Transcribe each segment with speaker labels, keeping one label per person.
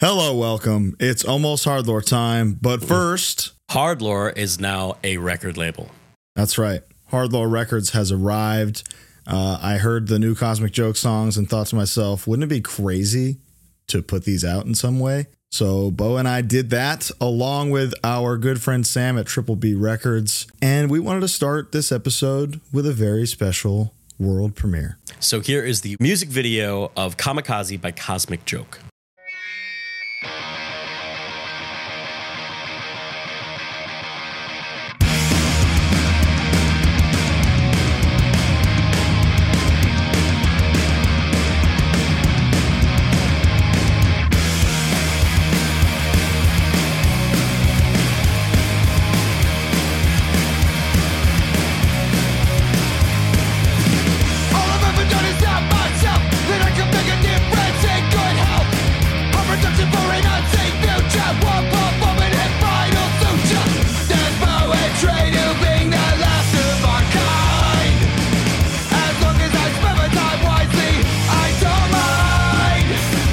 Speaker 1: Hello, welcome. It's almost hardlore time, but first,
Speaker 2: Hardlore is now a record label.
Speaker 1: that's right. Hardlore Records has arrived. Uh, I heard the new Cosmic Joke songs and thought to myself, wouldn't it be crazy to put these out in some way? So Bo and I did that along with our good friend Sam at Triple B Records, and we wanted to start this episode with a very special world premiere.
Speaker 2: So here is the music video of Kamikaze by Cosmic Joke.
Speaker 3: All I've ever done is doubt myself that I can make a difference in good health. A production for an unseen future, one performance and final suture. There's poetry to being the last of our kind. As long as I spend my time wisely, I don't mind.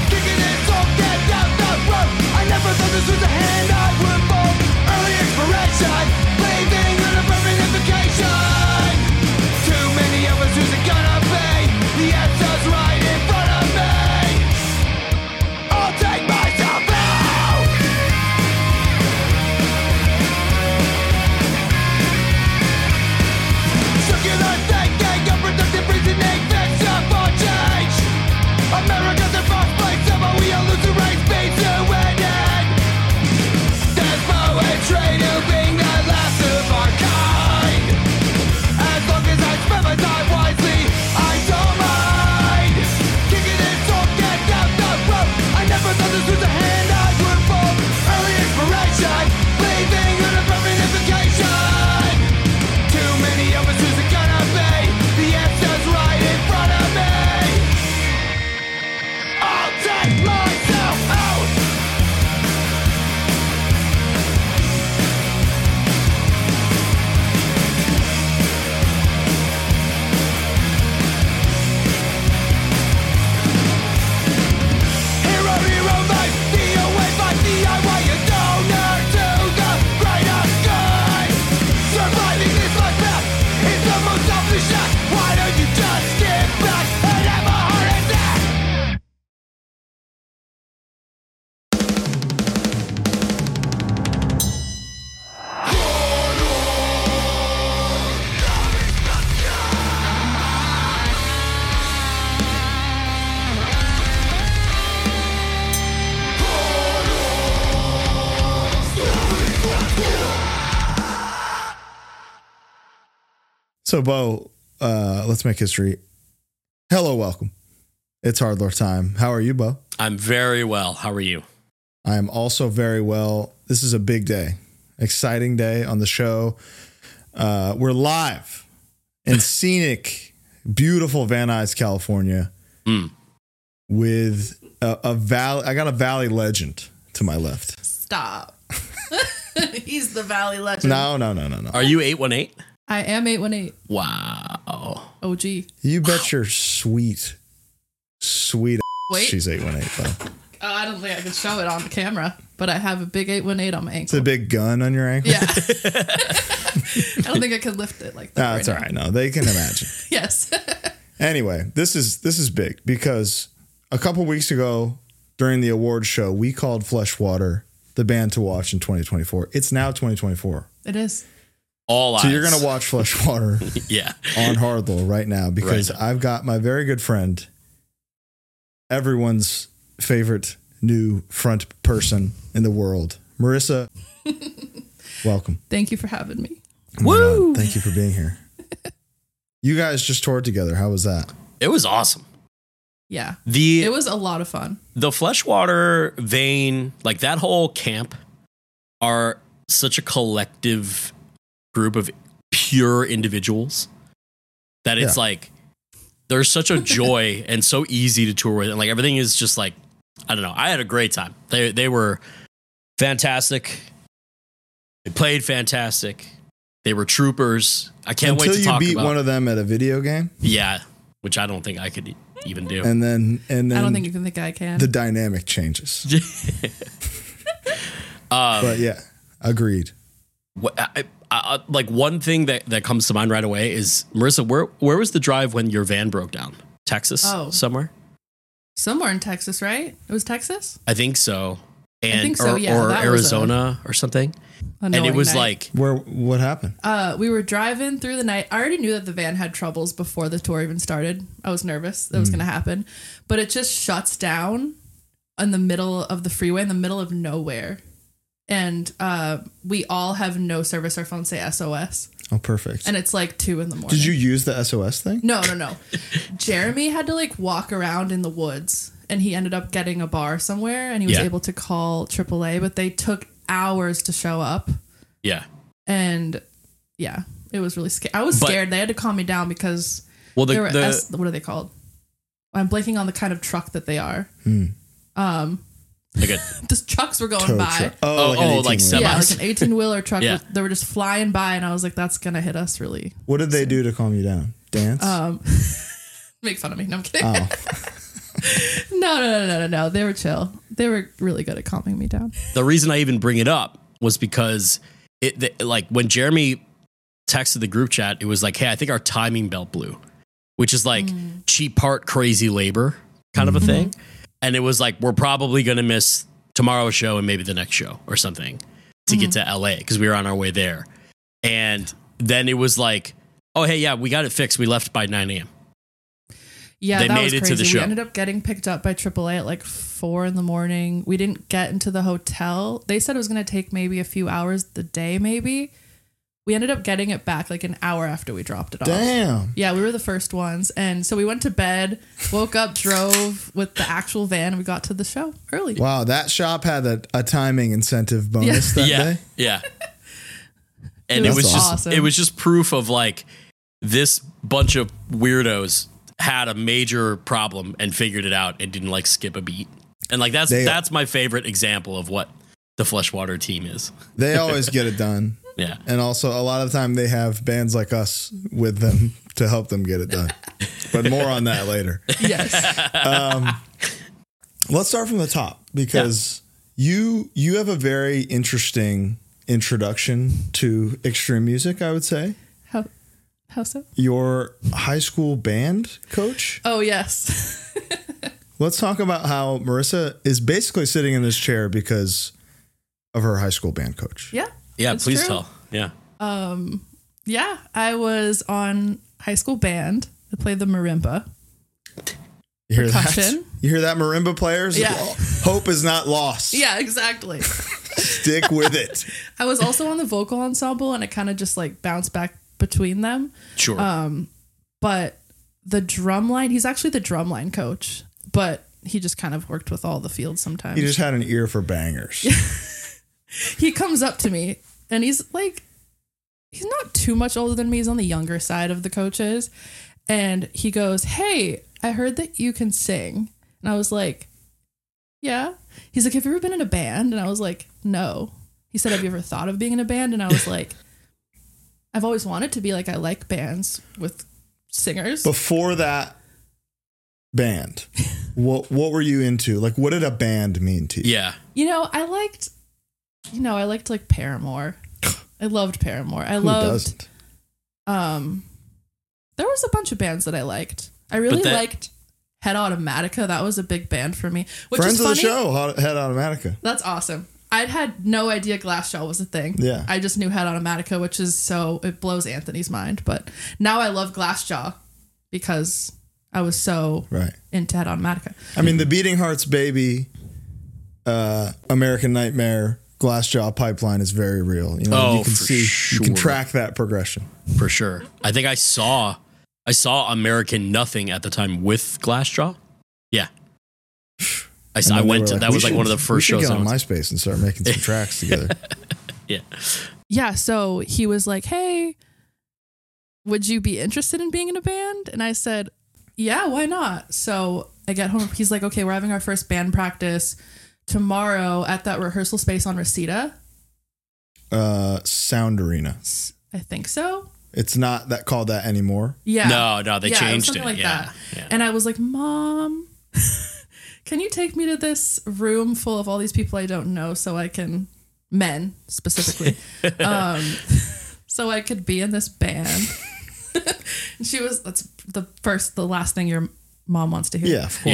Speaker 3: Kicking this off, get down the road. I never thought this was a hand I would fold. Early expiration, leaving on a permanent vacation. Too many of us who's it gonna be? The answer's right in front of me. I'll take myself out. Circular thinking, unproductive reasoning, fiction for change. America's the first place ever we illusory speed to an end. There's poetry to being the last of our kind. As long as I spend my time wisely, I don't mind. Kicking it off, get down the road. I never thought this was a hand I would fold. Early inspiration, leaving on a permanent vacation. Too many of us is it gonna be? The answer's right in front of me. I'll take myself out. Hero, hero, life, the away by DIY, a donor to the greater good. Surviving this life path is the most selfish act. Why don't you just give back and have a heart attack?
Speaker 1: So, Bo, uh, let's make history. Hello, welcome. It's Hardlore time. How are you, Bo?
Speaker 2: I'm very well. How are you?
Speaker 1: I am also very well. This is a big day, exciting day on the show. Uh, we're live in scenic, beautiful Van Nuys, California,
Speaker 2: Mm.
Speaker 1: with a, a valley. I got a valley legend to my left.
Speaker 4: Stop. He's the Valley legend.
Speaker 1: No, no, no, no, no.
Speaker 2: Are you 818?
Speaker 4: I am 818
Speaker 2: Wow.
Speaker 4: OG.
Speaker 1: You bet your sweet, sweet.
Speaker 4: Wait.
Speaker 1: She's eight one eight. Bo.
Speaker 4: Oh, I don't think I can show it on the camera, but I have a big 818 on my
Speaker 1: It's a
Speaker 4: ankle.
Speaker 1: big gun on your ankle.
Speaker 4: yeah. I don't think I can lift it like that.
Speaker 1: No, it's all
Speaker 4: right
Speaker 1: right. No, they can imagine.
Speaker 4: now. Yes.
Speaker 1: Anyway, this is this is big because a couple weeks ago during the award show, we called Fleshwater the band to watch in 2024. It's now 2024.
Speaker 4: it is.
Speaker 2: All eyes.
Speaker 1: So you're going to watch Fleshwater
Speaker 2: Yeah.
Speaker 1: on Hardlow right now because
Speaker 2: Right.
Speaker 1: I've got my very good friend everyone's favorite new front person in the world, Marissa. welcome.
Speaker 4: Thank you for having me.
Speaker 1: Woo! Thank you for being here. You guys just toured together. How was that?
Speaker 2: It was awesome.
Speaker 4: Yeah.
Speaker 2: The
Speaker 4: It was a lot of fun.
Speaker 2: the Fleshwater vein, like that whole camp, are such a collective group of pure individuals that it's
Speaker 1: Yeah.
Speaker 2: like they're such a joy and so easy to tour with, and like everything is just like I don't know. I had a great time. They they were fantastic. They played fantastic. They were troopers. I can't
Speaker 1: Until
Speaker 2: wait to
Speaker 1: you
Speaker 2: talk
Speaker 1: beat
Speaker 2: about.
Speaker 1: one of them at a video game.
Speaker 2: yeah, which I don't think I could e-, even do.
Speaker 1: and then and then
Speaker 4: I don't think even the guy can.
Speaker 1: the dynamic changes. but
Speaker 2: Um,
Speaker 1: yeah, agreed.
Speaker 2: What- I, I, I- like one thing that, that comes to mind right away is Marissa, where where was the drive when your van broke down? Texas,
Speaker 4: Oh.
Speaker 2: somewhere?
Speaker 4: Somewhere in Texas, right? It was Texas.
Speaker 2: I think so. And
Speaker 4: think so,
Speaker 2: or,
Speaker 4: yeah,
Speaker 2: or
Speaker 4: that was a-
Speaker 2: Arizona or something. and it
Speaker 4: Annoying
Speaker 2: was
Speaker 4: night.
Speaker 2: like
Speaker 1: Where what happened?
Speaker 4: Uh, we were driving through the night. I already knew that the van had troubles before the tour even started. I was nervous that
Speaker 1: Hmm.
Speaker 4: was going to happen, but it just shuts down in the middle of the freeway, in the middle of nowhere, and uh, we all have no service. Our phones say SOS,
Speaker 1: Oh, perfect.
Speaker 4: and it's like two in the morning.
Speaker 1: Did you use the SOS thing?
Speaker 4: No, no, no. Jeremy had to like walk around in the woods and he ended up getting a bar somewhere and he was
Speaker 2: Yeah.
Speaker 4: able to call AAA, but they took hours to show up.
Speaker 2: yeah.
Speaker 4: And yeah, it was really scary. I was
Speaker 2: But-
Speaker 4: scared. They had to calm me down because
Speaker 2: Well the,
Speaker 4: they were,
Speaker 2: the
Speaker 4: S- what are they called? I'm blanking on the kind of truck that they are.
Speaker 2: like a,
Speaker 4: The trucks were going
Speaker 1: Tow
Speaker 4: by.
Speaker 1: truck.
Speaker 2: Oh,
Speaker 1: an
Speaker 2: oh,
Speaker 1: 18
Speaker 2: like
Speaker 1: wheeler.
Speaker 2: semi-
Speaker 4: Yeah,
Speaker 2: Semis.
Speaker 4: like an 18 wheeler truck.
Speaker 2: Yeah.
Speaker 4: with- They were just flying by, and I was like, that's going to hit us really.
Speaker 1: What did they do to calm you down? Dance?
Speaker 4: Um, make fun of me. No, I'm kidding.
Speaker 1: oh,
Speaker 4: No, no, no, no, no, no. They were chill. They were really good at calming me down.
Speaker 2: the reason I even bring it up was because it the, like when Jeremy texted the group chat, it was like, "Hey, I think our timing belt blew," which is like cheap part, crazy labor kind of a thing. And it was like we're probably going to miss tomorrow's show and maybe the next show or something to get to LA because we were on our way there. And then it was like, "Oh, hey, yeah, we got it fixed. We left by nine a.m."
Speaker 4: Yeah,
Speaker 2: They
Speaker 4: that
Speaker 2: made
Speaker 4: was
Speaker 2: it to
Speaker 4: crazy.
Speaker 2: the show.
Speaker 4: We ended up getting picked up by AAA at like four in the morning. We didn't get into the hotel. They said it was going to take maybe a few hours the day, maybe. We ended up getting it back like an hour after we dropped it off.
Speaker 1: damn.
Speaker 4: Yeah, we were the first ones. And so we went to bed, woke up, drove with the actual van, and we got to the show early.
Speaker 1: Wow, that shop had a, a timing incentive bonus that
Speaker 2: yeah,
Speaker 1: day.
Speaker 2: Yeah. And it
Speaker 4: That's
Speaker 2: was just
Speaker 4: awesome.
Speaker 2: it was just proof of like this bunch of weirdos had a major problem and figured it out and didn't like skip a beat. And like that's
Speaker 1: They-
Speaker 2: that's my favorite example of what the Fleshwater team is.
Speaker 1: They always get it done.
Speaker 2: Yeah.
Speaker 1: And also, a lot of the time, they have bands like us with them to help them get it done. But more on that later.
Speaker 4: Yes.
Speaker 1: Let's start from the top because you you have a very interesting introduction to extreme music. I would say
Speaker 4: how, how so?
Speaker 1: your high school band coach.
Speaker 4: Oh, yes.
Speaker 1: Let's talk about how Marissa is basically sitting in this chair because of her high school band coach.
Speaker 4: Yeah.
Speaker 2: Yeah,
Speaker 4: It's
Speaker 2: please
Speaker 4: true.
Speaker 2: tell. Yeah.
Speaker 4: Yeah, I was on high school band. I played the marimba.
Speaker 1: You hear that?
Speaker 4: Percussion.
Speaker 1: You hear that, marimba players?
Speaker 4: Yeah.
Speaker 1: Hope is not lost.
Speaker 4: Yeah, exactly.
Speaker 1: Stick with it.
Speaker 4: I was also on the vocal ensemble and I kind of just like bounced back between them.
Speaker 2: Sure.
Speaker 1: Um,
Speaker 4: But the drum line, he's actually the drum line coach, but he just kind of worked with all the fields sometimes.
Speaker 1: You
Speaker 4: He,
Speaker 1: just had an ear for bangers.
Speaker 4: comes up to me and he's like, he's not too much older than me. He's on the younger side of the coaches. And he goes, Hey, I heard that you can sing. And I was like, Yeah. He's like, Have you ever been in a band? And I was like, No. He said, Have you ever thought of being in a band? And I was like, I've always wanted to be like, I like bands with singers.
Speaker 1: Before that band, what what were you into? Like, what did a band mean to you?
Speaker 2: yeah.
Speaker 4: You know, I liked, you know, I liked like Paramore. I loved Paramore. I
Speaker 1: Who
Speaker 4: loved,
Speaker 1: doesn't?
Speaker 4: um, there was a bunch of bands that I liked. I really
Speaker 2: that-
Speaker 4: liked Head Automatica. That was a big band for me. Which
Speaker 1: Friends
Speaker 4: is
Speaker 1: of
Speaker 4: funny.
Speaker 1: the show, Hot- Head Automatica.
Speaker 4: That's awesome. I'd had no idea Glassjaw was a thing.
Speaker 1: Yeah.
Speaker 4: I just knew Head Automatica, which is so it blows Anthony's mind. But now I love Glassjaw because I was so
Speaker 1: Right.
Speaker 4: into Head Automatica.
Speaker 1: I mean, the Beating Hearts Baby, uh, American Nightmare, Glassjaw pipeline is very real. You know,
Speaker 2: Oh,
Speaker 1: you can
Speaker 2: for
Speaker 1: see, you can
Speaker 2: sure.
Speaker 1: track that progression.
Speaker 2: For sure. I think I saw I saw American Nothing at the time with Glassjaw. Yeah. I, s-
Speaker 1: And
Speaker 2: I
Speaker 1: then they
Speaker 2: went
Speaker 1: were
Speaker 2: to, that
Speaker 1: "We
Speaker 2: was like
Speaker 1: should-
Speaker 2: one of the
Speaker 1: we
Speaker 2: first
Speaker 1: should
Speaker 2: shows
Speaker 1: Get
Speaker 2: I
Speaker 1: on
Speaker 2: went to.
Speaker 1: MySpace and start making some tracks together.
Speaker 2: Yeah.
Speaker 4: yeah, so he was like, "Hey, would you be interested in being in a band?" And I said, "Yeah, why not?" So I get home. He's like, "Okay, we're having our first band practice tomorrow at that rehearsal space on Reseda."
Speaker 1: Uh, Sound Arena.
Speaker 4: I think so.
Speaker 1: It's not that called that anymore.
Speaker 4: Yeah.
Speaker 2: No, no, they
Speaker 4: Yeah, was
Speaker 2: changed
Speaker 4: something
Speaker 2: it.
Speaker 4: Like
Speaker 2: Yeah,
Speaker 4: That.
Speaker 2: yeah.
Speaker 4: And I was like, Mom, can you take me to this room full of all these people I don't know so I can, men specifically, um, so I could be in this band? and she was, that's the first, the last thing your mom wants to hear.
Speaker 1: Yeah, of course.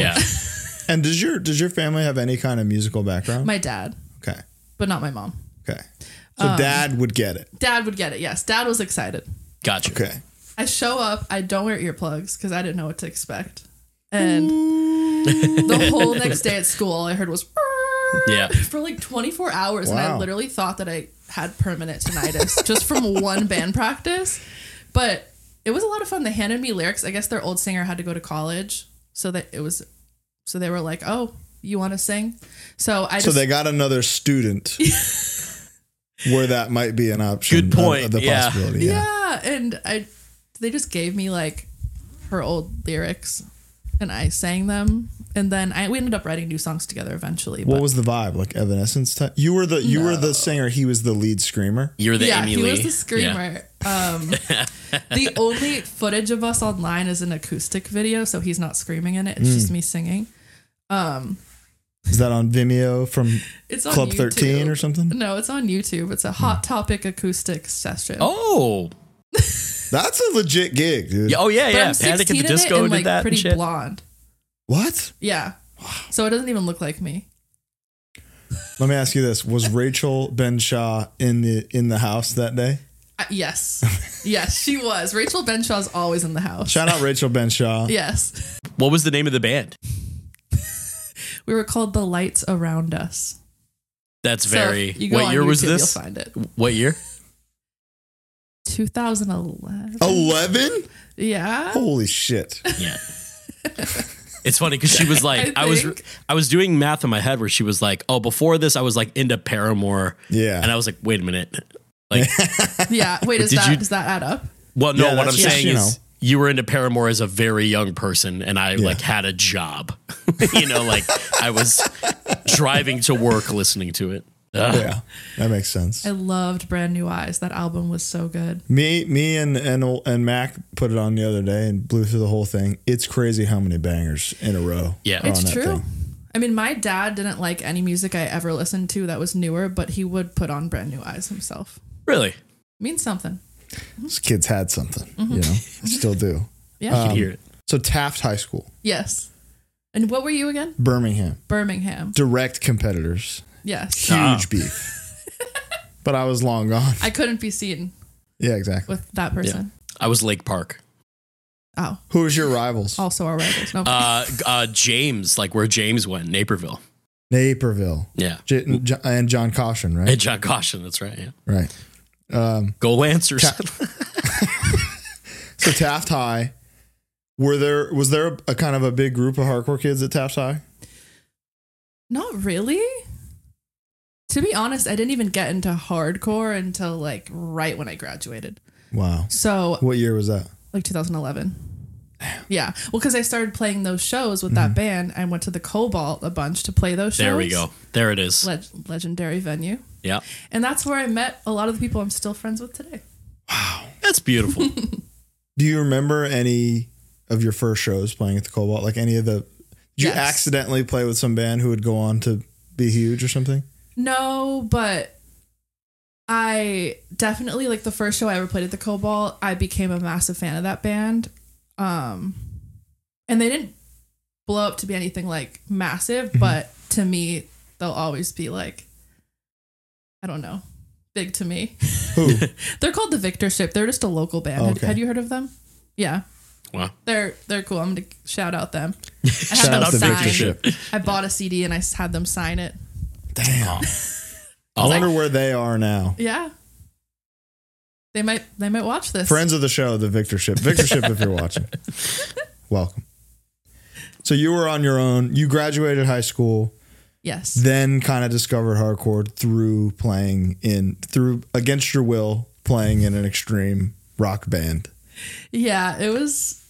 Speaker 2: Yeah.
Speaker 1: And does your does your family have any kind of musical background?
Speaker 4: My dad,
Speaker 1: okay.
Speaker 4: but not my mom.
Speaker 1: Okay. So
Speaker 4: Um,
Speaker 1: dad would get it.
Speaker 4: Dad would get it. Yes. Dad was excited.
Speaker 2: Gotcha.
Speaker 1: Okay.
Speaker 4: I show up. I don't wear earplugs because I didn't know what to expect. And the whole next day at school, all I heard was
Speaker 2: Yeah.
Speaker 4: for like 24 hours. And I
Speaker 1: Wow.
Speaker 4: literally thought that I had permanent tinnitus just from one band practice. But it was a lot of fun. They handed me lyrics. I guess their old singer had to go to college. So that it was, so they were like, oh, you want to sing? So I just,
Speaker 1: So they got another student where that might be an option.
Speaker 2: Good point,
Speaker 1: uh, the
Speaker 2: yeah.
Speaker 1: possibility. Yeah.
Speaker 4: yeah. And I, they just gave me like her old lyrics and I sang them. And then I, we ended up writing new songs together eventually.
Speaker 1: What
Speaker 4: but-
Speaker 1: was the vibe? Like Evanescence type? You were the you were the singer, he was the lead screamer.
Speaker 2: You're the
Speaker 4: yeah,
Speaker 2: Amy
Speaker 4: he
Speaker 2: Lee.
Speaker 4: was the screamer. Um, the only footage of us online is an acoustic video, so he's not screaming in it. It's
Speaker 2: Hmm.
Speaker 4: just me singing.
Speaker 1: Is that on Vimeo from
Speaker 4: It's on
Speaker 1: Club
Speaker 4: YouTube.
Speaker 1: 13 or something?
Speaker 4: No, it's on YouTube. It's a hot topic acoustic session.
Speaker 2: Hmm. Oh.
Speaker 1: That's a legit gig, dude.
Speaker 2: Yeah, oh yeah,
Speaker 4: But
Speaker 2: yeah.
Speaker 4: I'm
Speaker 2: Panic at
Speaker 4: 16
Speaker 2: the
Speaker 4: in it
Speaker 2: Disco
Speaker 4: and,
Speaker 2: did
Speaker 4: like,
Speaker 2: that
Speaker 4: Pretty
Speaker 2: and shit.
Speaker 4: blonde.
Speaker 1: What?
Speaker 4: Yeah. So it doesn't even look like me.
Speaker 1: Let me ask you this. Was Rachel Ben Shaw in the in the house that day?
Speaker 4: I, Uh, yes, yes, she was. Rachel Benshaw's always in the house.
Speaker 1: Shout out Rachel Ben Shaw.
Speaker 4: yes,
Speaker 2: What was the name of the band?
Speaker 4: we were called the lights around us.
Speaker 2: That's
Speaker 4: So if
Speaker 2: very.
Speaker 4: you go
Speaker 2: what
Speaker 4: on
Speaker 2: year was
Speaker 4: YouTube, you'll
Speaker 2: this?
Speaker 4: find it.
Speaker 2: What year?
Speaker 4: 2011.
Speaker 1: Oh. 11?
Speaker 4: Yeah.
Speaker 1: Holy shit.
Speaker 2: Yeah. It's funny because she was like,
Speaker 4: I
Speaker 2: I, was,
Speaker 4: think.
Speaker 2: I was doing math in my head where she was like, oh, before this I was like into Paramore,
Speaker 1: Yeah.
Speaker 2: and I was like, wait a minute, like,
Speaker 4: Yeah. Wait, is
Speaker 2: Did
Speaker 4: that
Speaker 2: you-
Speaker 4: does that add up?
Speaker 2: well, no,
Speaker 1: Yeah,
Speaker 2: what I'm
Speaker 1: that's just,
Speaker 2: saying
Speaker 1: you
Speaker 2: is
Speaker 1: know.
Speaker 2: you were into Paramore as a very young person, and I like had a job, you know, like I was driving to work listening to it. Uh, Ugh.
Speaker 1: yeah. That makes sense.
Speaker 4: I loved Brand New Eyes. That album was so good.
Speaker 1: Me, me, and and and Mac put it on the other day and blew through the whole thing. It's crazy how many bangers in a row.
Speaker 2: Yeah.
Speaker 1: are on
Speaker 4: It's
Speaker 1: that
Speaker 4: true.
Speaker 1: thing.
Speaker 4: I mean, my dad didn't like any music I ever listened to that was newer, but he would put on Brand New Eyes himself.
Speaker 2: Really?
Speaker 4: means something.
Speaker 1: Those kids had something,
Speaker 4: Mm-hmm.
Speaker 1: you know. They still do.
Speaker 4: Yeah.
Speaker 1: Uh. Um,
Speaker 2: You can hear it.
Speaker 1: So Taft High School,
Speaker 4: yes. And what were you again?
Speaker 1: Birmingham,
Speaker 4: Birmingham.
Speaker 1: direct competitors,
Speaker 4: Yes.
Speaker 1: huge
Speaker 2: Ah.
Speaker 1: beef. but I was long gone.
Speaker 4: I couldn't be seen
Speaker 1: Yeah, exactly.
Speaker 4: with that person.
Speaker 2: I was Lake Park.
Speaker 4: Oh,
Speaker 1: Who was your rivals?
Speaker 4: also our rivals. No.
Speaker 2: Uh, uh, James, like where James went, Naperville.
Speaker 1: Naperville
Speaker 2: Yeah.
Speaker 1: J- and Jo- and John Caution, right?
Speaker 2: And John Caution, that's right. Yeah.
Speaker 1: Right.
Speaker 2: Go Lancers.
Speaker 1: So Taft High, were there was there a kind of a big group of hardcore kids at Taft High?
Speaker 4: Not really. To be honest, I didn't even get into hardcore until like right when I graduated.
Speaker 1: Wow.
Speaker 4: So
Speaker 1: What year was that?
Speaker 4: like 2011. Yeah. Well, because I started playing those shows with that band. I went to the Cobalt a bunch to play those shows.
Speaker 2: Mm-hmm. There we go. There it is.
Speaker 4: Leg- legendary venue.
Speaker 2: Yeah.
Speaker 4: And that's where I met a lot of the people I'm still friends with today.
Speaker 2: That's beautiful.
Speaker 1: Do you remember any of your first shows playing at the Cobalt? Like any of the did you
Speaker 4: Yes.
Speaker 1: accidentally play with some band who would go on to be huge or something?
Speaker 4: No, but I definitely like the first show I ever played at the Cobalt. I became a massive fan of that band. Um, and they didn't blow up to be anything like massive,
Speaker 1: Mm-hmm.
Speaker 4: but to me, they'll always be like, I don't know, big to me.
Speaker 1: Who?
Speaker 4: They're called the Victor Ship. They're just a local band. Had-
Speaker 1: Okay.
Speaker 4: Had you heard of them? Yeah.
Speaker 2: wow.
Speaker 4: They're they're cool. I'm gonna shout out them. I had
Speaker 1: Shout
Speaker 4: them
Speaker 1: out to
Speaker 4: sign-
Speaker 1: Victor Ship.
Speaker 4: I bought a CD and I s- had them sign it.
Speaker 1: Damn. I
Speaker 2: Oh.
Speaker 1: wonder where they are now.
Speaker 4: Yeah. They might they might watch this.
Speaker 1: Friends of the show, the Victor Ship. Victor Ship, if you're watching, welcome. So you were on your own. You graduated high school,
Speaker 4: Yes.
Speaker 1: then kind of discovered hardcore through playing in through against your will, playing in an extreme rock band.
Speaker 4: yeah, it was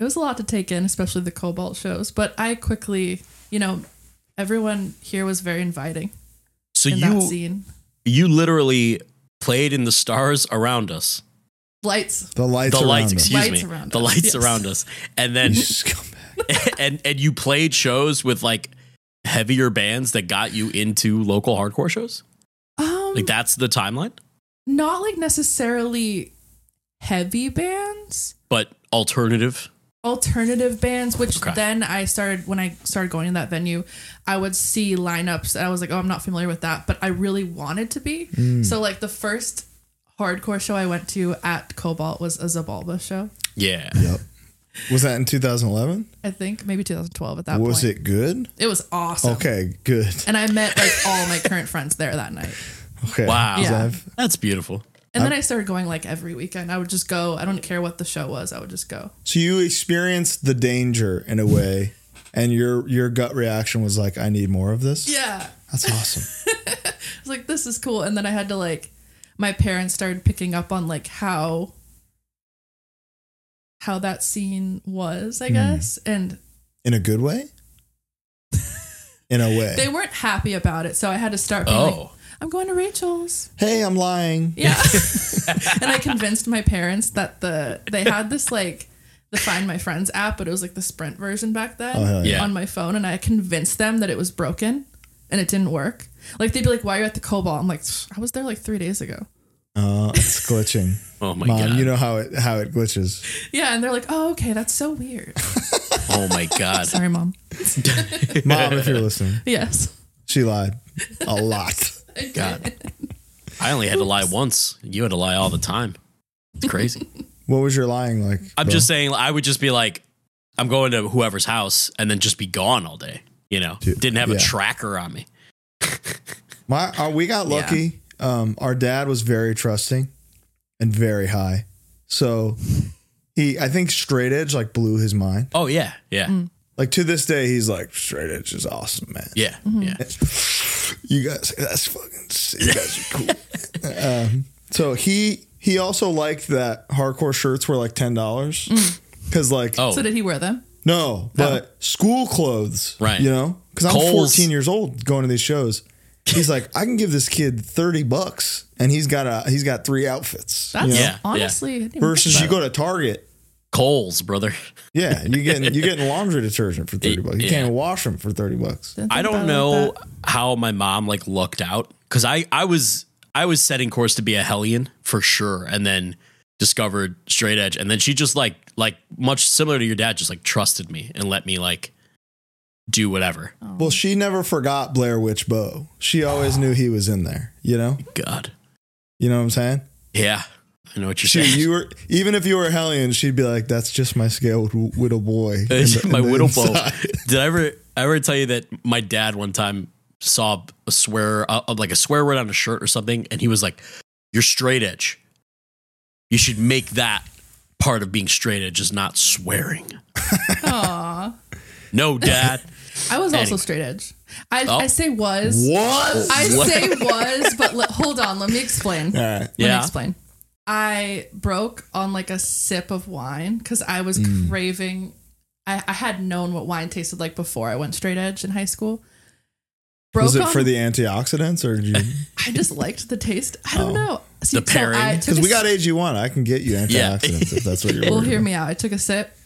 Speaker 4: it was a lot to take in, especially the Cobalt shows, but I quickly, you know, everyone here was very inviting
Speaker 2: So
Speaker 4: in that
Speaker 2: you
Speaker 4: scene.
Speaker 2: you literally played in the stars around us.
Speaker 4: Lights.
Speaker 1: The lights.
Speaker 2: the
Speaker 1: around
Speaker 2: lights,
Speaker 1: them.
Speaker 2: excuse
Speaker 4: Lights
Speaker 2: me,
Speaker 4: around
Speaker 2: the
Speaker 4: us,
Speaker 2: lights
Speaker 4: yes.
Speaker 2: around us, and then
Speaker 1: You scumbag.
Speaker 2: and and you played shows with like heavier bands that got you into local hardcore shows.
Speaker 4: Um,
Speaker 2: Like that's the timeline,
Speaker 4: not like necessarily heavy bands,
Speaker 2: but alternative.
Speaker 4: alternative bands. Which
Speaker 2: Okay.
Speaker 4: then I started when I started going to that venue, I would see lineups and I was like, oh, I'm not familiar with that, but I really wanted to be.
Speaker 1: Mm.
Speaker 4: So like the first hardcore show I went to at Cobalt was a Zabalba show.
Speaker 2: Yeah,
Speaker 1: Yep. Was that in 2011?
Speaker 4: I think maybe 2012 at that
Speaker 1: Was
Speaker 4: point.
Speaker 1: it good?
Speaker 4: It was awesome.
Speaker 1: Okay, good.
Speaker 4: And I met like all my current friends there that night.
Speaker 1: Okay.
Speaker 2: Wow.
Speaker 1: Because
Speaker 4: Yeah.
Speaker 1: I've-
Speaker 2: that's beautiful.
Speaker 4: And then I started going like every weekend. I would just go. I don't care what the show was. I would just go.
Speaker 1: So you experienced the danger in a way, and your your gut reaction was like, "I need more of this."
Speaker 4: Yeah.
Speaker 1: That's awesome.
Speaker 4: I was like, this is cool. And then I had to like, my parents started picking up on like how, how that scene was,
Speaker 1: Hmm.
Speaker 4: I guess. And
Speaker 1: In a good way. In a way.
Speaker 4: they weren't happy about it. So I had to start being like,
Speaker 2: Oh,
Speaker 4: I'm going to Rachel's.
Speaker 1: hey, I'm lying.
Speaker 4: Yeah. and I convinced my parents that the they had this like the Find My Friends app, but it was like the Sprint version back then
Speaker 1: Oh, hell yeah.
Speaker 2: Yeah.
Speaker 4: on my phone, and I convinced them that it was broken and it didn't work. Like they'd be like, "Why are you at the Cobalt?" I'm like, "I was there like three days ago."
Speaker 1: Uh, it's glitching.
Speaker 2: oh my
Speaker 1: Mom,
Speaker 2: god.
Speaker 1: you know how it how it glitches.
Speaker 4: Yeah, and they're like, "Oh, okay, that's so weird."
Speaker 2: oh my god.
Speaker 4: Sorry, mom.
Speaker 1: Mom, if you're listening,
Speaker 4: Yes,
Speaker 1: she lied a lot.
Speaker 2: God. I only had to lie once. You had to lie all the time. It's crazy.
Speaker 1: What was your lying like?
Speaker 2: I'm
Speaker 1: bro?
Speaker 2: just saying, I would just be like, I'm going to whoever's house and then just be gone all day. You know,
Speaker 1: Dude,
Speaker 2: didn't have
Speaker 1: yeah.
Speaker 2: a tracker on me.
Speaker 1: My uh, we got
Speaker 4: Yeah.
Speaker 1: lucky. Um, our dad was very trusting and very high. So he I think straight edge like blew his mind.
Speaker 2: Oh, yeah. Yeah.
Speaker 1: Like to this day he's like straight edge is awesome, man.
Speaker 2: Yeah. Yeah.
Speaker 1: You guys that's fucking sick. you guys are cool. um, so he he also liked that hardcore shirts were like ten dollars. Cause like
Speaker 2: Oh,
Speaker 4: So did he wear them?
Speaker 1: no, but school clothes.
Speaker 2: Right.
Speaker 1: You know? Because I'm
Speaker 2: Kohl's.
Speaker 1: 14 years old going to these shows. He's like, I can give this kid 30 bucks and he's got a he's got three outfits.
Speaker 4: That's
Speaker 1: you know?
Speaker 2: Yeah, yeah.
Speaker 4: honestly I didn't even
Speaker 1: Versus
Speaker 4: think
Speaker 1: you
Speaker 4: about
Speaker 1: go to Target.
Speaker 2: Coles, brother.
Speaker 1: Yeah, you getting you getting laundry detergent for 30 bucks. You
Speaker 2: Yeah.
Speaker 1: can't even wash them for 30 bucks.
Speaker 4: it. Didn't think
Speaker 2: I
Speaker 4: about
Speaker 2: don't
Speaker 4: it
Speaker 2: know
Speaker 4: like that.
Speaker 2: how my mom like lucked out because I I was I was setting course to be a hellion for sure, and then discovered straight edge, and then she just like like much similar to your dad, just like trusted me and let me like do whatever.
Speaker 4: Oh.
Speaker 1: Well, she never forgot Blair Witch Bo. She always knew he was in there, you know?
Speaker 2: God,
Speaker 1: You know what I'm saying?
Speaker 2: yeah, I know what you're
Speaker 1: She
Speaker 2: saying.
Speaker 1: you were even if you were a hellion, she'd be like, That's just my scaled widow boy. in the-
Speaker 2: my
Speaker 1: in the
Speaker 2: widow bow.
Speaker 1: inside."
Speaker 2: Did I ever I ever tell you that my dad one time saw a swear uh, uh, like a swear word on a shirt or something, and he was like, "You're straight edge. You should make that part of being straight edge is not swearing."
Speaker 4: Aw.
Speaker 2: No, dad.
Speaker 4: I was also
Speaker 2: Anyway.
Speaker 4: straight edge. I,
Speaker 2: Oh.
Speaker 4: I say was.
Speaker 1: What?
Speaker 4: I
Speaker 2: What?
Speaker 4: say was, but le- hold on. Let me explain.
Speaker 1: All right.
Speaker 4: Let me
Speaker 2: Yeah.
Speaker 4: explain. I broke on like a sip of wine because I was
Speaker 1: Hmm.
Speaker 4: craving. I, I had known what wine tasted like before I went straight edge in high school. Broke
Speaker 1: Was it
Speaker 4: on,
Speaker 1: for the antioxidants or did you
Speaker 4: I just liked the taste. I don't know. See,
Speaker 2: The
Speaker 4: so I
Speaker 2: pairing.
Speaker 4: took
Speaker 1: Oh. Because
Speaker 4: a
Speaker 1: we
Speaker 4: sip-
Speaker 1: got AG1. I can get you
Speaker 2: Yeah.
Speaker 1: antioxidants if that's what you're
Speaker 4: Well,
Speaker 1: worried
Speaker 4: hear
Speaker 1: about.
Speaker 4: me out. I took a sip,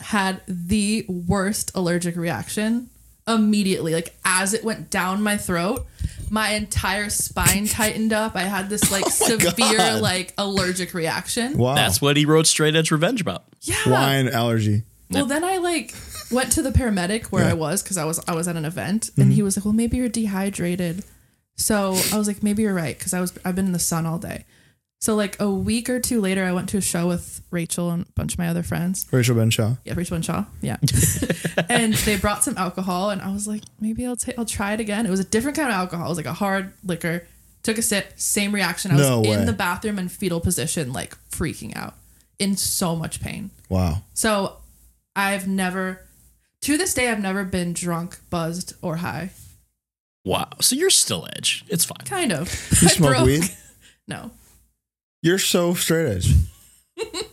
Speaker 4: had the worst allergic reaction immediately. Like as it went down my throat, my entire spine tightened up. I had this like severe
Speaker 1: God.
Speaker 4: like allergic reaction.
Speaker 1: Wow.
Speaker 2: That's what he wrote Straight Edge Revenge about.
Speaker 4: Yeah.
Speaker 1: Wine allergy.
Speaker 4: Well, then I like went to the paramedic where I was because I was I was at an event, and he was like, "Well, maybe you're dehydrated." So I was like, "Maybe you're right," because I was I've been in the sun all day. So like a week or two later, I went to a show with Rachel and a bunch of my other friends.
Speaker 1: Rachel Benshaw.
Speaker 4: Yeah, Rachel and Shaw. Yeah, and they brought some alcohol, and I was like, maybe I'll take I'll try it again. It was a different kind of alcohol. It was like a hard liquor. Took a sip, same reaction. I was
Speaker 1: No way.
Speaker 4: in the bathroom in fetal position, like freaking out, in so much pain.
Speaker 1: Wow.
Speaker 4: So I've never, to this day, I've never been drunk, buzzed, or high.
Speaker 2: Wow. So you're still Edge. It's fine.
Speaker 4: Kind of.
Speaker 1: You
Speaker 4: I
Speaker 1: smoke
Speaker 4: broke-
Speaker 1: weed?
Speaker 4: No.
Speaker 1: You're so straight edge. what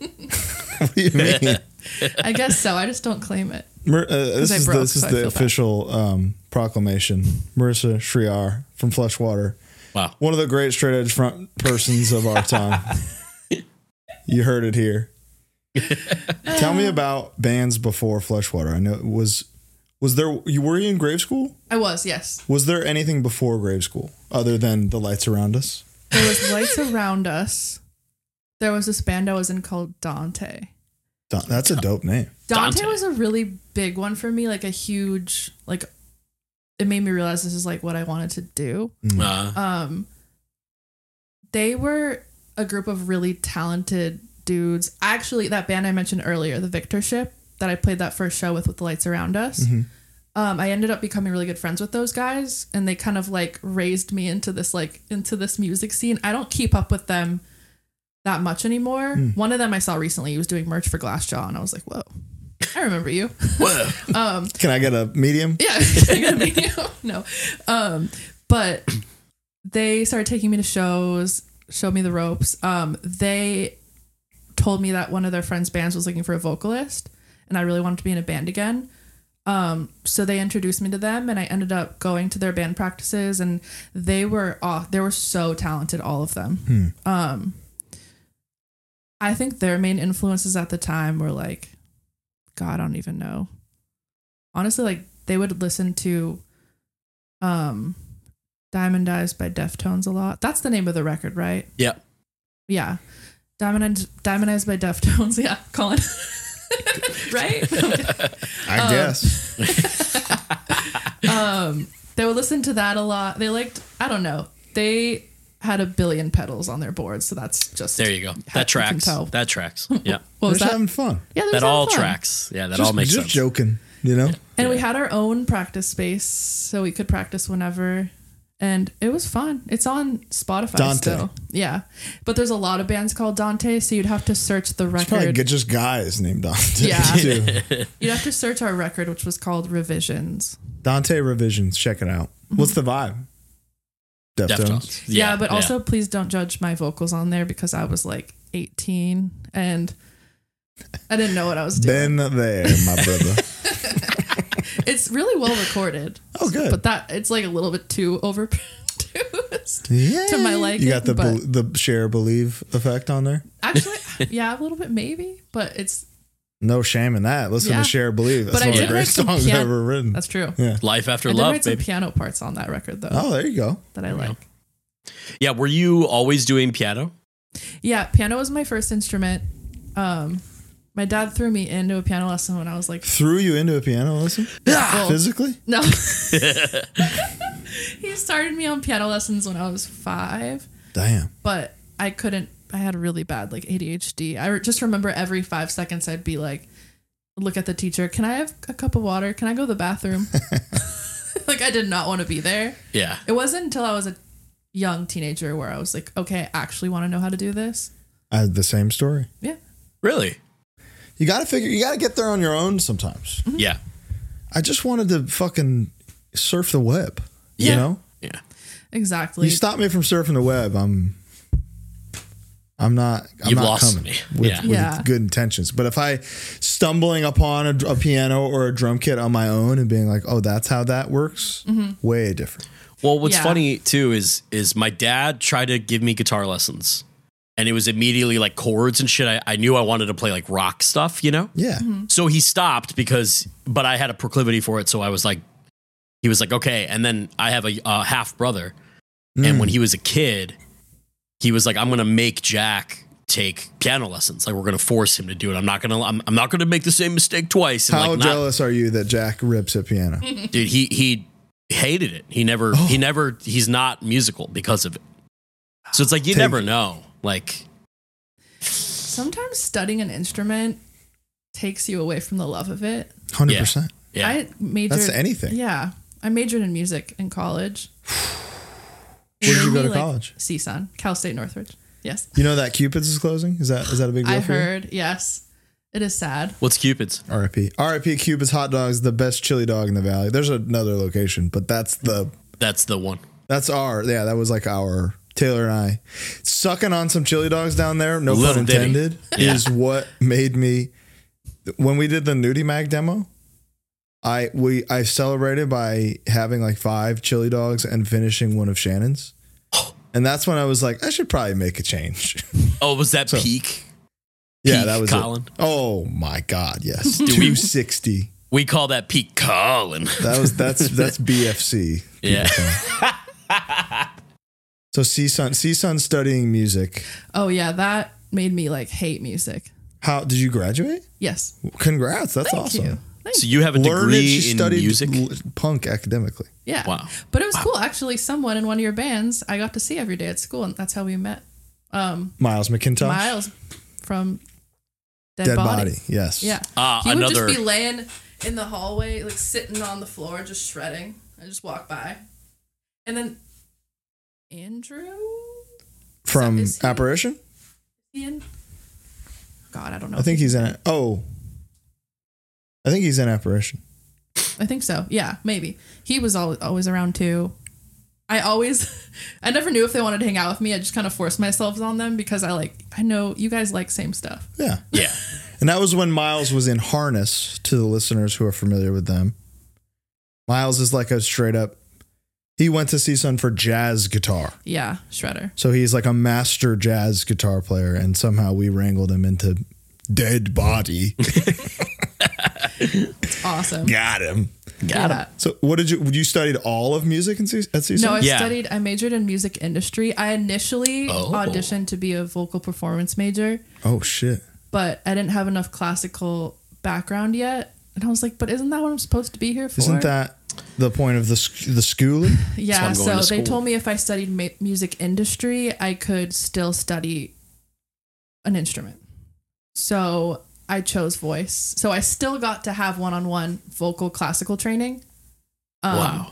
Speaker 1: do you mean?
Speaker 4: I guess so. I just don't claim it.
Speaker 1: Mar- uh, this,
Speaker 4: I
Speaker 1: is,
Speaker 4: broke,
Speaker 1: this is
Speaker 4: so I
Speaker 1: the
Speaker 4: feel bad.
Speaker 1: official um, proclamation. Marissa Shriar from Flushwater.
Speaker 2: Wow.
Speaker 1: One of the great straight edge front persons of our time. You heard it here. Tell me about bands before Fleshwater. I know it was was there you were you in grave school?
Speaker 4: I was, yes.
Speaker 1: Was there anything before grave school other than the lights around us?
Speaker 4: There was lights around us. There was this band I was in called Dante.
Speaker 1: Da- That's a dope name.
Speaker 4: Dante,
Speaker 2: Dante.
Speaker 4: was a really big one for me, like a huge like it made me realize this is like what I wanted to do.
Speaker 2: Uh,
Speaker 4: Um they were a group of really talented dudes. Actually, that band I mentioned earlier, the Victorship, that I played that first show with with the lights around us. Um, I ended up becoming really good friends with those guys, and they kind of like raised me into this like into this music scene. I don't keep up with them that much anymore. One of them I saw recently. He was doing merch for Glassjaw, and I was like, "Whoa, I remember you."
Speaker 2: whoa.
Speaker 1: Can I get a medium?
Speaker 4: yeah, I gotta be- no. Um, but they started taking me to shows, showed me the ropes. Um, they told me that one of their friends' bands was looking for a vocalist, and I really wanted to be in a band again. Um, so they introduced me to them, and I ended up going to their band practices, and they were off. They were so talented, all of them. Um, I think their main influences at the time were like, God, I don't even know honestly like they would listen to um diamond eyes by deftones a lot that's the name of the record right
Speaker 2: Yeah.
Speaker 4: yeah diamond Eyes- diamond eyes by deftones yeah colin right
Speaker 1: I guess.
Speaker 4: they would listen to that a lot they liked i don't know they had a billion pedals on their boards so that's just
Speaker 2: There you go.
Speaker 4: how
Speaker 2: That tracks.
Speaker 4: tell.
Speaker 2: That tracks. Yeah.
Speaker 4: what
Speaker 1: We're
Speaker 4: was
Speaker 1: just
Speaker 4: that
Speaker 1: having fun.
Speaker 4: yeah they
Speaker 2: That
Speaker 4: just
Speaker 2: all
Speaker 4: had fun.
Speaker 2: tracks. Yeah, that
Speaker 1: just,
Speaker 2: all makes
Speaker 1: just
Speaker 2: sense.
Speaker 1: joking, you know?
Speaker 4: and we had our own practice space so we could practice whenever and it was fun it's on spotify
Speaker 1: Dante.
Speaker 4: still yeah but there's a lot of bands called dante so you'd have to search the
Speaker 1: Probably
Speaker 4: record
Speaker 1: get just guys named Dante.
Speaker 4: Yeah.
Speaker 1: too.
Speaker 4: you'd have to search our record which was called revisions
Speaker 1: Dante Revisions, check it out. What's the vibe? Deftones.
Speaker 2: Deftones.
Speaker 4: yeah, but also please don't judge my vocals on there because i was like 18 and i didn't know what i was
Speaker 1: Been
Speaker 4: doing
Speaker 1: there, my brother.
Speaker 4: it's really well recorded
Speaker 1: Oh, good.
Speaker 4: but that it's like a little bit too overproduced
Speaker 1: yeah.
Speaker 4: To my liking,
Speaker 1: You got the
Speaker 4: but-
Speaker 1: bel- the share believe effect on there.
Speaker 4: actually yeah a little bit maybe but it's
Speaker 1: No shame in that. Listen
Speaker 4: Yeah.
Speaker 1: to share believe. That's
Speaker 4: But I
Speaker 1: one of the
Speaker 4: did write
Speaker 1: greatest
Speaker 4: some
Speaker 1: songs
Speaker 4: pian-
Speaker 1: ever written.
Speaker 4: that's true
Speaker 1: yeah.
Speaker 2: Life after
Speaker 4: I did
Speaker 2: love,
Speaker 4: write some
Speaker 2: baby.
Speaker 4: piano parts on that record though
Speaker 1: Oh, there you go.
Speaker 4: that I like.
Speaker 2: yeah. Were you always doing piano?
Speaker 4: Yeah, piano was my first instrument. Um, my dad threw me into a piano lesson when I was like,
Speaker 1: Threw you into a piano lesson?
Speaker 4: Yeah.
Speaker 1: Physically?
Speaker 4: no. he started me on piano lessons when I was five,
Speaker 1: Damn.
Speaker 4: but I couldn't. I had really bad like ADHD. I re- just remember every five seconds I'd be like, look at the teacher. Can I have a cup of water? Can I go to the bathroom? like I did not want to be there.
Speaker 2: Yeah.
Speaker 4: It wasn't until I was a young teenager where I was like, okay, I actually want to know how to do this.
Speaker 1: I had the same story.
Speaker 4: Yeah.
Speaker 2: Really?
Speaker 1: You got to figure, you got to get there on your own sometimes.
Speaker 2: Yeah.
Speaker 1: I just wanted to fucking surf the web. You
Speaker 2: Yeah.
Speaker 1: know?
Speaker 2: Yeah.
Speaker 4: Exactly.
Speaker 1: You stop me from surfing the web. I'm, I'm not. I'm
Speaker 2: You've
Speaker 1: not
Speaker 2: lost
Speaker 1: coming
Speaker 2: me.
Speaker 1: with,
Speaker 2: Yeah.
Speaker 1: with
Speaker 4: Yeah.
Speaker 1: good intentions. But if I stumbling upon a, a piano or a drum kit on my own and being like, "Oh, that's how that works,"
Speaker 4: Mm-hmm.
Speaker 1: way different.
Speaker 2: Well, what's
Speaker 4: Yeah.
Speaker 2: funny too is is my dad tried to give me guitar lessons, and it was immediately like chords and shit. I, I knew I wanted to play like rock stuff, you know.
Speaker 1: Yeah,
Speaker 4: Mm-hmm.
Speaker 2: So he stopped because, but I had a proclivity for it. So I was like, he was like, okay. And then I have a, a half brother, and when he was a kid, he was like, I'm gonna make Jack take piano lessons. Like we're gonna force him to do it. I'm not gonna. I'm, I'm not gonna make the same mistake twice. And
Speaker 1: how
Speaker 2: like, not,
Speaker 1: jealous are you that Jack rips at piano?
Speaker 4: Mm-hmm.
Speaker 2: dude he he hated it he never he
Speaker 1: Oh.
Speaker 2: never he's not musical because of it so it's like you
Speaker 1: Take-
Speaker 2: never know like
Speaker 4: sometimes studying an instrument takes you away from the love of it.
Speaker 1: Hundred
Speaker 2: yeah
Speaker 1: percent.
Speaker 2: yeah
Speaker 4: I majored
Speaker 1: That's anything.
Speaker 4: Yeah, I majored in music in college.
Speaker 1: Where did you
Speaker 4: Made
Speaker 1: go
Speaker 4: me,
Speaker 1: to college?
Speaker 4: CSUN, Cal State Northridge. Yes,
Speaker 1: You know that Cupid's is closing. Is that is that a big deal?
Speaker 4: I
Speaker 1: for you?
Speaker 4: heard. Yes, it is sad.
Speaker 2: what's cupid's
Speaker 1: RIP. RIP Cupid's hot dogs, the best chili dog in the valley. There's another location, but that's the
Speaker 2: that's the one
Speaker 1: That's our yeah. That was like our Taylor and I sucking on some chili dogs down there. No pun
Speaker 2: Little ditty.
Speaker 1: intended. Is what made me when we did the nudie mag demo. I we I celebrated by having like five chili dogs and finishing one of Shannon's, and that's when I was like, I should probably make a change.
Speaker 2: oh was that peak
Speaker 1: Yeah,
Speaker 2: Peak
Speaker 1: that was it.
Speaker 2: Colin.
Speaker 1: Oh my God, yes,
Speaker 2: we-
Speaker 1: two sixty.
Speaker 2: We call that peak Colin.
Speaker 1: That was that's that's BFC.
Speaker 2: yeah.
Speaker 1: So CSUN CSUN studying music.
Speaker 4: Oh yeah, that made me like hate music.
Speaker 1: How did you graduate?
Speaker 4: Yes.
Speaker 1: Congrats, that's
Speaker 4: Thank
Speaker 1: awesome.
Speaker 4: you. Thank
Speaker 2: So you have a
Speaker 1: Learned
Speaker 2: degree
Speaker 1: she
Speaker 2: in
Speaker 1: studied
Speaker 2: music.
Speaker 1: l- punk academically.
Speaker 4: Yeah.
Speaker 2: Wow.
Speaker 4: But it was cool. Actually, someone in one of your bands I got to see every day at school, and that's how we met. um,
Speaker 1: Miles McIntosh.
Speaker 4: Miles from Dead,
Speaker 1: Dead
Speaker 4: Body.
Speaker 1: body. Yes.
Speaker 4: Yeah.
Speaker 2: Ah,
Speaker 4: he
Speaker 2: another-
Speaker 4: would just be laying in the hallway, like sitting on the floor, just shredding. I just walk by. And then Andrew?
Speaker 1: From
Speaker 4: Is he-
Speaker 1: Apparition.
Speaker 4: Ian? God, I don't know.
Speaker 1: I think he's in it. Oh, I think he's in Apparition.
Speaker 4: I think so. Yeah, maybe. He was always, always around too. I always, I never knew if they wanted to hang out with me. I just kind of forced myself on them because I like, I know you guys like same stuff.
Speaker 1: Yeah.
Speaker 2: Yeah.
Speaker 1: And that was when Miles was in harness to the listeners who are familiar with them. Miles is like a straight up, he went to CSUN for jazz guitar.
Speaker 4: Yeah, Shredder.
Speaker 1: So he's like a master jazz guitar player. And somehow we wrangled him into dead body.
Speaker 4: It's awesome.
Speaker 1: Got him.
Speaker 2: Got
Speaker 4: Yeah.
Speaker 2: him.
Speaker 1: So what did you, you studied all of music in C- at CSUN?
Speaker 4: No, I
Speaker 2: Yeah.
Speaker 4: studied. I majored in music industry. I initially
Speaker 2: Oh.
Speaker 4: auditioned to be a vocal performance major,
Speaker 1: oh shit.
Speaker 4: but I didn't have enough classical background yet. And I was like, "But isn't that what I'm supposed to be here for?"
Speaker 1: Isn't that the point of the, sc- the schooling?
Speaker 2: That's
Speaker 4: Yeah.
Speaker 2: why I'm
Speaker 4: So
Speaker 2: going to
Speaker 4: they
Speaker 2: school.
Speaker 4: told me if I studied ma- music industry, I could still study an instrument. So I chose voice. So I still got to have one-on-one vocal classical training. Um,
Speaker 2: wow.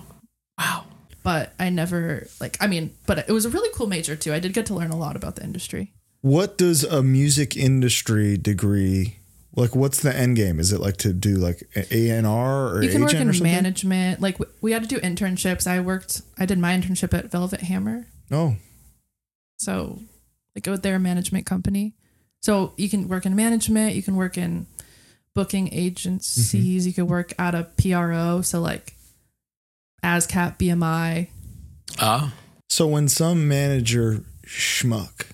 Speaker 2: Wow.
Speaker 4: But I never like. I mean, but it was a really cool major too. I did get to learn a lot about the industry.
Speaker 1: What does a music industry degree like? What's the end game? Is it like to do like A and R or
Speaker 4: you can
Speaker 1: agent
Speaker 4: work
Speaker 1: or
Speaker 4: in
Speaker 1: something?
Speaker 4: management. Like we, we had to do internships. I worked. I did my internship at Velvet Hammer,
Speaker 1: oh,
Speaker 4: so like with their management company. So you can work in management. You can work in booking agencies.
Speaker 1: Mm-hmm.
Speaker 4: You could work at a PRO. So like ASCAP, BMI.
Speaker 2: Ah.
Speaker 1: so when some manager schmuck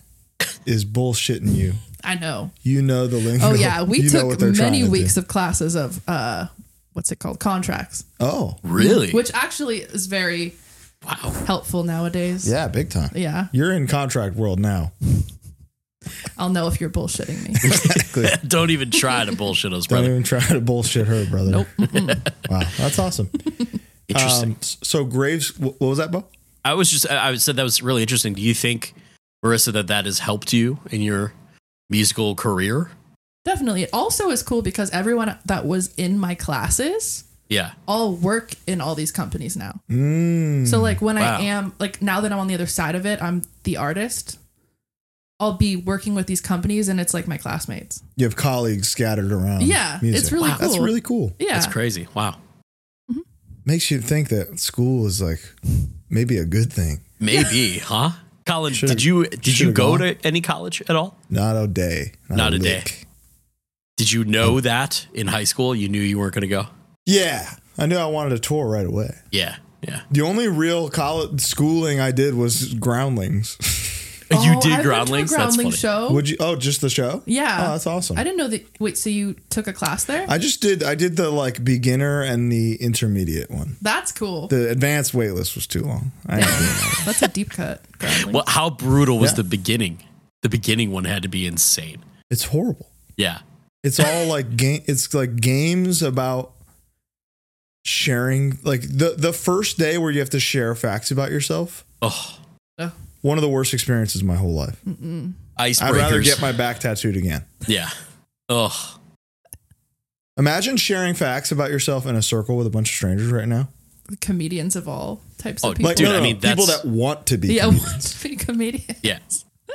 Speaker 1: is bullshitting you,
Speaker 4: I know.
Speaker 1: you know the lingo.
Speaker 4: Oh yeah, we
Speaker 1: You know what
Speaker 4: took
Speaker 1: they're trying
Speaker 4: many
Speaker 1: to do.
Speaker 4: weeks of classes of uh, what's it called contracts,
Speaker 1: Oh
Speaker 2: really?
Speaker 4: which actually is very
Speaker 2: wow.
Speaker 4: helpful nowadays.
Speaker 1: yeah, big time.
Speaker 4: Yeah,
Speaker 1: You're in contract world now.
Speaker 4: I'll know if you're bullshitting me.
Speaker 1: Exactly.
Speaker 2: Don't even try to bullshit us,
Speaker 1: Don't
Speaker 2: brother.
Speaker 1: even try to bullshit her, brother.
Speaker 4: Nope.
Speaker 1: Wow, that's awesome.
Speaker 2: Interesting.
Speaker 1: Um, so Graves, wh- what was that, Bo?
Speaker 2: I was just I I said that was really interesting. Do you think, Marissa, that that has helped you in your musical career?
Speaker 4: Definitely. It also is cool because everyone that was in my classes
Speaker 2: Yeah.
Speaker 4: all work in all these companies now.
Speaker 1: Mm.
Speaker 4: So like when
Speaker 2: Hmm. Wow.
Speaker 4: I am like now that I'm on the other side of it, I'm the artist. I'll be working with these companies and it's like my classmates.
Speaker 1: you have colleagues scattered around.
Speaker 4: Yeah, it's
Speaker 1: music.
Speaker 4: really
Speaker 1: Wow. That's
Speaker 4: cool.
Speaker 1: really cool.
Speaker 4: Yeah.
Speaker 2: That's crazy. Wow.
Speaker 1: makes you think that school is like maybe a good thing.
Speaker 2: Maybe, huh? Colin,
Speaker 1: Should've-
Speaker 2: did you did you
Speaker 1: should've
Speaker 2: go
Speaker 1: gone.
Speaker 2: to any college at all?
Speaker 1: Not a day.
Speaker 2: Not a day.
Speaker 1: lick.
Speaker 2: Did you
Speaker 4: Oh.
Speaker 2: know that in high school you knew you weren't going to go?
Speaker 1: Yeah. I knew I wanted a tour right away.
Speaker 2: Yeah. Yeah.
Speaker 1: The only real college schooling I did was groundlings.
Speaker 2: you
Speaker 4: Oh,
Speaker 2: did
Speaker 4: I went to a
Speaker 2: groundlings. That's
Speaker 4: Groundling
Speaker 2: funny.
Speaker 4: show.
Speaker 1: Would you oh just the show?
Speaker 4: Yeah.
Speaker 1: Oh, that's awesome.
Speaker 4: I
Speaker 1: I,
Speaker 4: didn't know that wait, so you took a class there?
Speaker 1: just did I did the like beginner and the intermediate one.
Speaker 4: That's cool.
Speaker 1: The advanced waitlist was too long. I ain't doing that.
Speaker 4: That's a deep cut. Groundling.
Speaker 2: Well, how brutal was
Speaker 1: Yeah.
Speaker 2: the beginning? The beginning one had to be insane.
Speaker 1: it's horrible.
Speaker 2: Yeah.
Speaker 1: It's all like game. It's like games about sharing. Like the the first day where you have to share facts about yourself.
Speaker 2: Oh,
Speaker 1: One of the worst experiences of my whole life.
Speaker 2: Mm. icebreakers.
Speaker 1: I'd rather get my back tattooed again.
Speaker 2: yeah. Oh,
Speaker 1: Imagine sharing facts about yourself in a circle with a bunch of strangers right now.
Speaker 4: Comedians of all types
Speaker 2: Oh,
Speaker 4: of people.
Speaker 1: Like,
Speaker 2: Dude,
Speaker 1: no, no,
Speaker 2: I
Speaker 1: no,
Speaker 2: mean,
Speaker 1: people
Speaker 2: that's-
Speaker 1: that want to be.
Speaker 4: yeah,
Speaker 1: comedians.
Speaker 4: want to be a comedian.
Speaker 2: yeah.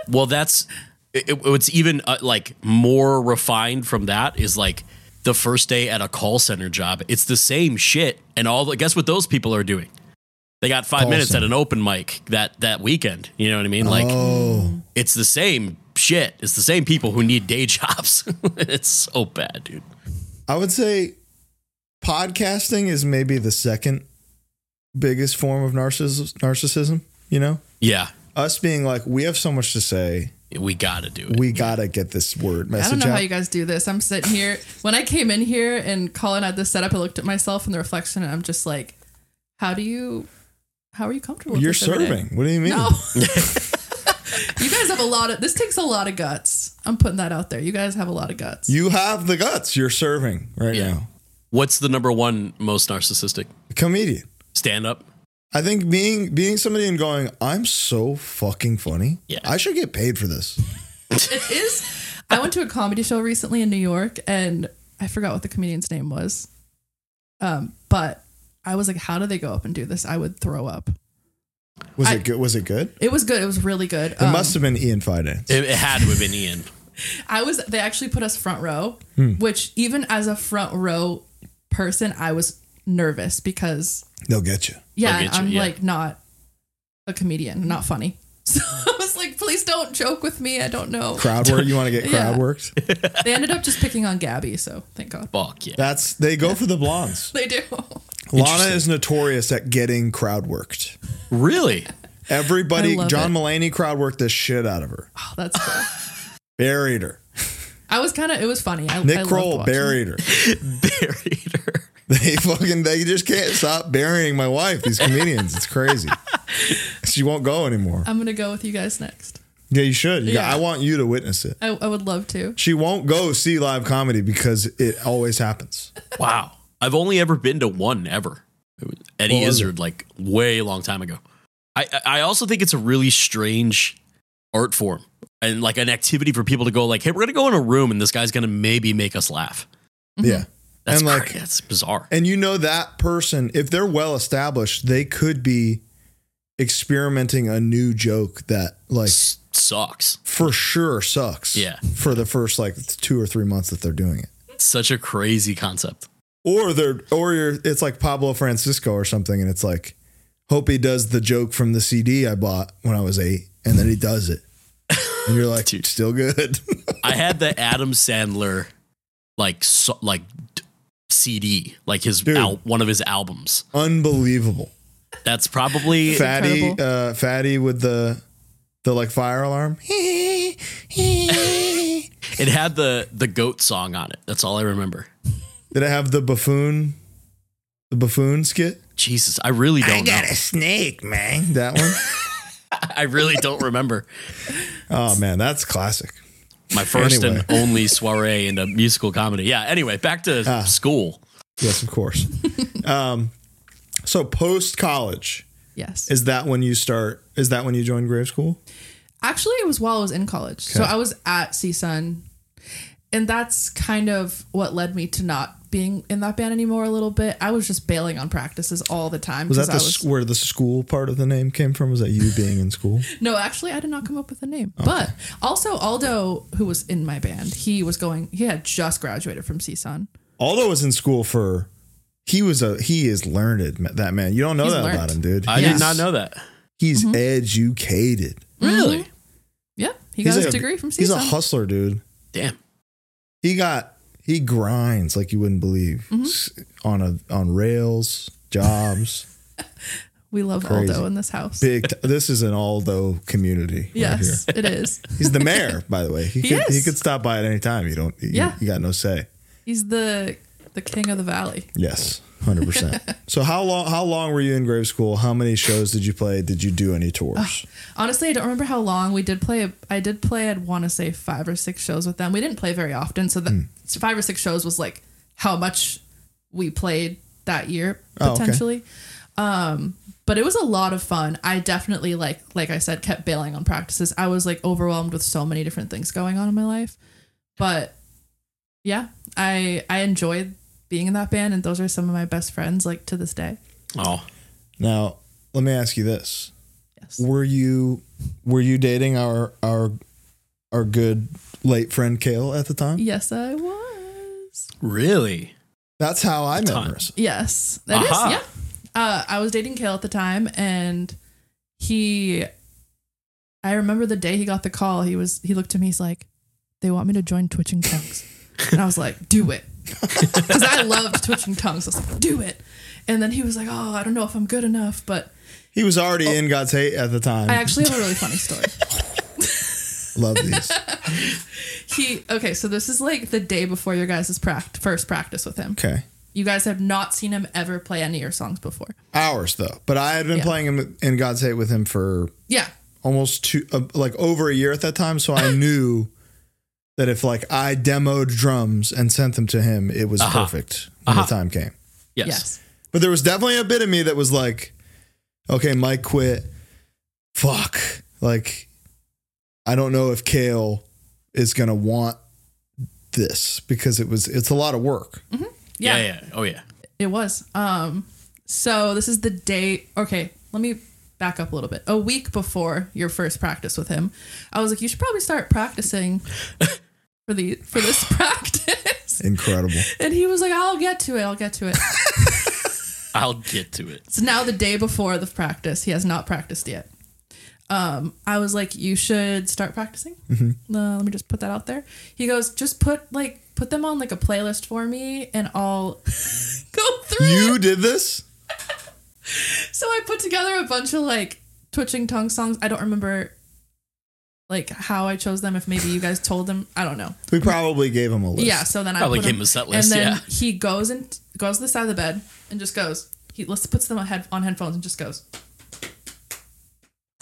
Speaker 2: Well, that's it, it- it's even uh, like more refined from that is like the first day at a call center job. It's the same shit, and all. The, guess what those people are doing? They got five
Speaker 1: Call
Speaker 2: minutes
Speaker 1: center.
Speaker 2: at an open mic that that weekend. You know what I mean? Like
Speaker 1: oh,
Speaker 2: it's the same shit. It's the same people who need day jobs. it's so bad, dude.
Speaker 1: I would say podcasting is maybe the second biggest form of narcissism. Narcissism, you know,
Speaker 2: Yeah.
Speaker 1: us being like we have so much to say.
Speaker 2: we got to do it.
Speaker 1: We gotta get this word
Speaker 4: I don't
Speaker 1: message
Speaker 4: know how
Speaker 1: out.
Speaker 4: you guys do this. I'm sitting here. When I came in here and Colin had this setup, I looked at myself in the reflection and I'm just like, how do you, how are you comfortable with
Speaker 1: You're
Speaker 4: this every day?
Speaker 1: serving. What do you mean?
Speaker 4: No. you guys have a lot of, this takes a lot of guts. I'm putting that out there. You guys have a lot of guts.
Speaker 1: You have the guts. You're serving right
Speaker 2: Yeah.
Speaker 1: now.
Speaker 2: What's the number one most narcissistic?
Speaker 1: Comedian.
Speaker 2: Stand up.
Speaker 1: I think being being somebody and going, I'm so fucking funny.
Speaker 2: Yeah.
Speaker 1: I should get paid for this.
Speaker 4: it is. I went to a comedy show recently in New York and I forgot what the comedian's name was. Um, but I was like, how do they go up and do this? I would throw up.
Speaker 1: Was
Speaker 4: I- Um,
Speaker 1: it good? Was it good?
Speaker 4: It was good. It was really good.
Speaker 1: It must have been Ian Fide.
Speaker 2: It, it had to have been Ian.
Speaker 4: I was they actually put us front row,
Speaker 1: Hmm.
Speaker 4: which even as a front row person, I was nervous because
Speaker 1: They'll get you.
Speaker 4: yeah,
Speaker 2: get you,
Speaker 4: I'm
Speaker 2: yeah.
Speaker 4: like not a comedian, not funny. So I was like, please don't joke with me. I don't know.
Speaker 1: Crowd work. You want to get crowd
Speaker 4: Yeah.
Speaker 1: worked?
Speaker 4: They ended up just picking on Gabby, so thank God.
Speaker 2: Fuck yeah.
Speaker 1: That's they go for the blondes.
Speaker 4: They do.
Speaker 1: Lana is notorious at getting crowd worked.
Speaker 2: Really?
Speaker 1: Everybody,
Speaker 4: I love
Speaker 1: John
Speaker 4: it.
Speaker 1: Mulaney crowd worked the shit out of her.
Speaker 4: Oh, that's cool.
Speaker 1: Buried her.
Speaker 4: I was kind of it was funny. I, I
Speaker 1: Nick
Speaker 4: loved
Speaker 1: Kroll
Speaker 4: watching.
Speaker 1: buried her.
Speaker 2: Buried her.
Speaker 1: They fucking they just can't stop burying my wife. These comedians, it's crazy. She won't go anymore.
Speaker 4: I'm gonna go with you guys next.
Speaker 1: Yeah, you should. You got-
Speaker 4: Yeah.
Speaker 1: I want you to witness it.
Speaker 4: I, I would love to.
Speaker 1: She won't go see live comedy because it always happens.
Speaker 2: Wow. I've only ever been to one ever. It was Eddie
Speaker 1: What was
Speaker 2: Izzard, like way long time ago. I I also think it's a really strange art form and like an activity for people to go like, hey, we're gonna go in a room and this guy's gonna maybe make us laugh. Mm-hmm.
Speaker 1: Yeah.
Speaker 2: That's
Speaker 1: and like
Speaker 2: cra- that's bizarre.
Speaker 1: and you know that person, if they're well established, they could be experimenting a new joke that like
Speaker 2: S- sucks.
Speaker 1: for sure sucks.
Speaker 2: Yeah.
Speaker 1: For the first like two or three months that they're doing it.
Speaker 2: It's such a crazy concept.
Speaker 1: Or they're or you're it's like Pablo Francisco or something, and it's like, hope he does the joke from the CD I bought when I was eight, and then he does it. And you're like,
Speaker 2: Dude.
Speaker 1: still good.
Speaker 2: I had the Adam Sandler like so, like d- CD, like his
Speaker 1: Dude.
Speaker 2: al- one of his albums.
Speaker 1: Unbelievable.
Speaker 2: That's probably
Speaker 1: fatty
Speaker 4: incredible.
Speaker 1: uh fatty with the the like fire alarm did
Speaker 2: it had the the goat song on it. That's all I remember.
Speaker 1: i have the buffoon the buffoon skit
Speaker 2: Jesus, I really don't know.
Speaker 1: snake man that one
Speaker 2: I really don't remember
Speaker 1: oh man that's classic
Speaker 2: my first
Speaker 1: Anyway.
Speaker 2: and only soiree in a musical comedy. Yeah. Anyway, back to
Speaker 1: Ah.
Speaker 2: school.
Speaker 1: yes of course um so post college
Speaker 4: Yes.
Speaker 1: is that when you start is that when you join grave school
Speaker 4: Actually, it was while I was in college. So I was at CSUN. And that's kind of what led me to not being in that band anymore a little bit. I was just bailing on practices all the time.
Speaker 1: was that
Speaker 4: 'cause
Speaker 1: the
Speaker 4: I was,
Speaker 1: sc- where the school part of the name came from was that you being in school
Speaker 4: No, actually, I did not come up with a name.
Speaker 1: Oh.
Speaker 4: But also, Aldo, who was in my band, he was going, he had just graduated from CSUN.
Speaker 1: aldo was in school for he was a he is learned that man you don't know
Speaker 4: He's
Speaker 1: that about
Speaker 4: learned.
Speaker 1: him dude
Speaker 2: I
Speaker 4: Yeah.
Speaker 2: did not know that.
Speaker 1: He's educated.
Speaker 2: Really?
Speaker 4: Mm-hmm. Yeah, he
Speaker 1: he's
Speaker 4: Mm-hmm. got his
Speaker 1: a-
Speaker 4: degree from
Speaker 1: He's a
Speaker 4: CSUN.
Speaker 1: hustler, dude.
Speaker 2: Damn.
Speaker 1: He got he grinds like you wouldn't believe
Speaker 4: Mm-hmm.
Speaker 1: S- on a on rails jobs.
Speaker 4: we love
Speaker 1: Crazy.
Speaker 4: Aldo in this house.
Speaker 1: Big. T- this is an Aldo community. right
Speaker 4: yes,
Speaker 1: here.
Speaker 4: it is.
Speaker 1: He's the mayor, by the way. He,
Speaker 4: He
Speaker 1: could he
Speaker 4: is.
Speaker 1: could stop by at any time. You don't. You,
Speaker 4: Yeah.
Speaker 1: You got no say.
Speaker 4: He's the the king of the valley.
Speaker 1: Yes. Hundred percent. So how long? How long were you in grave school? How many shows did you play? Did you do any tours?
Speaker 4: Honestly, I don't remember how long we did play. I did play. I'd want to say five or six shows with them. We didn't play very often, so that
Speaker 1: Hmm.
Speaker 4: five or six shows was like how much we played that year
Speaker 1: Oh, okay.
Speaker 4: potentially. Um, but it was a lot of fun. I definitely like like I said, kept bailing on practices. I was like overwhelmed with so many different things going on in my life, but yeah, I I enjoyed being in that band, and those are some of my best friends like to this day.
Speaker 2: Oh,
Speaker 1: Now let me ask you this:
Speaker 4: Yes.
Speaker 1: Were you were you dating our our our good late friend Kale at the time?
Speaker 4: Yes, I was.
Speaker 2: really?
Speaker 1: That's how I met
Speaker 2: Time.
Speaker 1: Marissa.
Speaker 4: Yes, that is.
Speaker 2: Aha.
Speaker 4: Yeah, uh, I was dating Kale at the time, and he. I remember the day he got the call. He was. He looked at me. He's like, "They want me to join Twitching Tongues," and I was like, "Do it," because I loved Twitching Tongues. I was like, "Do it," and then he was like, "Oh, I don't know if I'm good enough," but
Speaker 1: He was already in God's Hate at the time.
Speaker 4: I actually have a really funny story.
Speaker 1: Love these.
Speaker 4: He okay, so this is like the day before your guys' pract- first practice with him.
Speaker 1: Okay.
Speaker 4: You guys have not seen him ever play any of your songs before.
Speaker 1: Hours though, but I had been
Speaker 4: Yeah.
Speaker 1: playing him in God's Hate with him for
Speaker 4: Yeah,
Speaker 1: almost two, uh, like over a year at that time. So I knew that if like I demoed drums and sent them to him, it was
Speaker 2: Uh-huh.
Speaker 1: perfect when
Speaker 2: Uh-huh.
Speaker 1: the time came.
Speaker 2: Yes.
Speaker 4: yes.
Speaker 1: But there was definitely a bit of me that was like, okay, Mike quit. Fuck. Like, I don't know if Kale is going to want this because it was, it's a lot of work.
Speaker 2: Yeah.
Speaker 4: Yeah.
Speaker 2: yeah. Oh yeah.
Speaker 4: It was. Um, so this is the day. Okay, let me back up a little bit. A week before your first practice with him, I was like, you should probably start practicing for the for this practice.
Speaker 1: Incredible.
Speaker 4: And he was like, I'll get to it. I'll get to it.
Speaker 2: I'll get to it.
Speaker 4: So now the day before the practice, he has not practiced yet. Um, I was like, you should start practicing. Uh, let me just put that out there. He goes, just put like put them on like a playlist for me, and I'll go through.
Speaker 1: you
Speaker 4: it."
Speaker 1: did this?
Speaker 4: So I put together a bunch of like twitching tongue songs. I don't remember like how I chose them. If maybe you guys told them, I don't know.
Speaker 1: We probably gave him a list.
Speaker 4: Yeah. So then I
Speaker 2: Probably
Speaker 4: put
Speaker 2: gave him a set list,
Speaker 4: And then
Speaker 2: yeah.
Speaker 4: he goes and goes to the side of the bed and just goes. He let's puts them on, head, on headphones and just goes.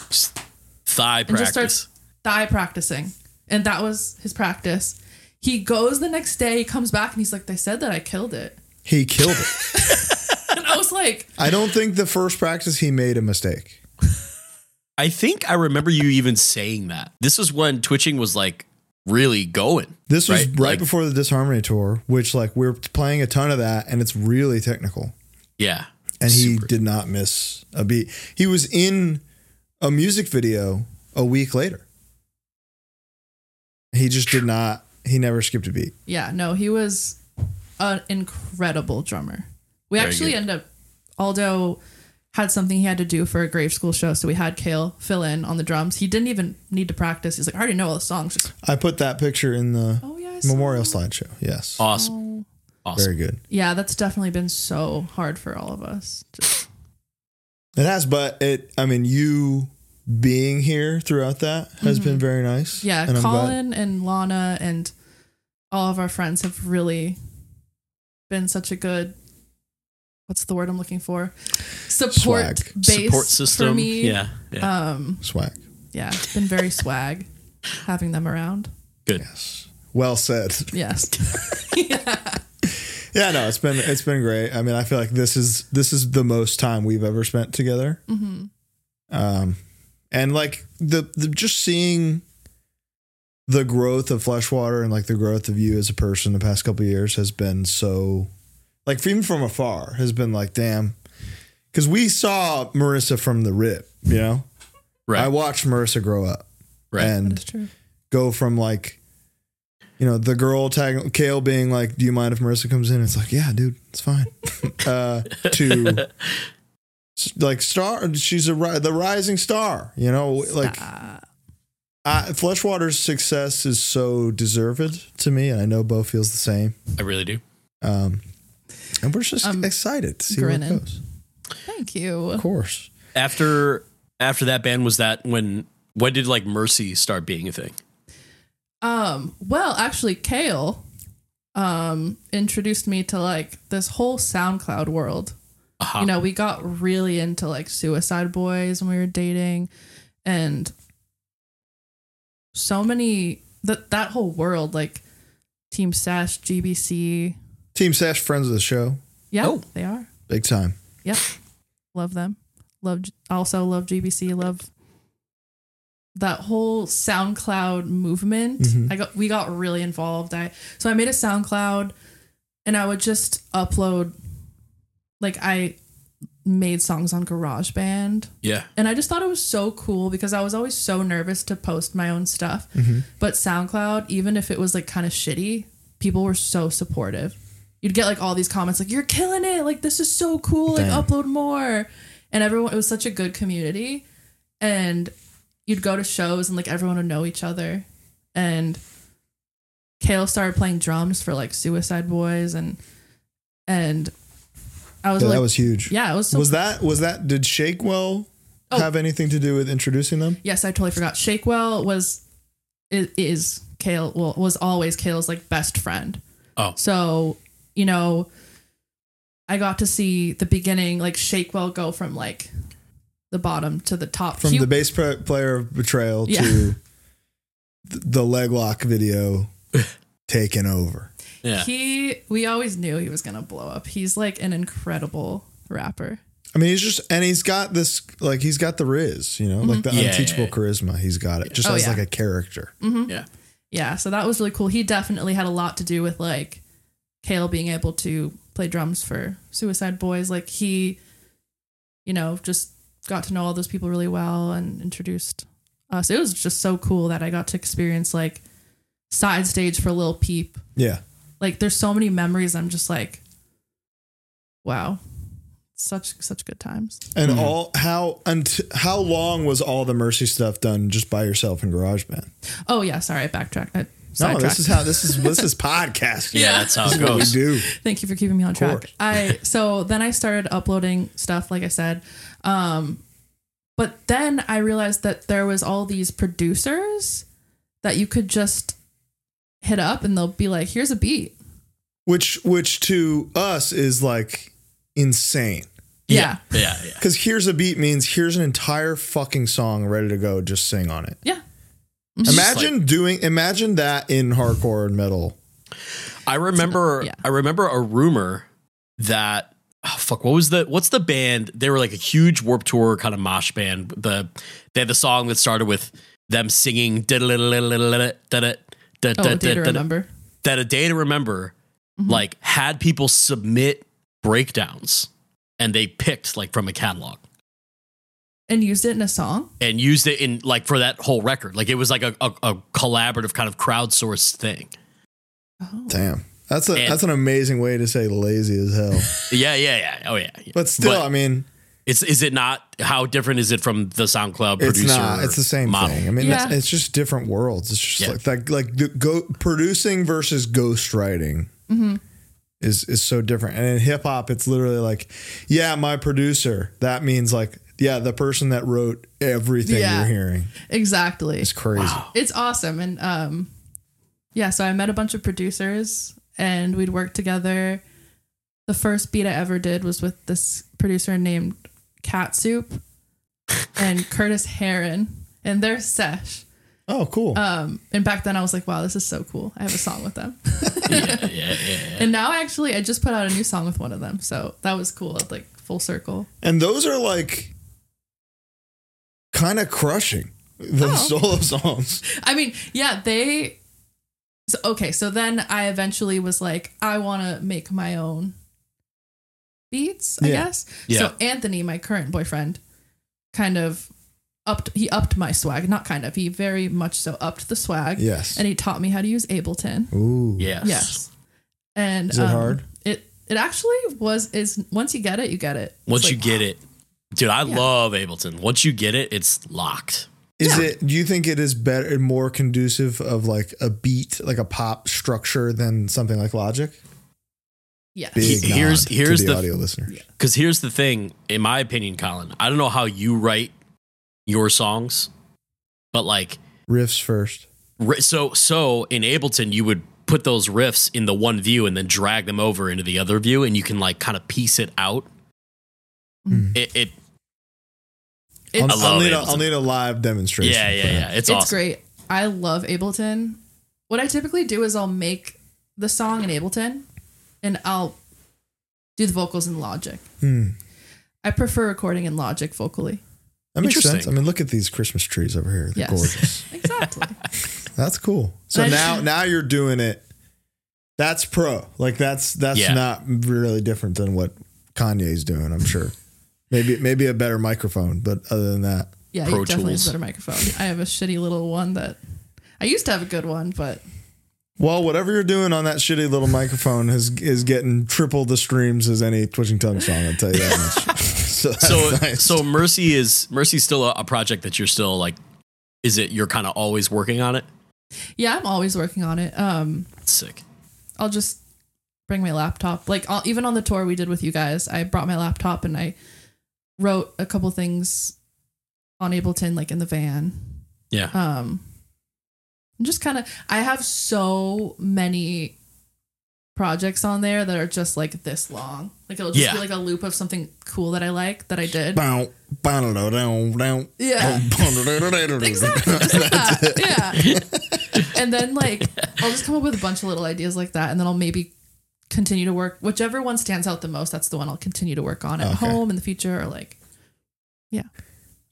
Speaker 2: Just thigh
Speaker 4: and
Speaker 2: practice.
Speaker 4: just starts thigh practicing. And that was his practice. He goes the next day, he comes back and he's like, They said that I killed it.
Speaker 1: He killed it.
Speaker 4: And I was like,
Speaker 1: I don't think the first practice he made a mistake.
Speaker 2: I think I remember you even saying that. This is when twitching was like really going.
Speaker 1: This was right,
Speaker 2: Like,
Speaker 1: before the Disharmony tour, which like we're playing a ton of that and it's really technical.
Speaker 2: Yeah.
Speaker 1: and he
Speaker 2: Super.
Speaker 1: did not miss a beat. He was in a music video a week later. He just did not. He never skipped a beat.
Speaker 4: Yeah, no, he was an incredible drummer. We
Speaker 2: Very
Speaker 4: actually
Speaker 2: good.
Speaker 4: end up Aldo had something he had to do for a grave school show, so we had Kale fill in on the drums. He didn't even need to practice. He's like, I already know all the songs. Just
Speaker 1: I put that picture in the
Speaker 4: oh yeah, I saw
Speaker 1: memorial
Speaker 4: that."
Speaker 1: slideshow. Yes,
Speaker 2: Awesome.
Speaker 4: Oh.
Speaker 2: Awesome.
Speaker 1: very good.
Speaker 4: Yeah, that's definitely been so hard for all of us. Just,
Speaker 1: It has, but it. I mean, you being here throughout that has been very nice.
Speaker 4: Mm-hmm. yeah,
Speaker 1: and I'm glad.
Speaker 4: Colin and Lana and all of our friends have really been such a good what's the word I'm looking for? Support
Speaker 1: Swag.
Speaker 4: base
Speaker 2: Support system.
Speaker 4: for me.
Speaker 2: Yeah. Yeah.
Speaker 4: Um
Speaker 1: Swag.
Speaker 4: yeah, it's been very swag having them around.
Speaker 2: good.
Speaker 1: Yes. Well said.
Speaker 4: Yes. yeah.
Speaker 1: Yeah, no, it's been it's been great. I mean, I feel like this is this is the most time we've ever spent together. Um, and like the, the just seeing the growth of Fleshwater and like the growth of you as a person the past couple of years has been so like even from afar has been like damn because we saw Marissa from the rip. You know,
Speaker 2: Right.
Speaker 1: I watched Marissa grow up
Speaker 2: Right.
Speaker 1: and
Speaker 4: That's true.
Speaker 1: go from like, you know, the girl tag Kale being like, "Do you mind if Marissa comes in?" It's like, "Yeah, dude, it's fine." uh, to s- like star, she's a ri- the rising star. You know, like
Speaker 4: Uh,
Speaker 1: I, Fleshwater's success is so deserved to me, and I know Bo feels the same.
Speaker 2: I really do.
Speaker 1: Um, and we're just
Speaker 4: I'm
Speaker 1: excited to see where it
Speaker 4: Um, grinning.
Speaker 1: goes.
Speaker 4: thank
Speaker 1: Of
Speaker 4: you.
Speaker 1: course,
Speaker 2: After after that band was that when when did like Mercy start being a thing?
Speaker 4: Um, well, actually Kale um introduced me to like this whole SoundCloud world.
Speaker 2: Uh-huh.
Speaker 4: you know, we got really into like Suicide Boys when we were dating, and so many that that whole world like Team Sash, GBC.
Speaker 1: Team Sash friends of the show,
Speaker 4: Yeah,
Speaker 2: Oh.
Speaker 4: they are.
Speaker 1: big time.
Speaker 4: Yep, love them. Love also love GBC. Love that whole SoundCloud movement. I got we got really involved. I so I made a SoundCloud, and I would just upload, like I made songs on GarageBand.
Speaker 2: yeah.
Speaker 4: And I just thought it was so cool because I was always so nervous to post my own stuff.
Speaker 1: Mm-hmm.
Speaker 4: But SoundCloud, even if it was like kind of shitty, people were so supportive. You'd get like all these comments like, you're killing it. Like, this is so cool. Like,
Speaker 1: Damn.
Speaker 4: upload more. And everyone, it was such a good community. And you'd go to shows and like everyone would know each other. And Kale started playing drums for like Suicide Boys and, and I was
Speaker 1: Yeah,
Speaker 4: like,
Speaker 1: that was huge.
Speaker 4: yeah, it was so
Speaker 1: was that was that did Shakewell
Speaker 4: Oh.
Speaker 1: have anything to do with introducing them?
Speaker 4: Yes, I totally forgot. Shakewell was is, is Kale well was always Kale's like best friend.
Speaker 2: Oh.
Speaker 4: So, you know, I got to see the beginning like Shakewell go from like the bottom to the top.
Speaker 1: From
Speaker 4: He-
Speaker 1: the bass pr- player of Betrayal
Speaker 4: Yeah.
Speaker 1: to th- the leg lock video taking over.
Speaker 2: Yeah.
Speaker 4: He we always knew he was gonna blow up. He's like an incredible rapper.
Speaker 1: I mean, he's just, and he's got this, like, he's got the riz, you know, like the
Speaker 2: Yeah, yeah,
Speaker 1: unteachable
Speaker 2: yeah.
Speaker 1: charisma. He's got it just
Speaker 4: Oh,
Speaker 1: as
Speaker 4: yeah.
Speaker 1: like a character.
Speaker 2: yeah.
Speaker 4: Mm-hmm. Yeah, so that was really cool. He definitely had a lot to do with like Kale being able to play drums for Suicide Boys. Like he, you know, just got to know all those people really well and introduced us. It was just so cool that I got to experience like side stage for Lil Peep.
Speaker 1: Yeah.
Speaker 4: Like there's so many memories. I'm just like, wow, such such good times.
Speaker 1: And all, how, unt- how long was all the Mercy stuff done just by yourself in GarageBand?
Speaker 4: Oh yeah, sorry, I backtracked. I
Speaker 1: No, this
Speaker 4: sidetracked.
Speaker 1: is how, this is, this is podcasting.
Speaker 2: Yeah, Oh, that's how
Speaker 1: This
Speaker 2: it
Speaker 1: is what we
Speaker 2: goes.
Speaker 1: do.
Speaker 4: Thank you for keeping me on
Speaker 1: course.
Speaker 4: track. I so then I started uploading stuff, like I said. Um, but then I realized that there was all these producers that you could just hit up and they'll be like, here's a beat.
Speaker 1: Which, which to us is like insane.
Speaker 4: Yeah.
Speaker 2: Yeah. Yeah.
Speaker 1: Because here's a beat means here's an entire fucking song ready to go. Just sing on it.
Speaker 4: Yeah.
Speaker 2: just
Speaker 1: Imagine doing. Imagine that in hardcore and metal.
Speaker 2: I remember
Speaker 4: yeah.
Speaker 2: I remember a rumor that oh, fuck what was the what's the band they were like a huge warp tour kind of mosh band the they had the song that started with them singing da da da da
Speaker 4: Oh, a day to
Speaker 2: da
Speaker 4: remember.
Speaker 2: that a day to remember like had people submit breakdowns and they picked like from a catalog
Speaker 4: And used it in a song.
Speaker 2: and used it in like for that whole record like it was like a, a, a collaborative kind of crowdsourced thing
Speaker 4: Oh.
Speaker 1: Damn, that's a
Speaker 2: And-
Speaker 1: that's an amazing way to say lazy as hell.
Speaker 2: yeah yeah yeah oh yeah, yeah.
Speaker 1: But still, I mean,
Speaker 2: It's is it not? How different is it from the SoundCloud producer?
Speaker 1: it's not. It's the same
Speaker 2: model?
Speaker 1: thing. I mean,
Speaker 4: Yeah.
Speaker 1: it's, it's just different worlds. It's just
Speaker 2: Yeah.
Speaker 1: like that. Like the go producing versus ghostwriting. Is, is so different. And in hip hop, it's literally like, yeah, my producer. That means like, yeah, the person that wrote everything
Speaker 4: Yeah.
Speaker 1: you're hearing.
Speaker 4: Exactly.
Speaker 1: It's crazy.
Speaker 4: it's awesome and um yeah so i met a bunch of producers and we'd work together the first beat i ever did was with this producer named cat soup and curtis heron and their sesh
Speaker 1: Oh, cool.
Speaker 4: um and back then i was like wow this is so cool i have a song with them
Speaker 2: yeah, yeah, yeah.
Speaker 4: and now I actually i just put out a new song with one of them so that was cool It's like full circle
Speaker 1: And those are like kind of crushing. The
Speaker 4: Oh.
Speaker 1: solo songs.
Speaker 4: I mean, yeah, they. So, okay, so then I eventually was like, I want to make my own beats, I
Speaker 1: Yeah.
Speaker 4: guess.
Speaker 2: Yeah.
Speaker 4: So Anthony, my current boyfriend, kind of upped. He upped my swag, not kind of. He very much so upped the swag.
Speaker 1: Yes.
Speaker 4: And he taught me how to use Ableton.
Speaker 1: Ooh.
Speaker 2: Yes.
Speaker 4: Yes. And um,
Speaker 1: Is it hard?
Speaker 4: It it actually was. Is once you get it, you get it. It's
Speaker 2: Once
Speaker 4: like,
Speaker 2: you get it, dude, I
Speaker 4: Yeah.
Speaker 2: love Ableton. Once you get it, it's locked.
Speaker 1: Is it do you think it is better more conducive of like a beat, like a pop structure than something like Logic?
Speaker 4: yes.
Speaker 1: Big
Speaker 2: He- here's-
Speaker 1: nod
Speaker 2: here's
Speaker 1: to the,
Speaker 2: the-
Speaker 1: audio listener.
Speaker 2: Because here's the thing, in my opinion, Colin, I don't know how you write your songs, but like,
Speaker 1: Riffs first.
Speaker 2: ri- so so in Ableton, you would put those riffs in the one view and then drag them over into the other view, and you can like kind of piece it out. It, it
Speaker 4: It's-
Speaker 1: I'll,
Speaker 2: I love
Speaker 1: I'll need a,
Speaker 2: Ableton.
Speaker 1: I'll need a live demonstration.
Speaker 2: yeah, yeah,
Speaker 1: for
Speaker 2: yeah.
Speaker 1: that.
Speaker 2: It's,
Speaker 4: It's,
Speaker 2: awesome.
Speaker 4: great. I love Ableton. What I typically do is I'll make the song in Ableton and I'll do the vocals in Logic.
Speaker 1: Hmm.
Speaker 4: I prefer recording in Logic vocally.
Speaker 1: That makes sense.
Speaker 2: Interesting.
Speaker 1: I mean, look at these Christmas trees over here. They're
Speaker 4: Yes.
Speaker 1: gorgeous.
Speaker 4: Exactly.
Speaker 1: That's cool. So
Speaker 4: And I
Speaker 1: now
Speaker 4: just-
Speaker 1: now you're doing it. That's pro. Like that's that's
Speaker 2: Yeah.
Speaker 1: not really different than what Kanye's doing, I'm sure. maybe maybe a better microphone, but other than that.
Speaker 4: yeah,
Speaker 2: Pro
Speaker 4: you definitely
Speaker 2: Tools.
Speaker 4: have a better microphone. I have a shitty little one that I used to have a good one, but
Speaker 1: Well, whatever you're doing on that shitty little microphone is is getting triple the streams as any twitching tongue song, I'll tell you that much. so that's
Speaker 2: so
Speaker 1: nice.
Speaker 2: so mercy is mercy's still a, a project that you're still like is it you're kind of always working on it
Speaker 4: yeah, I'm always working on it. Um,
Speaker 2: that's sick
Speaker 4: I'll just bring my laptop. Like I'll, even on the tour we did with you guys, I brought my laptop and I wrote a couple things on Ableton, like in the van.
Speaker 2: yeah
Speaker 4: Um, I'm just kind of, I have so many projects on there that are just like this long. Like it'll just
Speaker 2: Yeah.
Speaker 4: be like a loop of something cool that I like that I did.
Speaker 1: Bow, bow, da, da, da, da.
Speaker 4: Yeah.
Speaker 1: Bow, da, da, da, da, da.
Speaker 4: Exactly. Just like that. Yeah. and then like I'll just come up with a bunch of little ideas like that and then I'll maybe continue to work whichever one stands out the most, that's the one I'll continue to work on at
Speaker 1: Okay.
Speaker 4: home in the future or like yeah.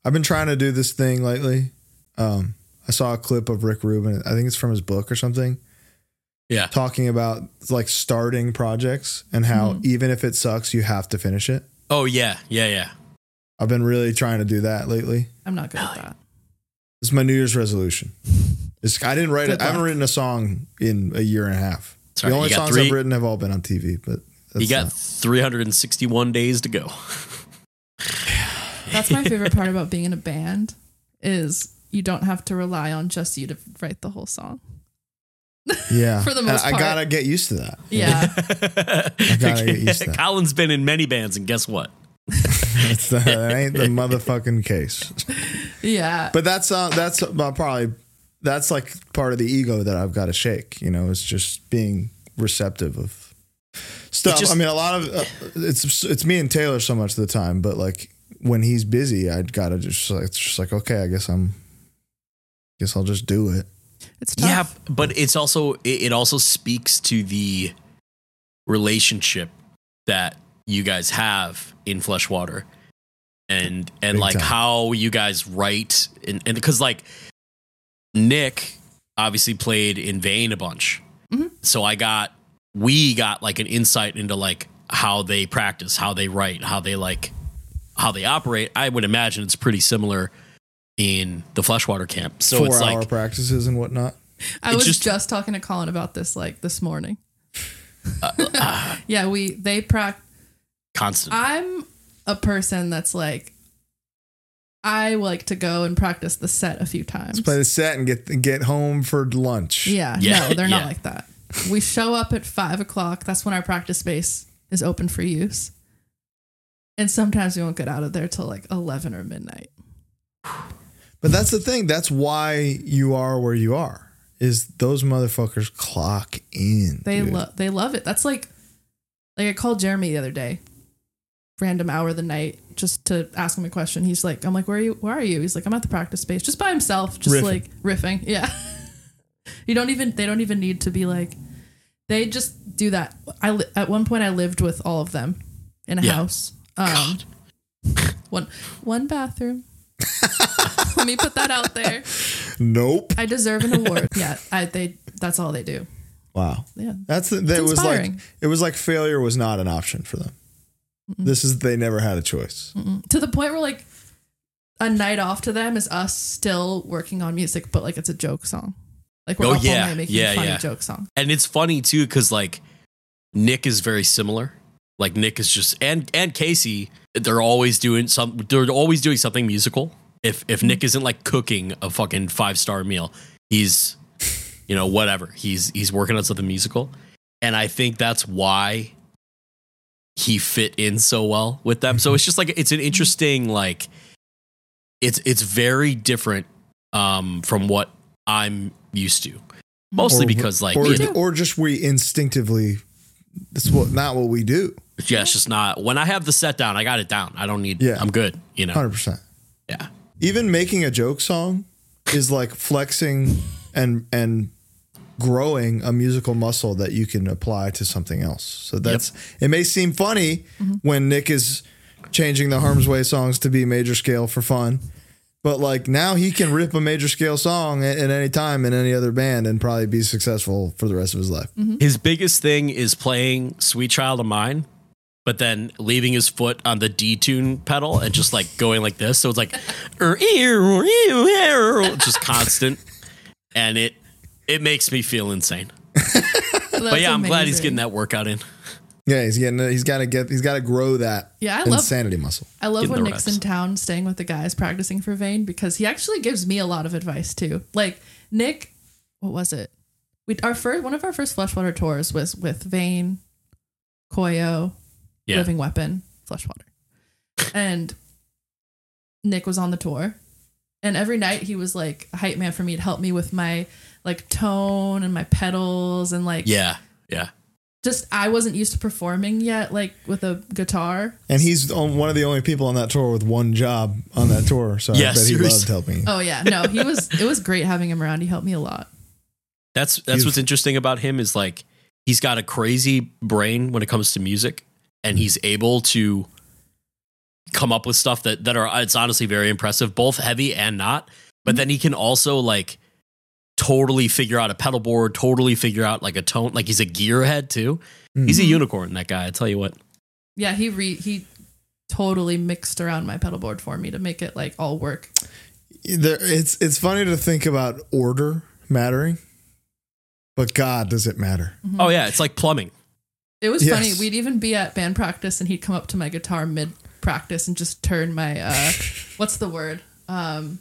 Speaker 1: I've been trying to do this thing lately. Um, I saw a clip of Rick Rubin. I think it's from his book or something.
Speaker 2: Yeah.
Speaker 1: Talking about like starting projects and how
Speaker 4: Mm-hmm.
Speaker 1: even if it sucks, you have to finish it.
Speaker 2: Oh yeah, yeah, yeah.
Speaker 1: I've been really trying to do that lately.
Speaker 4: I'm not good at that.
Speaker 1: It's my New Year's resolution. It's, I didn't write.
Speaker 4: Good
Speaker 1: I haven't
Speaker 4: luck.
Speaker 1: written a song in a year and a half.
Speaker 2: It's
Speaker 1: the
Speaker 2: all right.
Speaker 1: only
Speaker 2: You got
Speaker 1: songs
Speaker 2: three-
Speaker 1: I've written have all been on TV. But that's
Speaker 2: you got
Speaker 1: not-
Speaker 2: 361 days to go.
Speaker 4: That's my favorite part about being in a band is you don't have to rely on just you to write the whole song.
Speaker 1: yeah.
Speaker 4: for the
Speaker 1: And
Speaker 4: most
Speaker 1: I
Speaker 4: part.
Speaker 1: gotta get used to that.
Speaker 4: Yeah.
Speaker 1: gotta get used to that.
Speaker 2: Colin's been in many bands, and guess what?
Speaker 1: It's the, that ain't the motherfucking case.
Speaker 4: yeah.
Speaker 1: But that's uh, that's about probably that's like part of the ego that I've got to shake. You know, it's just being receptive of stuff.
Speaker 2: just-
Speaker 1: I mean, a lot of uh, it's it's me and Taylor so much of the time, but like when he's busy, I gotta just like it's just like okay, I guess I'm, guess I'll just do it.
Speaker 4: It's tough. Yeah.
Speaker 2: Yeah, but it's also it, it also speaks to the relationship that you guys have in Fleshwater, and and
Speaker 1: Big
Speaker 2: like
Speaker 1: time.
Speaker 2: how you guys write and and because like Nick obviously played in Vain a bunch,
Speaker 1: Mm-hmm.
Speaker 4: Mhm.
Speaker 2: so I got we got like an insight into like how they practice, how they write, how they like how they operate. I would imagine it's pretty similar in the Fleshwater camp. So
Speaker 1: Four
Speaker 2: it's
Speaker 1: hour
Speaker 2: like
Speaker 1: practices and whatnot.
Speaker 4: I
Speaker 2: It
Speaker 4: was
Speaker 2: just-
Speaker 4: just, talking to Colin about this like this morning. yeah, we they prac.
Speaker 2: constant.
Speaker 4: I'm a person that's like, I like to go and practice the set a few times.
Speaker 1: Let's play the set and get get home for lunch.
Speaker 4: yeah,
Speaker 2: Yeah,
Speaker 4: no, they're not
Speaker 2: yeah.
Speaker 4: like that. We show up at five o'clock. That's when our practice space is open for use, and sometimes we won't get out of there till like eleven or midnight.
Speaker 1: But that's the thing. That's why you are where you are. Is those motherfuckers clock in?
Speaker 4: They
Speaker 1: dude.
Speaker 4: love they love it. That's like like I called Jeremy the other day, random hour of the night, just to ask him a question. He's like, I'm like, where are you? Where are you? He's like, I'm at the practice space, just by himself, just
Speaker 1: Riffing.
Speaker 4: like riffing. Yeah. you don't even they don't even need to be like they just do that. I li- at one point I lived with all of them in a
Speaker 2: Yeah.
Speaker 4: house. Um, one one bathroom. Let me put that out there.
Speaker 1: Nope.
Speaker 4: I deserve an award. Yeah, I, they. That's all they do.
Speaker 1: Wow.
Speaker 4: Yeah.
Speaker 1: That's the, that
Speaker 4: It's
Speaker 1: was like
Speaker 4: inspiring.
Speaker 1: it was like failure was not an option for them. This is they never had a choice.
Speaker 4: to the point where like a night off to them is us still working on music, but like it's a joke song. Like we're
Speaker 2: Oh,
Speaker 4: up
Speaker 2: yeah.
Speaker 4: all night making
Speaker 2: Yeah,
Speaker 4: a funny
Speaker 2: yeah.
Speaker 4: joke song.
Speaker 2: and it's funny too because like Nick is very similar. Like Nick is just and and Casey, they're always doing some. They're always doing something musical. If if Nick isn't like cooking a fucking five star meal, he's you know whatever. He's he's working on something musical, and I think that's why he fit in so well with them.
Speaker 1: Mm-hmm.
Speaker 2: So it's just like it's an interesting like it's it's very different um from what I'm used to. Mostly
Speaker 1: Or-
Speaker 2: because like
Speaker 1: or,
Speaker 2: you know-
Speaker 1: or just we instinctively that's what not what we do.
Speaker 2: yeah, it's just not. When I have the set down, I got it down. I don't need.
Speaker 1: Yeah.
Speaker 2: I'm good. You know.
Speaker 1: Hundred percent.
Speaker 2: Yeah.
Speaker 1: Even making a joke song is like flexing and and growing a musical muscle that you can apply to something else. So that's it may seem funny
Speaker 4: Mm-hmm.
Speaker 1: when Nick is changing the Harm's Way songs to be major scale for fun. But like now he can rip a major scale song at, at any time in any other band and probably be successful for the rest of his life.
Speaker 4: Mm-hmm.
Speaker 2: His biggest thing is playing "Sweet Child of Mine," but then leaving his foot on the detune pedal and just like going like this. So it's like, "Er, ew, ew, ew," er, just constant, and it it makes me feel insane. But yeah, I'm glad he's getting that workout in.
Speaker 1: Yeah, he's getting he's got to get he's got to grow that
Speaker 4: Yeah, I love-
Speaker 1: insanity muscle.
Speaker 4: I love
Speaker 2: Getting
Speaker 4: when
Speaker 2: the
Speaker 4: Nick's
Speaker 2: reps.
Speaker 4: in town staying with the guys practicing for Vane because he actually gives me a lot of advice too. Like Nick, what was it? We our first one of our first Fleshwater tours was with Vane, Koyo,
Speaker 2: Yeah.
Speaker 4: Living Weapon, Fleshwater. And Nick was on the tour And every night he was like a hype man for me to help me with my like tone and my pedals and like
Speaker 2: Yeah. Yeah.
Speaker 4: just I wasn't used to performing yet like with a guitar.
Speaker 1: And he's on- one of the only people on that tour with one job on that tour. So
Speaker 2: Yeah,
Speaker 1: I bet he loved
Speaker 2: seriously.
Speaker 1: helping.
Speaker 4: Oh yeah, no, he was it was great having him around. He helped me a lot.
Speaker 2: That's that's
Speaker 1: He's-
Speaker 2: what's interesting about him is like he's got a crazy brain when it comes to music, and he's able to come up with stuff that that are it's honestly very impressive, both heavy and not. But then he can also like totally figure out a pedal board, totally figure out like a tone. Like he's a gearhead too.
Speaker 1: Hmm.
Speaker 2: He's a unicorn. That guy. I tell you what.
Speaker 4: Yeah, he re he totally mixed around my pedal board for me to make it like all work.
Speaker 1: There, it's it's funny to think about order mattering, but God, does it matter?
Speaker 2: Oh yeah, it's like plumbing.
Speaker 4: It was
Speaker 1: Yes.
Speaker 4: funny. We'd even be at band practice and he'd come up to my guitar mid practice and just turn my uh what's the word? Um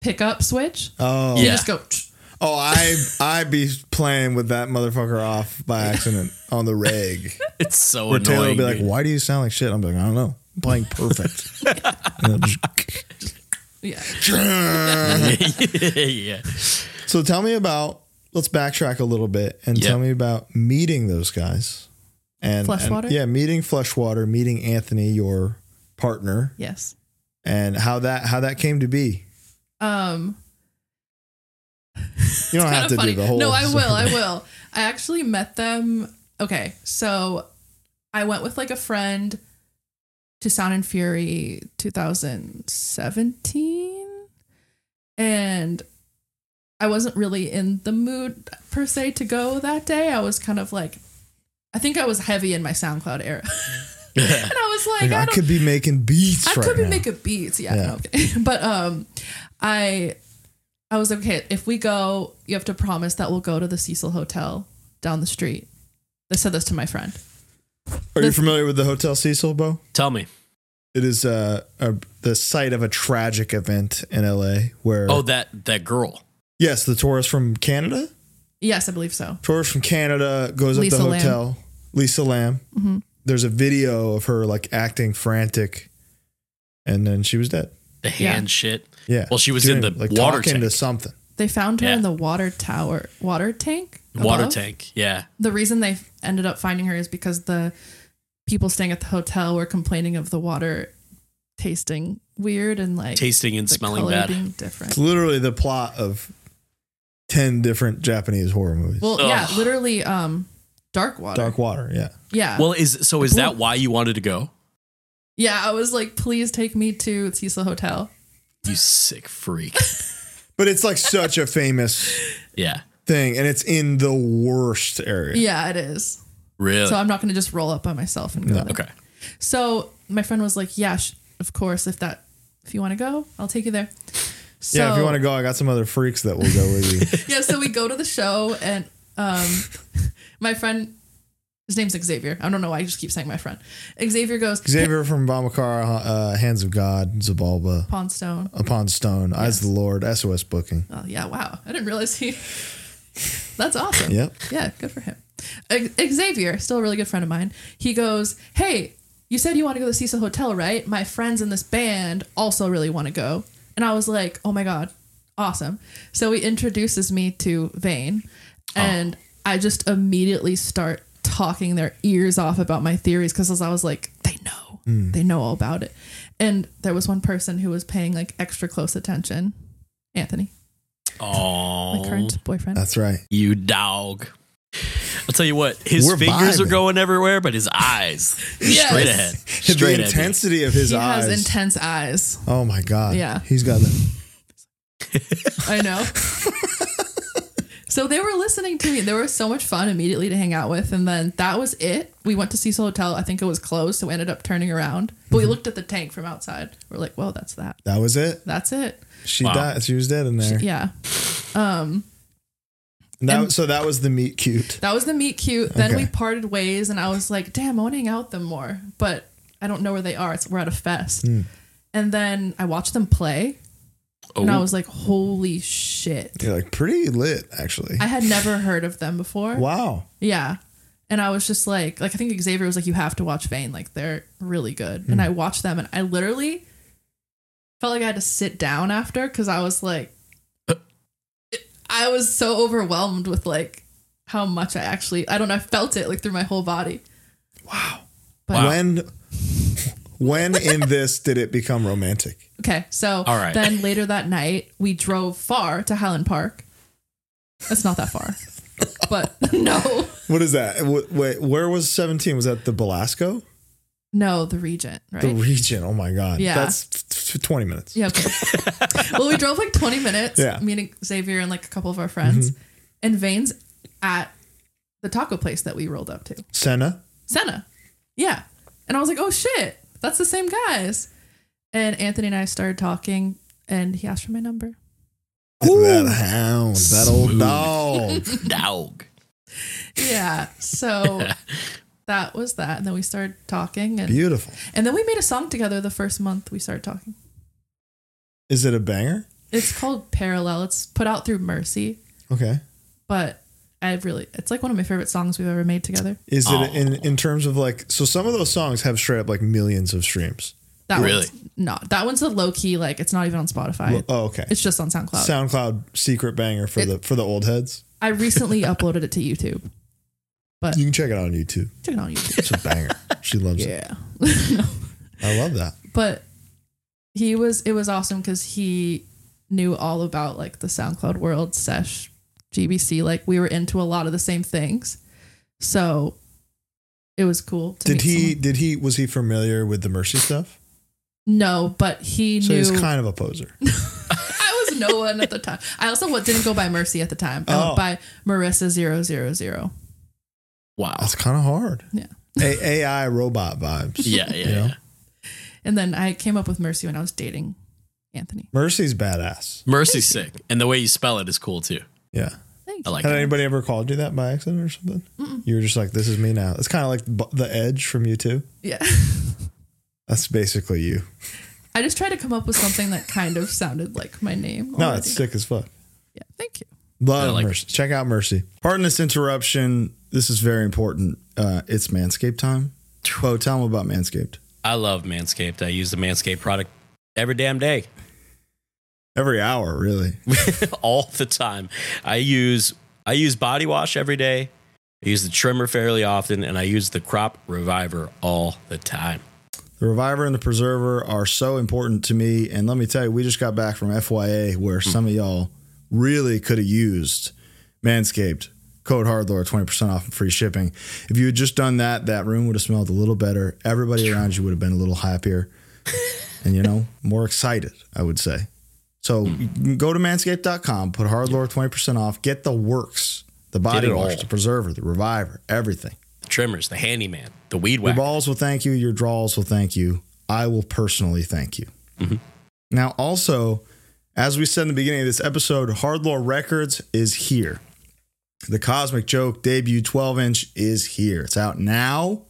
Speaker 4: pickup switch.
Speaker 1: Oh,
Speaker 2: Yeah.
Speaker 4: Just go "Tch."
Speaker 1: oh, I I be playing with that motherfucker off by accident on the reg.
Speaker 2: It's so
Speaker 1: Where Taylor
Speaker 2: annoying.
Speaker 1: will be like,
Speaker 2: dude.
Speaker 1: "Why do you sound like shit?" I'm like, "I don't know. I'm playing perfect." And I'll just-
Speaker 4: yeah.
Speaker 2: yeah.
Speaker 1: so tell me about. Let's backtrack a little bit and
Speaker 2: Yeah.
Speaker 1: tell me about meeting those guys. And, and-
Speaker 4: Fleshwater?
Speaker 1: yeah, meeting Fleshwater, meeting Anthony, your partner,
Speaker 4: Yes.
Speaker 1: and how that how that came to be.
Speaker 4: Um
Speaker 1: You don't
Speaker 4: kind
Speaker 1: have
Speaker 4: of
Speaker 1: to
Speaker 4: funny.
Speaker 1: do the whole.
Speaker 4: no, I will. I will. I actually met them. Okay, so I went with like a friend to Sound and Fury 2017, and I wasn't really in the mood per se to go that day. I was kind of like, I think I was heavy in my SoundCloud era, and I was like,
Speaker 1: Like,
Speaker 4: I,
Speaker 1: I,
Speaker 4: don't.
Speaker 1: could be making beats.
Speaker 4: I
Speaker 1: right
Speaker 4: could be
Speaker 1: now.
Speaker 4: making beats. Yeah.
Speaker 1: Yeah.
Speaker 4: Okay. But um, I I was like, okay. If we go, you have to promise that we'll go to the Cecil Hotel down the street. I said this to my friend.
Speaker 1: Are you familiar with the Hotel Cecil, Bo?
Speaker 2: Tell me.
Speaker 1: It is uh, a, the site of a tragic event in LA where.
Speaker 2: Oh, that that girl.
Speaker 1: yes, the tourist from Canada.
Speaker 4: Yes, I believe so.
Speaker 1: Tourist from Canada goes
Speaker 4: Lisa
Speaker 1: up the
Speaker 4: Lam. Mm-hmm.
Speaker 1: hotel. Lisa Lamb. There's a video of her like acting frantic, and then she was dead.
Speaker 2: The hand shit.
Speaker 1: Yeah.
Speaker 2: Well, she was in the water
Speaker 1: talking
Speaker 2: tank.
Speaker 1: to something.
Speaker 4: They found her
Speaker 2: Yeah.
Speaker 4: in the water tower, water tank.
Speaker 2: Water
Speaker 4: above.
Speaker 2: tank. Yeah.
Speaker 4: The reason they ended up finding her is because the people staying at the hotel were complaining of the water tasting weird and like
Speaker 2: Tasting and
Speaker 4: the
Speaker 2: smelling
Speaker 4: color
Speaker 2: bad.
Speaker 4: being different.
Speaker 1: It's literally the plot of ten different Japanese horror movies.
Speaker 4: Well, yeah,
Speaker 2: Ugh.
Speaker 4: literally, um, dark water.
Speaker 1: Dark Water. Yeah.
Speaker 4: Yeah.
Speaker 2: Well, is so is
Speaker 4: Cool.
Speaker 2: that why you wanted to go?
Speaker 4: Yeah, I was like, please take me to Cecil Hotel.
Speaker 2: You sick freak.
Speaker 1: But it's like such a famous
Speaker 2: Yeah.
Speaker 1: thing, and it's in the worst area.
Speaker 4: Yeah, it is.
Speaker 2: Really?
Speaker 4: So I'm not going to just roll up by myself and go. there.
Speaker 2: okay.
Speaker 4: So my friend was like, yeah, sh- of course. If that, if you want to go, I'll take you there. So,
Speaker 1: yeah, if you want to go, I got some other freaks that will go with you.
Speaker 4: yeah, so we go to the show, and um, my friend, his name's Xavier. I don't know why I just keep saying my friend. Xavier goes,
Speaker 1: Xavier from Bamakara, uh, Hands of God, Zabalba,
Speaker 4: Pawn Stone.
Speaker 1: Upon Stone, Eyes of the Lord, SOS Booking.
Speaker 4: Oh, yeah, wow. I didn't realize he. That's awesome.
Speaker 1: Yep.
Speaker 4: Yeah, good for him. X- Xavier, still a really good friend of mine, he goes, Hey, you said you want to go to the Cecil Hotel, right? My friends in this band also really want to go. And I was like, Oh my God, awesome. So he introduces me to Vane, and I just immediately start talking their ears off about my theories because I was like, They know, they know all about it. And there was one person who was paying like extra close attention Anthony, my
Speaker 2: Oh,
Speaker 4: current boyfriend.
Speaker 1: That's right.
Speaker 2: you dog. I'll tell you what, his
Speaker 1: We're
Speaker 2: fingers
Speaker 1: vibing.
Speaker 2: are going everywhere, but his eyes
Speaker 4: Yes.
Speaker 2: straight ahead. Straight
Speaker 1: the
Speaker 2: ahead.
Speaker 1: intensity of his
Speaker 4: he
Speaker 1: eyes.
Speaker 4: has intense eyes.
Speaker 1: oh my God.
Speaker 4: Yeah.
Speaker 1: He's got the.
Speaker 4: I know. so they were listening to me. They were so much fun immediately to hang out with. And then that was it. We went to Cecil Hotel. I think it was closed. So we ended up turning around. But
Speaker 1: Mm-hmm.
Speaker 4: we looked at the tank from outside. We're like, whoa, that's that.
Speaker 1: That was it.
Speaker 4: That's it.
Speaker 1: She
Speaker 2: Wow.
Speaker 1: died. She was dead in there.
Speaker 4: Yeah. Um,
Speaker 1: And that-
Speaker 4: and-
Speaker 1: so that was the meet cute.
Speaker 4: that was the meet cute. Then
Speaker 1: Okay.
Speaker 4: we parted ways and I was like, damn, I want to hang out with them more. But I don't know where they are. It's, we're at a fest.
Speaker 1: Hmm.
Speaker 4: And then I watched them play and I
Speaker 2: Oh,
Speaker 4: was like, holy shit.
Speaker 1: You're like pretty lit, actually.
Speaker 4: I had never heard of them before.
Speaker 1: wow.
Speaker 4: Yeah. And I was just like, like I think Xavier was like, you have to watch Vane. Like they're really good. And I watched them, and I literally felt like I had to sit down after because I was like, I was so overwhelmed with like how much I actually, I don't know, I felt it like through my whole body. Wow.
Speaker 1: When when in this did it become romantic?
Speaker 4: Okay, so
Speaker 2: All right.
Speaker 4: then later that night, we drove far to Highland Park. That's not that far, but no,
Speaker 1: What is that? Wh- Wait, where was 17? Was that the Belasco?
Speaker 4: no, the Regent, right?
Speaker 1: The region. Oh my god.
Speaker 4: Yeah.
Speaker 1: That's f- f- 20 minutes.
Speaker 4: Yep. well, we drove like 20 minutes,
Speaker 1: Yeah.
Speaker 4: meeting Xavier and like a couple of our friends, and Vane's at the taco place that we rolled up to,
Speaker 1: Senna?
Speaker 4: Senna. Yeah. And I was like, oh shit, that's the same guys. And Anthony and I started talking, and he asked for my number.
Speaker 1: That hound, that old dog.
Speaker 2: Smooth. Dog.
Speaker 4: Yeah. So that was that. And then we started talking, and,
Speaker 1: Beautiful.
Speaker 4: and then we made a song together the first month we started talking.
Speaker 1: Is it a banger?
Speaker 4: It's called Parallel, it's put out through Mercy,
Speaker 1: Okay.
Speaker 4: but. I really, it's like one of my favorite songs we've ever made together.
Speaker 1: Is
Speaker 2: Aw.
Speaker 1: it in in terms of like so some of those songs have straight up like millions of streams.
Speaker 4: That
Speaker 2: Really?
Speaker 4: one's not. That one's a low key. Like it's not even on Spotify.
Speaker 1: Oh, okay.
Speaker 4: It's just on SoundCloud.
Speaker 1: SoundCloud secret banger for
Speaker 4: It-
Speaker 1: the for the old heads.
Speaker 4: I recently uploaded it to YouTube.
Speaker 1: You can check it out on YouTube.
Speaker 4: Check it out on YouTube.
Speaker 1: It's a banger. She loves it.
Speaker 4: yeah.
Speaker 1: I love that.
Speaker 4: But he was. It was awesome because he knew all about like the SoundCloud world sesh GBC. Like we were into a lot of the same things. So it was cool. To
Speaker 1: Did
Speaker 4: meet
Speaker 1: he
Speaker 4: someone.
Speaker 1: did he was he familiar with the Mercy stuff?
Speaker 4: No, but he
Speaker 1: So
Speaker 4: knew.
Speaker 1: he's kind of a poser.
Speaker 4: I was no one at the time. I also wa- didn't go by Mercy at the time. I
Speaker 1: Oh.
Speaker 4: went by Marissa 000.
Speaker 2: Wow.
Speaker 1: That's kind of hard.
Speaker 4: Yeah.
Speaker 1: A- AI robot vibes.
Speaker 2: Yeah, yeah,
Speaker 1: You know?
Speaker 2: yeah.
Speaker 4: And then I came up with Mercy when I was dating Anthony.
Speaker 1: Mercy's badass.
Speaker 2: Mercy's sick. And the way you spell it is cool too.
Speaker 1: Yeah.
Speaker 4: Thank
Speaker 2: I
Speaker 4: you.
Speaker 2: like
Speaker 1: Had
Speaker 2: it.
Speaker 1: anybody ever called you that by accident or something? You were just like, "This is me now." It's kind of like bu- the Edge from you too.
Speaker 4: yeah.
Speaker 1: That's basically you.
Speaker 4: I just tried to come up with something that kind of sounded like my name.
Speaker 1: No,
Speaker 4: already.
Speaker 1: it's sick as fuck.
Speaker 4: Yeah. Thank you.
Speaker 1: Love
Speaker 2: I like
Speaker 1: Mercy. Check out Mercy. Pardon this interruption. This is very important. Uh, it's Manscaped time. Bo, tell them about Manscaped.
Speaker 2: I love Manscaped. I use the Manscaped product every damn day.
Speaker 1: Every hour, really.
Speaker 2: all the time. I use I use body wash every day. I use the trimmer fairly often, and I use the crop reviver all the time.
Speaker 1: The Reviver and the Preserver are so important to me. And let me tell you, we just got back from FYA where
Speaker 2: Hmm.
Speaker 1: some of y'all really could have used Manscaped. Code Hardlore, 20% off and free shipping. If you had just done that, that room would have smelled a little better. Everybody around you would have been a little happier and, you know, more excited, I would say. So you
Speaker 2: Hmm.
Speaker 1: can go to manscaped.com, put Hardlore 20% off, get the works, the body
Speaker 2: it
Speaker 1: wash,
Speaker 2: all.
Speaker 1: the preserver, the reviver, everything.
Speaker 2: The trimmers, the handyman, the weed
Speaker 1: Your
Speaker 2: whacker.
Speaker 1: balls will thank you. Your draws will thank you. I will personally thank you. Now, also, as we said in the beginning of this episode, Hardlaw Records is here. The Cosmic Joke debut 12 inch is here. It's out now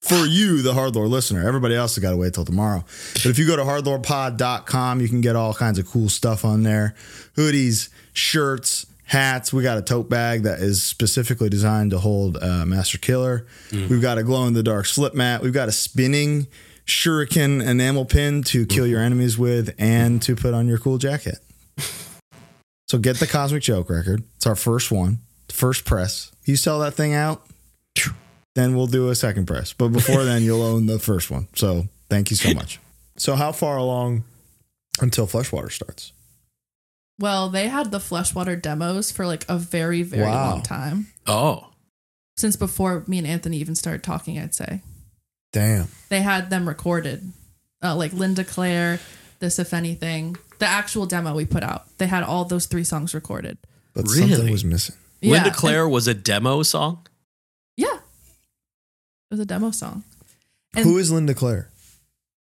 Speaker 1: for you, the Hardlore listener. Everybody else has got to wait till tomorrow. But if you go to hardlorepod.com, you can get all kinds of cool stuff on there hoodies, shirts, hats. We got a tote bag that is specifically designed to hold uh, Master Killer. We've got a glow in the dark slip mat. We've got a spinning shuriken enamel pin to kill your enemies with and to put on your cool jacket. So get the Cosmic Joke record. It's our first one, first press. You sell that thing out then we'll do a second press. But before then, you'll own the first one. So thank you so much. So how far along until Fleshwater starts?
Speaker 4: Well, they had the Fleshwater demos for like a very, very
Speaker 1: Wow.
Speaker 4: long time.
Speaker 2: oh,
Speaker 4: Since before me and Anthony even started talking, I'd say.
Speaker 1: Damn.
Speaker 4: They had them recorded. Uh, like Linda Claire, This If Anything, the actual demo we put out. They had all those three songs recorded.
Speaker 1: But something
Speaker 2: Really?
Speaker 1: was missing.
Speaker 4: Yeah.
Speaker 2: Linda Claire was a demo song.
Speaker 4: Yeah. It was a demo song. And-
Speaker 1: Who is Linda Claire?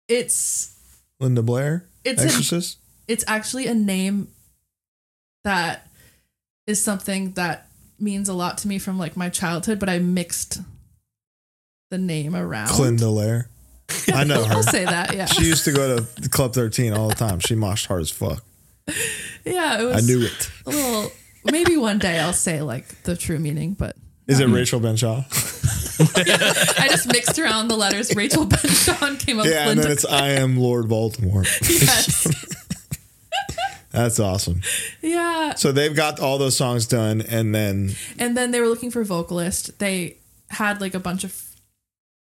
Speaker 4: It's
Speaker 1: Linda Blair?
Speaker 4: It's an-
Speaker 1: Exorcist?
Speaker 4: it's actually a name that is something that means a lot to me from like my childhood, but I mixed the name around.
Speaker 1: Clinda Lair. I know her.
Speaker 4: I'll say that, yeah.
Speaker 1: She used to go to Club 13 all the time. She moshed hard as fuck.
Speaker 4: yeah, it
Speaker 1: I
Speaker 4: was
Speaker 1: knew it.
Speaker 4: a little maybe one day I'll say like the true meaning, but
Speaker 1: Is it Rachel Benshaw?
Speaker 4: I just mixed around the letters. Rachel Benson came up
Speaker 1: Yeah, and
Speaker 4: with
Speaker 1: then
Speaker 4: Linda.
Speaker 1: it's I am Lord Baltimore.
Speaker 4: Yes.
Speaker 1: That's awesome.
Speaker 4: yeah.
Speaker 1: So they've got all those songs done, and then
Speaker 4: And then they were looking for a vocalist. They had like a bunch of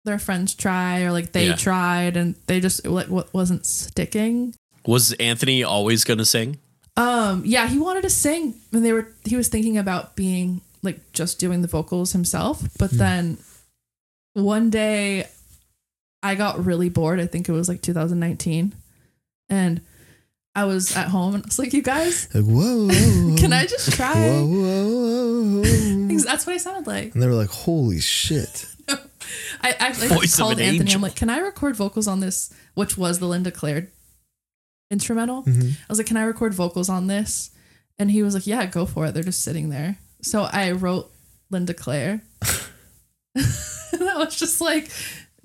Speaker 4: their friends try, or like they
Speaker 2: Yeah.
Speaker 4: tried, and they just like what wasn't sticking.
Speaker 2: Was Anthony always going to sing?
Speaker 4: Um, yeah, he wanted to sing, and they were he was thinking about being like just doing the vocals himself. But then one day, I got really bored. I think it was like 2019, and I was at home and I was like, "You guys,
Speaker 1: like whoa, whoa,
Speaker 4: can I just try?"
Speaker 1: whoa, whoa, whoa, whoa.
Speaker 4: Things- That's what I sounded like.
Speaker 1: and they were like, "Holy shit!"
Speaker 4: I, I, I
Speaker 2: Voice of
Speaker 4: called
Speaker 2: an
Speaker 4: Anthony.
Speaker 2: angel.
Speaker 4: I'm like, can I record vocals on this? Which was the Linda Claire instrumental.
Speaker 2: Mm-hmm.
Speaker 4: I was like, can I record vocals on this? And he was like, yeah, go for it. They're just sitting there. So I wrote Linda Claire. and I was just like,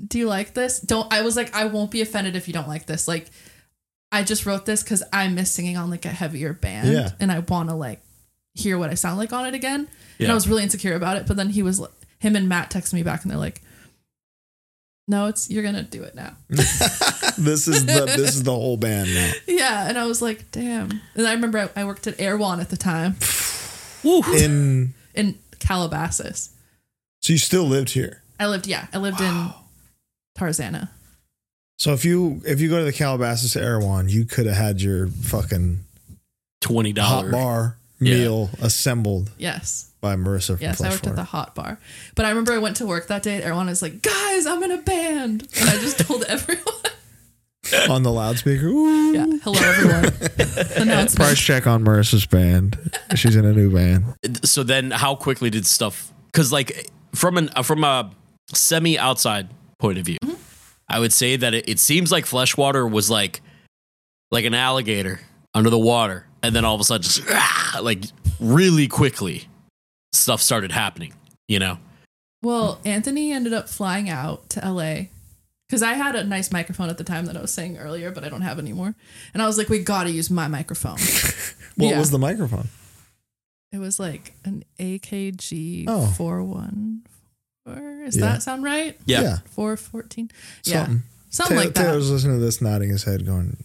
Speaker 4: do you like this? Don't. I was like, I won't be offended if you don't like this. Like, I just wrote this because I miss singing on like a heavier band,
Speaker 1: Yeah.
Speaker 4: and I want to like hear what I sound like on it again. And
Speaker 2: Yeah.
Speaker 4: I was really insecure about it, but then he was li- him and Matt texted me back, and they're like, "No, it's you're gonna do it now."
Speaker 1: This is the this is the whole band now.
Speaker 4: yeah, and I was like, "Damn!" And I remember I, I worked at Erewhon at the time
Speaker 2: Woo.
Speaker 1: In
Speaker 4: in Calabasas.
Speaker 1: so you still lived here.
Speaker 4: I lived, yeah, I lived in Tarzana.
Speaker 1: So if you if you go to the Calabasas Erewhon, you could have had your fucking
Speaker 2: $20.
Speaker 1: hot bar
Speaker 2: Yeah.
Speaker 1: meal assembled
Speaker 4: Yes.
Speaker 1: by Marissa from
Speaker 4: Yes, I
Speaker 1: Flesh
Speaker 4: worked at
Speaker 1: Farm.
Speaker 4: the hot bar. But I remember I went to work that day and everyone was like, guys, I'm in a band. And I just told everyone.
Speaker 1: on the loudspeaker. Ooh.
Speaker 4: yeah. Hello, everyone. Announcement.
Speaker 1: Price check on Marissa's band. She's in a new band.
Speaker 2: so then how quickly did stuff because like from an from a semi outside point of view i would say that it, it seems like fleshwater was like like an alligator under the water and then all of a sudden just "Ah!" like really quickly stuff started happening you know
Speaker 4: Well, Anthony ended up flying out to LA because I had a nice microphone at the time that I was saying earlier, but I don't have anymore. And I was like, we got to use my microphone.
Speaker 1: What
Speaker 4: Yeah.
Speaker 1: was the microphone?
Speaker 4: It was like an AKG
Speaker 1: Oh.
Speaker 4: 414. Does
Speaker 1: Yeah.
Speaker 4: that sound right?
Speaker 2: yeah,
Speaker 4: 414? Yeah.
Speaker 1: Something.
Speaker 4: Something,
Speaker 1: Ta-
Speaker 4: like that.
Speaker 1: Taylor's listening to this, nodding his head, going,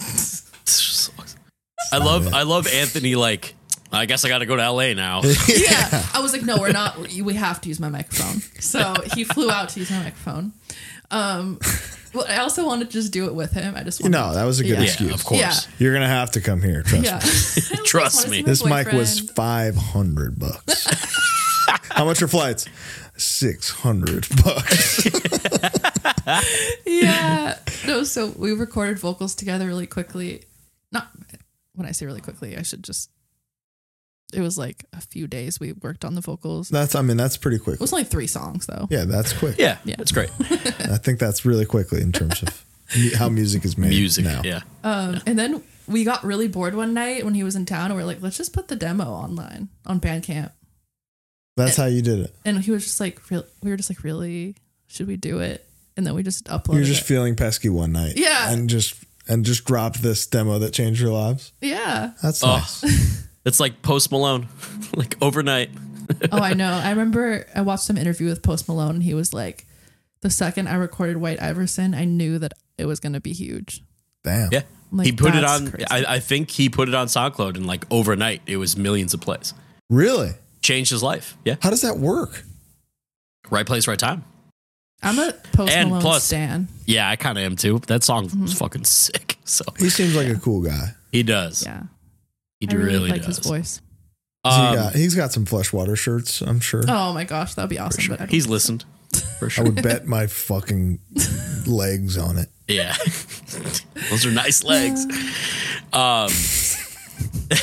Speaker 2: i love i love anthony like i guess i gotta go to la now
Speaker 4: yeah. I was like, no, we're not. We have to use my microphone. So he flew out to use my microphone. Um, well, I also wanted to just do it with him. I just wanted
Speaker 1: "No, that was a good
Speaker 4: Yeah.
Speaker 1: excuse.
Speaker 2: yeah of course
Speaker 4: Yeah.
Speaker 1: You're gonna have to come here. Trust
Speaker 4: yeah.
Speaker 1: me.
Speaker 2: Trust
Speaker 4: Honestly,
Speaker 2: me.
Speaker 4: my
Speaker 1: This mic was
Speaker 4: boyfriend-
Speaker 1: five hundred bucks. How much are flights? Six hundred bucks.
Speaker 4: yeah. No, so we recorded vocals together really quickly. Not when I say really quickly, I should just. It was like a few days we worked on the vocals. It
Speaker 1: That's. I mean, that's pretty quick.
Speaker 4: was only three songs though.
Speaker 1: Yeah, that's quick.
Speaker 2: yeah,
Speaker 4: Yeah.
Speaker 2: that's great
Speaker 1: I think that's really quickly in terms of mu- how music is made.
Speaker 2: music
Speaker 1: now.
Speaker 2: yeah
Speaker 4: Um, And then we got really bored one night when he was in town, and we are like, let's just put the demo online on Bandcamp.
Speaker 1: That's how you did it.
Speaker 4: And he was just like, real, we were just like, really? Should we do it? And then we just uploaded
Speaker 1: You're just
Speaker 4: it.
Speaker 1: feeling pesky one night.
Speaker 4: Yeah.
Speaker 1: And just and just dropped this demo that changed your lives.
Speaker 4: yeah.
Speaker 1: That's
Speaker 2: Oh.
Speaker 1: nice.
Speaker 2: it's like post malone like overnight
Speaker 4: Oh, I know. I remember I watched some interview with Post Malone, and he was like, the second I recorded White Iverson, I knew that it was going to be huge.
Speaker 1: Damn.
Speaker 2: Yeah.
Speaker 4: I'm like,
Speaker 2: he put it
Speaker 4: "That's
Speaker 2: on.
Speaker 4: crazy."
Speaker 2: I, I think he put it on SoundCloud, and like overnight, it was millions of plays.
Speaker 1: Really?
Speaker 2: Changed his life. Yeah,
Speaker 1: How does that work?
Speaker 2: right place, right time.
Speaker 4: I'm a Post
Speaker 2: And
Speaker 4: Malone
Speaker 2: plus-
Speaker 4: stan.
Speaker 2: Yeah, I kind of am too. That song
Speaker 4: Mm-hmm.
Speaker 2: was fucking sick. So
Speaker 1: He seems like a cool guy.
Speaker 2: he does.
Speaker 4: Yeah.
Speaker 2: He
Speaker 4: I really,
Speaker 2: really,
Speaker 4: like
Speaker 2: does.
Speaker 4: his voice.
Speaker 1: He's
Speaker 2: Um,
Speaker 1: got- he's got some Fleshwater shirts, I'm sure.
Speaker 4: Oh my gosh, that'd be awesome.
Speaker 2: sure.
Speaker 4: but I don't-
Speaker 2: He's listened for
Speaker 1: I
Speaker 2: sure.
Speaker 1: would bet my fucking legs on it.
Speaker 2: Yeah. Those are nice legs. Um,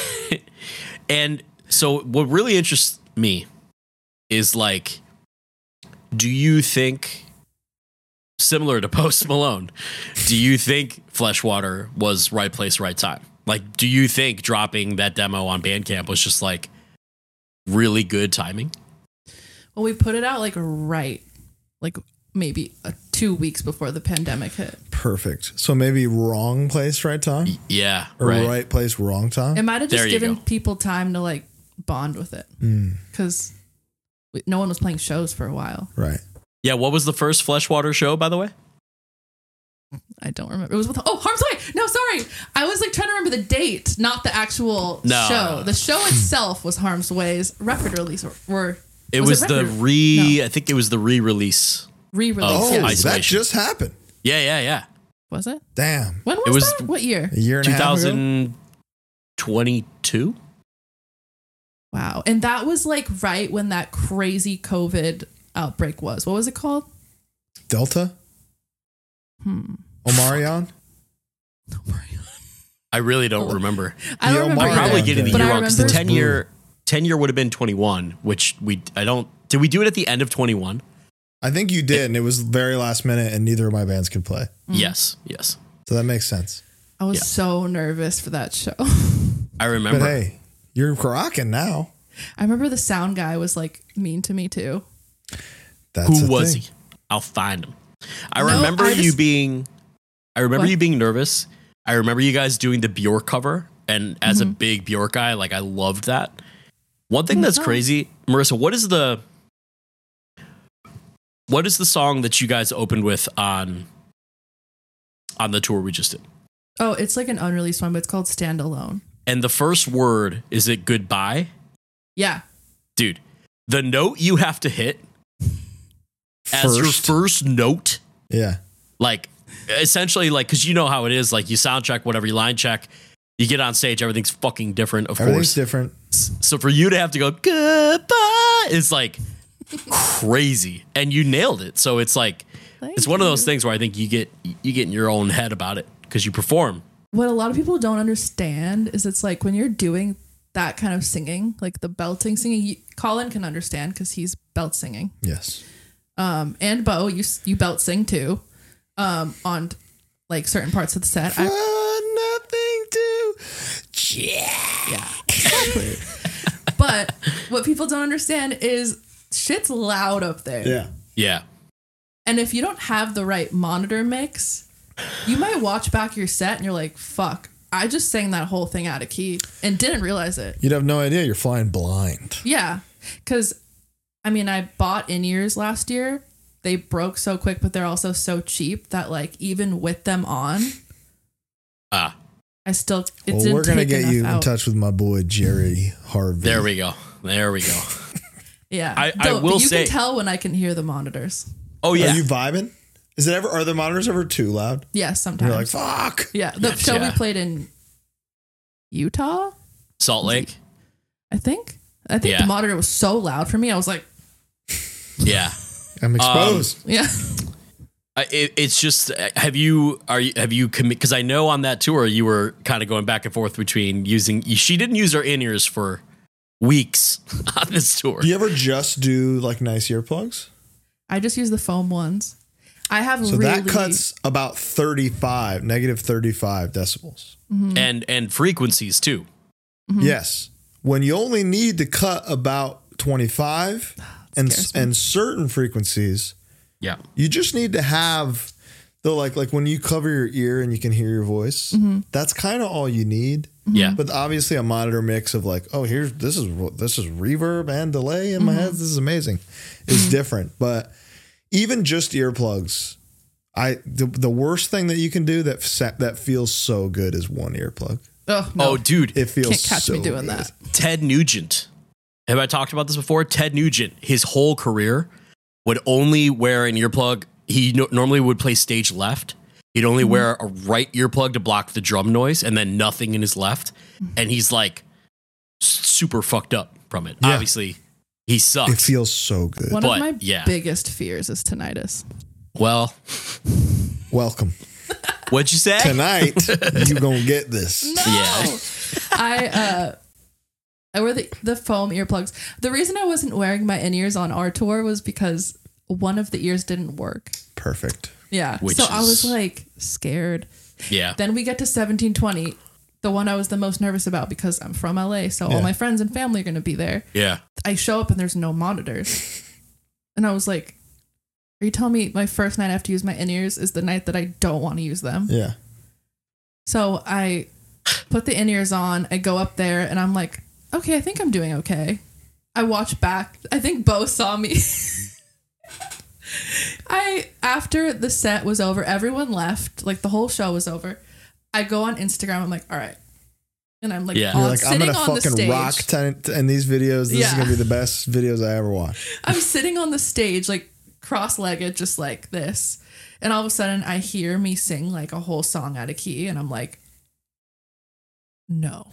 Speaker 2: and so, what really interests me is like, do you think, similar to Post Malone, do you think Fleshwater was right place, right time? Like, do you think dropping that demo on Bandcamp was just like really good timing?
Speaker 4: Well, we put it out like right, like maybe uh, two weeks before the pandemic hit.
Speaker 1: Perfect. So maybe wrong place, right time?
Speaker 2: Yeah.
Speaker 1: Or right,
Speaker 2: Right.
Speaker 1: place, wrong time?
Speaker 4: It might have just
Speaker 2: There you
Speaker 4: given
Speaker 2: go.
Speaker 4: people time to like bond with it
Speaker 1: Mm,
Speaker 2: Hmm.
Speaker 4: because no one was playing shows for a while.
Speaker 1: right.
Speaker 2: Yeah, what was the first Fleshwater show, by the way?
Speaker 4: I don't remember. It was with oh Harm's Way. No, sorry. I was like trying to remember the date, not the actual
Speaker 2: No.
Speaker 4: show. The show itself was Harm's Way's record release or, or
Speaker 2: It was, the
Speaker 4: record
Speaker 2: re. I think it was the re-release.
Speaker 4: re-release.
Speaker 2: Oh,
Speaker 4: yes.
Speaker 1: Oh, that
Speaker 2: Isolation.
Speaker 1: just happened.
Speaker 2: Yeah, yeah, yeah.
Speaker 4: was it?
Speaker 1: Damn.
Speaker 4: When was,
Speaker 2: It was-
Speaker 4: that? What year?
Speaker 1: A year and a half ago.
Speaker 2: 2022.
Speaker 4: Wow. And that was like right when that crazy COVID outbreak was. What was it called?
Speaker 1: Delta? Hmm. Omarion?
Speaker 2: I really
Speaker 4: Oh.
Speaker 2: don't remember.
Speaker 4: I
Speaker 1: The
Speaker 4: don't remember.
Speaker 2: I'm
Speaker 1: Omarion
Speaker 2: probably
Speaker 1: yeah,
Speaker 2: getting the
Speaker 4: but
Speaker 1: okay.
Speaker 2: year
Speaker 4: I
Speaker 2: wrong because the
Speaker 4: remember-
Speaker 2: ten year ten year would have been twenty one, which we I don't. Did we do it at the end of twenty one?
Speaker 1: I think you did, and it was very last minute, and neither of my bands could play.
Speaker 4: Mm.
Speaker 2: Yes, yes.
Speaker 1: So that makes sense.
Speaker 4: I was
Speaker 2: Yeah.
Speaker 4: so nervous for that show.
Speaker 2: I
Speaker 1: But
Speaker 2: remember.
Speaker 1: hey, you're rocking now.
Speaker 4: I remember the sound guy was like mean to me too.
Speaker 1: That's
Speaker 2: Who
Speaker 1: a
Speaker 2: was
Speaker 1: thing.
Speaker 2: he? I'll find him. I
Speaker 4: No,
Speaker 2: remember
Speaker 4: I
Speaker 2: you
Speaker 4: just-
Speaker 2: being. I remember
Speaker 4: What?
Speaker 2: you being nervous. I remember you guys doing the Bjork cover, and as
Speaker 4: Mm-hmm.
Speaker 2: a big Bjork guy, like I loved that. One thing that's
Speaker 4: Mhm.
Speaker 2: crazy, Marissa. What is the what is the song that you guys opened with on on the tour we just did?
Speaker 4: Oh, it's like an unreleased one, but it's called Standalone.
Speaker 2: And the first word is it goodbye,
Speaker 4: Yeah.
Speaker 2: dude. The note you have to hit as your first note
Speaker 1: yeah.
Speaker 2: like essentially like because you know how it is like you sound check whatever you line check you get on stage everything's fucking different of
Speaker 1: Everything's
Speaker 2: course
Speaker 1: different.
Speaker 2: so for you to have to go goodbye is like crazy and you nailed it so it's like
Speaker 4: Thank
Speaker 2: it's one of those things where i think you get you get in your own head about it because you perform
Speaker 4: What a lot of people don't understand is it's like when you're doing that kind of singing, like the belting singing, you, Colin can understand because he's belt singing.
Speaker 1: Yes.
Speaker 4: Um, and Bo, you s- you belt sing too, um, on like certain parts of the set. I,
Speaker 1: Uh, nothing to. Yeah.
Speaker 4: yeah, exactly. but what people don't understand is shit's loud up there.
Speaker 1: Yeah.
Speaker 2: yeah
Speaker 4: And if you don't have the right monitor mix, you might watch back your set and you're like, fuck, I just sang that whole thing out of key and didn't realize it.
Speaker 1: You'd have no idea. You're flying blind.
Speaker 4: Yeah. Cause I mean, I bought in ears last year. They broke so quick, but they're also so cheap that like even with them on,
Speaker 2: ah
Speaker 4: I still it
Speaker 1: well,
Speaker 4: didn't
Speaker 1: we're gonna
Speaker 4: take
Speaker 1: get
Speaker 4: enough
Speaker 1: you in
Speaker 4: out.
Speaker 1: touch with my boy Jerry Harvey.
Speaker 2: there we go there we go
Speaker 4: Yeah,
Speaker 2: I- I
Speaker 4: but
Speaker 2: will
Speaker 4: you
Speaker 2: say-
Speaker 4: can tell when I can hear the monitors.
Speaker 2: oh
Speaker 1: Are
Speaker 2: yeah
Speaker 1: you vibing? Is it ever? Are the monitors ever too loud?
Speaker 4: Yeah,
Speaker 1: You're
Speaker 4: sometimes.
Speaker 1: like fuck.
Speaker 4: yeah, the show
Speaker 2: Yeah.
Speaker 4: we played in Utah,
Speaker 2: salt lake
Speaker 4: I think. I think
Speaker 2: Yeah.
Speaker 4: the monitor was so loud for me. I was like,
Speaker 2: yeah
Speaker 1: I'm
Speaker 2: Um,
Speaker 1: exposed.
Speaker 4: yeah.
Speaker 2: I, it, it's just uh, have you are you have you commit because I know on that tour you were kind of going back and forth between using she didn't use her in ears for weeks on this tour.
Speaker 1: do you ever just do like nice earplugs?
Speaker 4: I just use the foam ones. I have
Speaker 1: So
Speaker 4: really
Speaker 1: that cuts about 35, negative 35 decibels.
Speaker 2: and and frequencies too.
Speaker 4: Mm-hmm.
Speaker 1: Yes. When you only need to cut about 25 and
Speaker 4: scares me.
Speaker 1: and certain frequencies,
Speaker 2: Yeah,
Speaker 1: you just need to have the like like when you cover your ear and you can hear your voice.
Speaker 4: Mm-hmm.
Speaker 1: That's kind of all you need.
Speaker 2: yeah,
Speaker 1: But obviously a monitor mix of like, oh, here's this is this is reverb and delay in my
Speaker 4: Mm-hmm.
Speaker 1: head. This is amazing. Is different, but even just earplugs, I the, the worst thing that you can do that sa- that feels so good is one earplug.
Speaker 4: Oh, no.
Speaker 2: Oh, dude,
Speaker 1: It feels
Speaker 4: Can't catch
Speaker 1: so
Speaker 4: me doing
Speaker 1: good.
Speaker 4: that.
Speaker 2: Ted Nugent. Have I talked about this before? Ted Nugent, his whole career would only wear an earplug. He no- normally would play stage left. He'd only
Speaker 4: Mm-hmm.
Speaker 2: wear a right earplug to block the drum noise and then nothing in his left.
Speaker 4: Mm-hmm.
Speaker 2: And he's like s- super fucked up from it.
Speaker 1: Yeah.
Speaker 2: Obviously, he
Speaker 1: It
Speaker 2: sucks.
Speaker 1: feels so good.
Speaker 4: One
Speaker 2: but,
Speaker 4: of my
Speaker 2: yeah.
Speaker 4: biggest fears is tinnitus.
Speaker 2: well,
Speaker 1: Welcome.
Speaker 2: what'd you say?
Speaker 1: Tonight, you going to get this.
Speaker 2: Yeah.
Speaker 4: I uh I wear the, the foam earplugs. The reason I wasn't wearing my in ears on our tour was because one of the ears didn't work.
Speaker 1: Perfect.
Speaker 4: Yeah.
Speaker 2: Which
Speaker 4: so I
Speaker 2: is-
Speaker 4: was like scared.
Speaker 2: Yeah.
Speaker 4: Then we get to 1720, the one I was the most nervous about because I'm from LA, so
Speaker 1: Yeah.
Speaker 4: all my friends and family are going to be there.
Speaker 2: Yeah.
Speaker 4: I show up and there's no monitors. and I was like, are you telling me my first night I have to use my in ears is the night that I don't want to use them?
Speaker 1: Yeah.
Speaker 4: So I put the in ears on. I go up there and I'm like, okay, I think I'm doing okay. I watch back. I think Bo saw me. I after the set was over, everyone left. Like the whole show was over. I go on Instagram. I'm like, all right, and I'm like,
Speaker 2: Yeah.
Speaker 4: on,
Speaker 2: You're
Speaker 1: You're like, I'm
Speaker 4: sitting
Speaker 1: gonna
Speaker 4: on the
Speaker 1: fucking
Speaker 4: stage.
Speaker 1: rock ten- in these videos. This is
Speaker 4: Yeah.
Speaker 1: gonna be the best videos I ever watched.
Speaker 4: I'm sitting on the stage, like cross-legged, just like this, and all of a sudden, I hear me sing like a whole song out of key, and I'm like, no.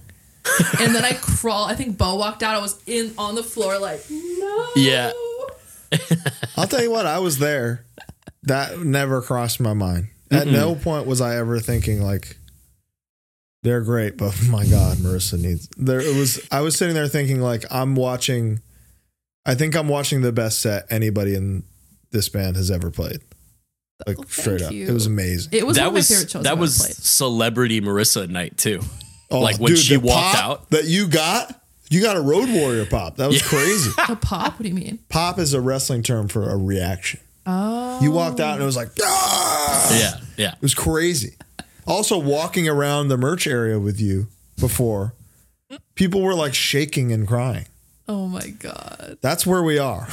Speaker 4: and then I crawl. I think Bo walked out. I was in on the floor, like no.
Speaker 2: Yeah.
Speaker 1: I'll tell you what, I was there. That never crossed my mind. At no point was I ever thinking like they're great, but my God, Marissa needs there it was I was sitting there thinking like I'm watching I think I'm watching the best set anybody in this band has ever played. Like
Speaker 4: Oh,
Speaker 1: straight
Speaker 4: thank
Speaker 1: up.
Speaker 4: you.
Speaker 1: It was amazing.
Speaker 4: It was one
Speaker 2: that
Speaker 4: of
Speaker 2: was
Speaker 4: my favorite shows. I've
Speaker 2: that
Speaker 4: ever
Speaker 2: was
Speaker 4: played.
Speaker 2: celebrity Marissa night too.
Speaker 1: Oh,
Speaker 2: like, when she
Speaker 1: the
Speaker 2: walked
Speaker 1: pop
Speaker 2: out-
Speaker 1: that you got you got a road warrior pop. That was crazy.
Speaker 4: a pop. What do you mean?
Speaker 1: Pop is a wrestling term for a reaction.
Speaker 4: Oh,
Speaker 1: You walked out and it was like, "Ah!"
Speaker 2: Yeah, yeah.
Speaker 1: It was crazy. Also, walking around the merch area with you before, people were like shaking and crying.
Speaker 4: oh my god!
Speaker 1: That's where we are.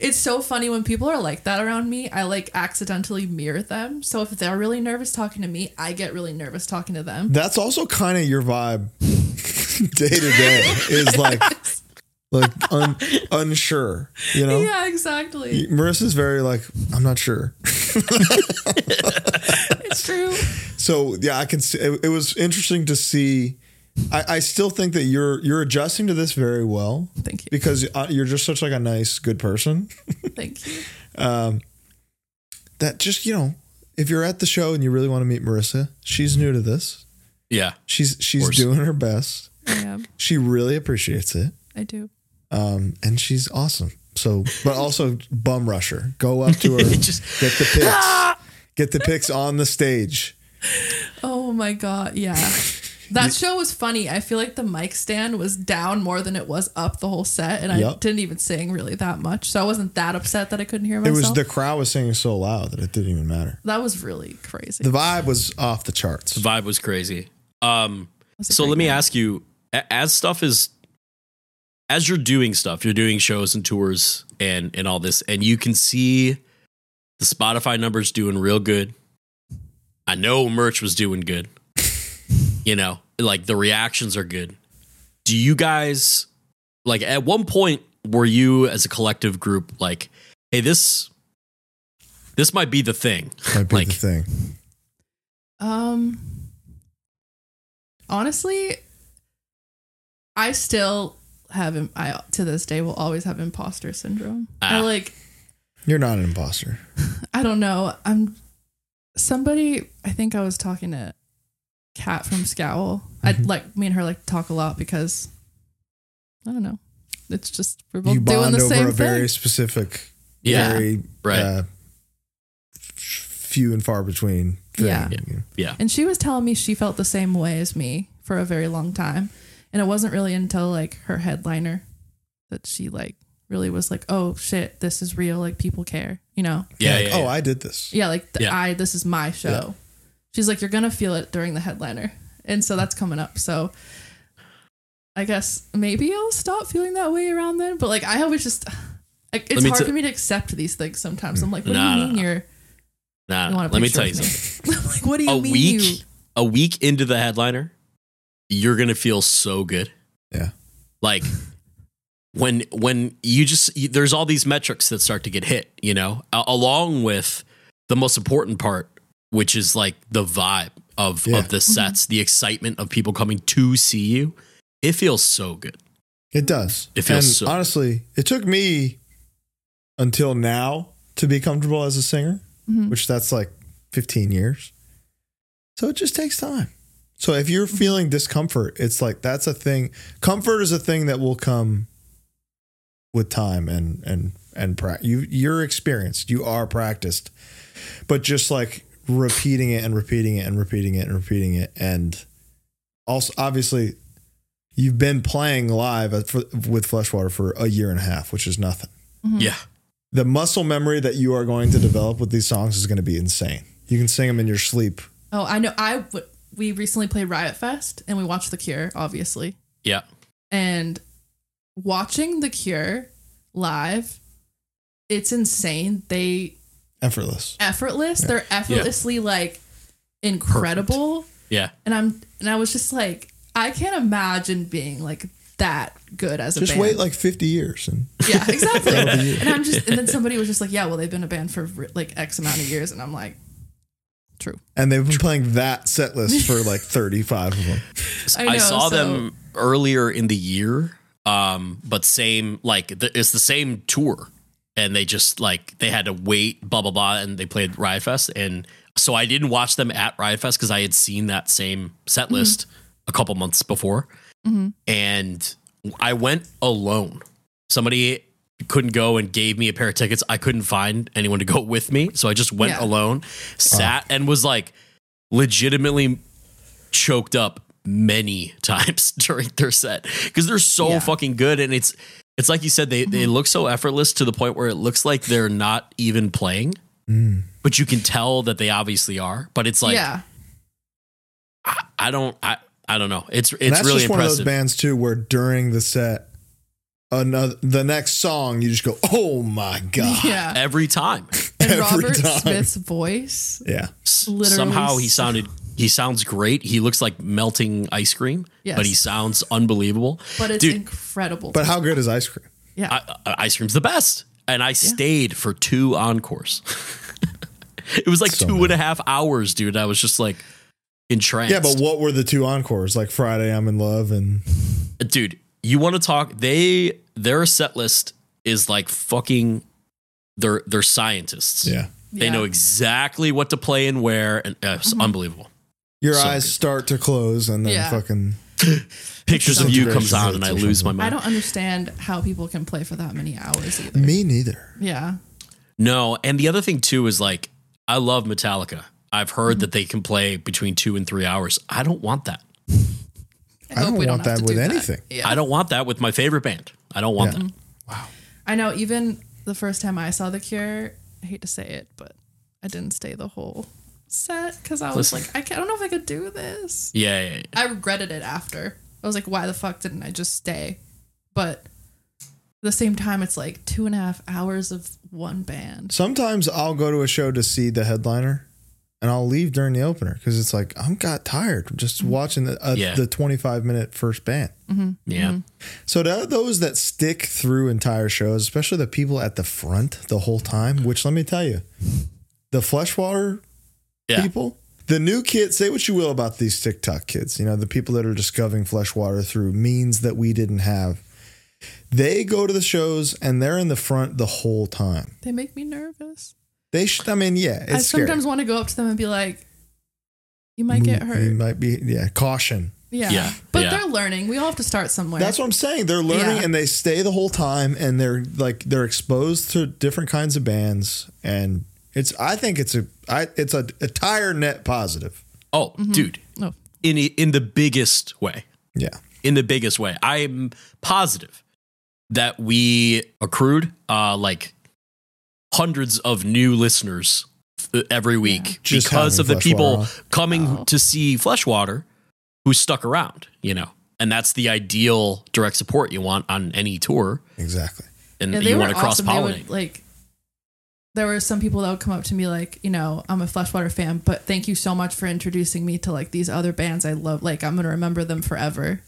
Speaker 4: It's so funny when people are like that around me. I like accidentally mirror them. So if they're really nervous talking to me, I get really nervous talking to them.
Speaker 1: That's also kind of your vibe day to day is like, like un, unsure, you know?
Speaker 4: Yeah, exactly.
Speaker 1: Marissa's very like, I'm not sure.
Speaker 4: It's true.
Speaker 1: So yeah, I can see. It, it was interesting to see. I, I still think that you're you're adjusting to this very well
Speaker 4: Thank you.
Speaker 1: because uh, you're just such like a nice, good person.
Speaker 4: Thank you.
Speaker 1: that just you know if you're at the show and you really want to meet marissa she's new to this
Speaker 2: Yeah.
Speaker 1: she's she's
Speaker 2: course.
Speaker 1: doing her best
Speaker 4: I am.
Speaker 1: she really appreciates it
Speaker 4: I do.
Speaker 1: um and she's awesome so but also bum rush her go up to her
Speaker 2: Just- Ah!
Speaker 1: get the pics get the pics on the stage
Speaker 4: Oh my god. Yeah. That show was funny. I feel like the mic stand was down more than it was up the whole set, and I
Speaker 1: Yep.
Speaker 4: didn't even sing really that much, so I wasn't that upset that I couldn't hear
Speaker 1: it
Speaker 4: myself.
Speaker 1: was the crowd was singing so loud that it didn't even matter
Speaker 4: that was really crazy.
Speaker 1: the vibe was off the charts
Speaker 2: vibe was crazy. Um,
Speaker 4: was a
Speaker 2: so
Speaker 4: great
Speaker 2: let me ask you: a- as stuff is, as you're doing stuff, you're doing shows and tours and and all this, and you can see the Spotify numbers doing real good. I know merch was doing good. you know, like the reactions are good. Do you guys like at one point were you as a collective group like, hey, this this might be the thing?
Speaker 1: might be
Speaker 2: like,
Speaker 1: the thing
Speaker 4: Um honestly, I still have im- I to this day will always have imposter syndrome. I
Speaker 2: Ah.
Speaker 4: like
Speaker 1: you're not an imposter
Speaker 4: I don't know. I'm somebody I think I was talking to Kat from Scowl. I
Speaker 1: Mm-hmm.
Speaker 4: like me and her like to talk a lot because I don't know. It's just we're both
Speaker 1: you
Speaker 4: doing
Speaker 1: bond
Speaker 4: the
Speaker 1: over
Speaker 4: same
Speaker 1: a
Speaker 4: thing.
Speaker 1: very specific
Speaker 2: yeah,
Speaker 1: very
Speaker 2: right.
Speaker 1: uh, few and far between thing.
Speaker 4: Yeah.
Speaker 2: yeah.
Speaker 4: And she was telling me she felt the same way as me for a very long time. And it wasn't really until like her headliner that she like really was like, oh shit, this is real. Like people care, you know?
Speaker 2: Yeah,
Speaker 1: Like,
Speaker 2: yeah,
Speaker 1: oh,
Speaker 2: yeah.
Speaker 1: I did this.
Speaker 4: Yeah. Like the,
Speaker 2: Yeah.
Speaker 4: I, this is my show. She's like, you're going to feel it during the headliner. And so that's coming up. So I guess maybe I'll stop feeling that way around then. But like, I always just, like, it's
Speaker 2: me
Speaker 4: hard
Speaker 2: t-
Speaker 4: for me to accept these things sometimes. I'm like, what
Speaker 2: Nah,
Speaker 4: do
Speaker 2: nah,
Speaker 4: you mean
Speaker 2: nah.
Speaker 4: you're,
Speaker 2: Nah,
Speaker 4: you want a
Speaker 2: let me
Speaker 4: picture
Speaker 2: tell you
Speaker 4: of me?
Speaker 2: something.
Speaker 4: like, what do you
Speaker 2: A
Speaker 4: mean?
Speaker 2: week,
Speaker 4: you-
Speaker 2: a week into the headliner, you're gonna feel so good.
Speaker 1: Yeah.
Speaker 2: Like when when you just you, there's all these metrics that start to get hit, you know, a- along with the most important part, which is like the vibe of
Speaker 1: Yeah.
Speaker 2: of the sets, the excitement of people coming to see you. It feels so good.
Speaker 1: It does.
Speaker 2: It feels
Speaker 1: and
Speaker 2: so-
Speaker 1: honestly, it took me until now to be comfortable as a singer,
Speaker 4: Mhm.
Speaker 1: which that's like 15 years. So it just takes time. So if you're feeling discomfort, it's like that's a thing. Comfort is a thing that will come with time and and and pra- you you're experienced, you are practiced. But just like repeating it and repeating it and repeating it and repeating it and also obviously you've been playing live at- for- with Fleshwater for a year and a half, which is nothing.
Speaker 2: Yeah.
Speaker 1: The muscle memory that you are going to develop with these songs is going to be insane. You can sing them in your sleep.
Speaker 4: Oh, I know. I w- we recently played Riot Fest and we watched The Cure, obviously.
Speaker 2: Yeah.
Speaker 4: And watching The Cure live, it's insane. They
Speaker 1: effortless.
Speaker 4: effortless. They're effortlessly like incredible.
Speaker 2: Yeah.
Speaker 4: And I'm and I was just like, I can't imagine being like that good as a
Speaker 1: Just
Speaker 4: band.
Speaker 1: wait like 50 years and
Speaker 4: yeah, exactly. and I'm just and then somebody was just like, yeah, well they've been a band for like X amount of years, and I'm like, true.
Speaker 1: and they've been playing that set list for like 35 of them.
Speaker 4: I,
Speaker 2: I
Speaker 4: know,
Speaker 2: saw
Speaker 4: so-
Speaker 2: them earlier in the year, um, but same like the, it's the same tour, and they just like they had to wait, blah blah blah, and they played Riot Fest, and so I didn't watch them at Riot Fest because I had seen that same set
Speaker 4: Mm-hmm.
Speaker 2: list a couple months before, and I went alone. Somebody couldn't go and gave me a pair of tickets. I couldn't find anyone to go with me, so I just went
Speaker 4: Yeah.
Speaker 2: alone, sat, and was like legitimately choked up many times during their set because they're so
Speaker 4: Yeah.
Speaker 2: fucking good and it's it's like you said they they look so effortless to the point where it looks like they're not even playing but you can tell that they obviously are but it's like
Speaker 4: yeah,
Speaker 2: I, I don't I I don't know it's
Speaker 1: And
Speaker 2: it's
Speaker 1: that's
Speaker 2: really
Speaker 1: just one of those
Speaker 2: impressive
Speaker 1: bands too where during the set another the next song you just go, "Oh my god."
Speaker 4: yeah.
Speaker 2: every time
Speaker 4: And
Speaker 1: every
Speaker 4: Robert
Speaker 1: time.
Speaker 4: Smith's voice,
Speaker 1: Yeah.
Speaker 2: S-
Speaker 4: Literally
Speaker 2: somehow he
Speaker 4: s-
Speaker 2: sounded he sounds great he looks like melting ice cream
Speaker 4: Yes.
Speaker 2: but he sounds unbelievable
Speaker 4: but it's
Speaker 2: dude
Speaker 4: incredible.
Speaker 1: But how good is ice cream?
Speaker 4: yeah,
Speaker 2: I, I- ice cream's the best. And I stayed for two encores. it was like
Speaker 1: So
Speaker 2: two and a half hours, dude. I was just like entranced.
Speaker 1: Yeah, but what were the two encores? Like Friday I'm in Love and
Speaker 2: Uh, dude, you want to talk? They their set list is like fucking. They're they're scientists.
Speaker 1: yeah.
Speaker 2: they
Speaker 4: Yeah. Mm-hmm.
Speaker 2: know exactly what to play and where, and uh, it's unbelievable.
Speaker 1: Your
Speaker 2: So
Speaker 1: eyes
Speaker 2: good.
Speaker 1: start to close and then
Speaker 4: Yeah.
Speaker 1: fucking
Speaker 2: Pictures of you comes
Speaker 1: Disintegration
Speaker 2: on, and I
Speaker 1: rates or
Speaker 2: lose my
Speaker 1: something.
Speaker 4: I
Speaker 2: mind.
Speaker 4: don't understand how people can play for that many hours either.
Speaker 1: me neither.
Speaker 4: Yeah,
Speaker 2: No, and the other thing too is like I love Metallica. I've
Speaker 1: Mm-hmm.
Speaker 2: heard that they can play between two and three hours. I don't want that.
Speaker 1: I
Speaker 4: hope
Speaker 1: don't
Speaker 4: we
Speaker 1: want
Speaker 4: have
Speaker 1: that
Speaker 4: to
Speaker 1: with
Speaker 4: do
Speaker 1: anything.
Speaker 4: Yeah. Mm-hmm.
Speaker 2: I don't want that with my favorite band. I don't want
Speaker 1: Yeah.
Speaker 2: that.
Speaker 4: I know. Even the first time I saw The Cure, I hate to say it, but I didn't stay the whole set because I was
Speaker 2: Listen.
Speaker 4: like, I, can't, I don't know if I could do this.
Speaker 2: Yeah, yeah, yeah.
Speaker 4: I regretted it after. I was like, why the fuck didn't I just stay? But at the same time, it's like two and a half hours of one band.
Speaker 1: Sometimes I'll go to a show to see the headliner and I'll leave during the opener because it's like I'm got tired just watching the uh,
Speaker 2: Yeah.
Speaker 1: the 25 minute first band.
Speaker 2: yeah.
Speaker 4: Mm-hmm.
Speaker 1: So to those that stick through entire shows, especially the people at the front the whole time, which let me tell you, the Fleshwater
Speaker 2: Yeah.
Speaker 1: people, the new kids, say what you will about these TikTok kids, you know, the people that are discovering Fleshwater through means that we didn't have. They go to the shows and they're in the front the whole time.
Speaker 4: They make me nervous.
Speaker 1: They should, I mean, yeah, it's
Speaker 4: I
Speaker 1: scary.
Speaker 4: sometimes want to go up to them and be like, you might get
Speaker 1: You
Speaker 4: hurt.
Speaker 1: might be, yeah, caution.
Speaker 4: Yeah.
Speaker 2: Yeah,
Speaker 4: But
Speaker 2: yeah.
Speaker 4: they're learning. We all have to start somewhere.
Speaker 1: That's what I'm saying. They're learning
Speaker 4: Yeah.
Speaker 1: and they stay the whole time and they're like they're exposed to different kinds of bands and it's I think it's a I it's a entire net positive.
Speaker 2: Oh,
Speaker 4: Mm-hmm.
Speaker 2: dude,
Speaker 4: No.
Speaker 2: in in the biggest way,
Speaker 1: Yeah.
Speaker 2: in the biggest way, I'm positive that we accrued uh, like hundreds of new listeners f- every week
Speaker 1: Just
Speaker 2: because
Speaker 1: having
Speaker 2: of the
Speaker 1: Fleshwater
Speaker 2: people
Speaker 1: on.
Speaker 2: coming to see Fleshwater who stuck around, you know, and that's the ideal direct support you want on any tour,
Speaker 1: Exactly.
Speaker 2: and
Speaker 4: Yeah, they
Speaker 2: you
Speaker 4: were
Speaker 2: want to cross
Speaker 4: awesome. They
Speaker 2: pollinate.
Speaker 4: would like. There were some people that would come up to me like, you know, I'm a Fleshwater fan, but thank you so much for introducing me to like these other bands I love. Like I'm gonna remember them forever.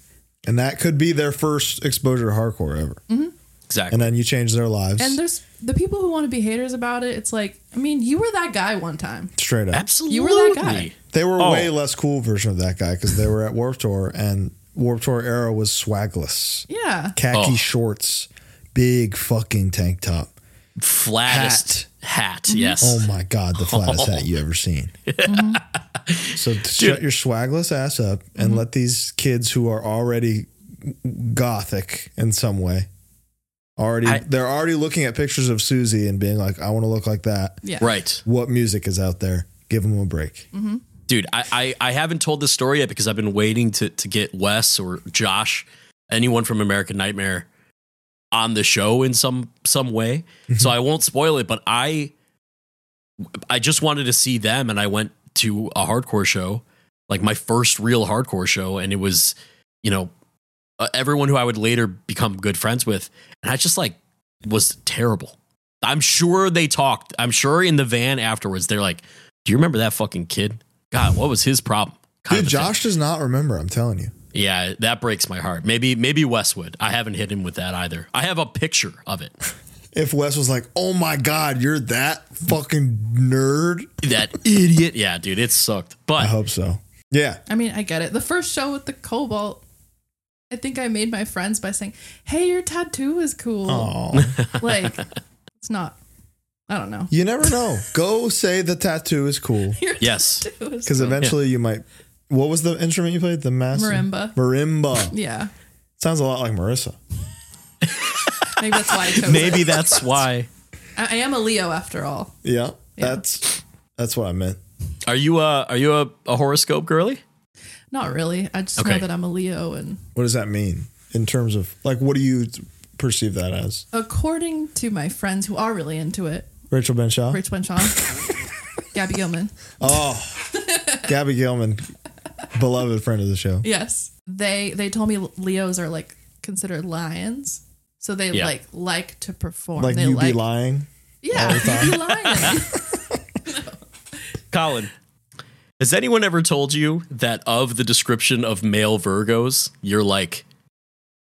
Speaker 1: And that could be their first exposure to hardcore ever.
Speaker 2: exactly.
Speaker 1: And then you change their lives
Speaker 4: And there's the people who want to be haters about it. It's like, I mean, you were that guy one time.
Speaker 1: straight up.
Speaker 2: Absolutely.
Speaker 4: You were that guy.
Speaker 1: They were
Speaker 2: Oh.
Speaker 1: way less cool version of that guy because they were at Warped Tour and Warped Tour era was swagless.
Speaker 4: Yeah.
Speaker 1: Khaki
Speaker 2: Oh.
Speaker 1: shorts, big fucking tank top.
Speaker 2: Flattest hat. Yes.
Speaker 1: Oh my god, the flattest hat you ever seen. so t- shut your swagless ass up and let these kids who are already gothic in some way already
Speaker 2: I-
Speaker 1: they're already looking at pictures of Susie and being like, I want to look like that.
Speaker 4: Yeah. Mm-hmm.
Speaker 2: Right.
Speaker 1: What music is out there? Give them a break.
Speaker 2: dude I, I i haven't told this story yet because i've been waiting to to get wes or josh anyone from american nightmare on the show in some some way so i won't spoil it but i i just wanted to see them and i went to a hardcore show like my first real hardcore show and it was you know uh, everyone who i would later become good friends with and i just like was terrible I'm sure they talked. I'm sure in the van afterwards, they're like, "Do you remember that fucking kid? God, what was his problem?" Kind
Speaker 1: Dude,
Speaker 2: of a thing.
Speaker 1: Josh does not remember. I'm telling you.
Speaker 2: Yeah, that breaks my heart. Maybe maybe Westwood. I haven't hit him with that either. I have a picture of it.
Speaker 1: If Wes was like, "Oh my god, you're that fucking nerd,"
Speaker 2: That idiot. Yeah, dude, it sucked.
Speaker 1: I
Speaker 2: But
Speaker 1: hope so. Yeah,
Speaker 4: I mean, I get it. The first show with the Cobalt, I think I made my friends by saying, "Hey, your tattoo is cool."
Speaker 2: Oh.
Speaker 4: Like, it's not. I don't know.
Speaker 1: you never know. Go say the tattoo is cool
Speaker 4: Your
Speaker 2: Yes.
Speaker 4: tattoo is
Speaker 1: because
Speaker 4: cool.
Speaker 1: eventually you might. What was the instrument you played? The mass
Speaker 4: Marimba.
Speaker 1: Marimba
Speaker 4: yeah,
Speaker 1: sounds a lot like Marissa.
Speaker 4: maybe that's why I chose
Speaker 2: maybe
Speaker 4: it.
Speaker 2: that's why.
Speaker 4: I, I am a Leo after all.
Speaker 1: Yeah,
Speaker 4: Yeah.
Speaker 1: that's that's what I meant.
Speaker 2: Are you a are you a, a horoscope girly?
Speaker 4: Not really. I just know
Speaker 2: Okay.
Speaker 4: that I'm a Leo, and
Speaker 1: What does that mean in terms of like what do you perceive that as?
Speaker 4: according to my friends who are really into it,
Speaker 1: Rachel Benshaw,
Speaker 4: Rich Benshaw, Gabby Gilman,
Speaker 1: Oh. Gabby Gilman, beloved friend of the show.
Speaker 4: yes, they they told me Leos are like considered lions, so they
Speaker 2: Yeah.
Speaker 4: like like to perform.
Speaker 1: Like
Speaker 4: they
Speaker 1: you
Speaker 4: like
Speaker 1: be lying.
Speaker 4: Yeah, you be lying.
Speaker 2: Colin. Has anyone ever told you that of the description of male Virgos, you're like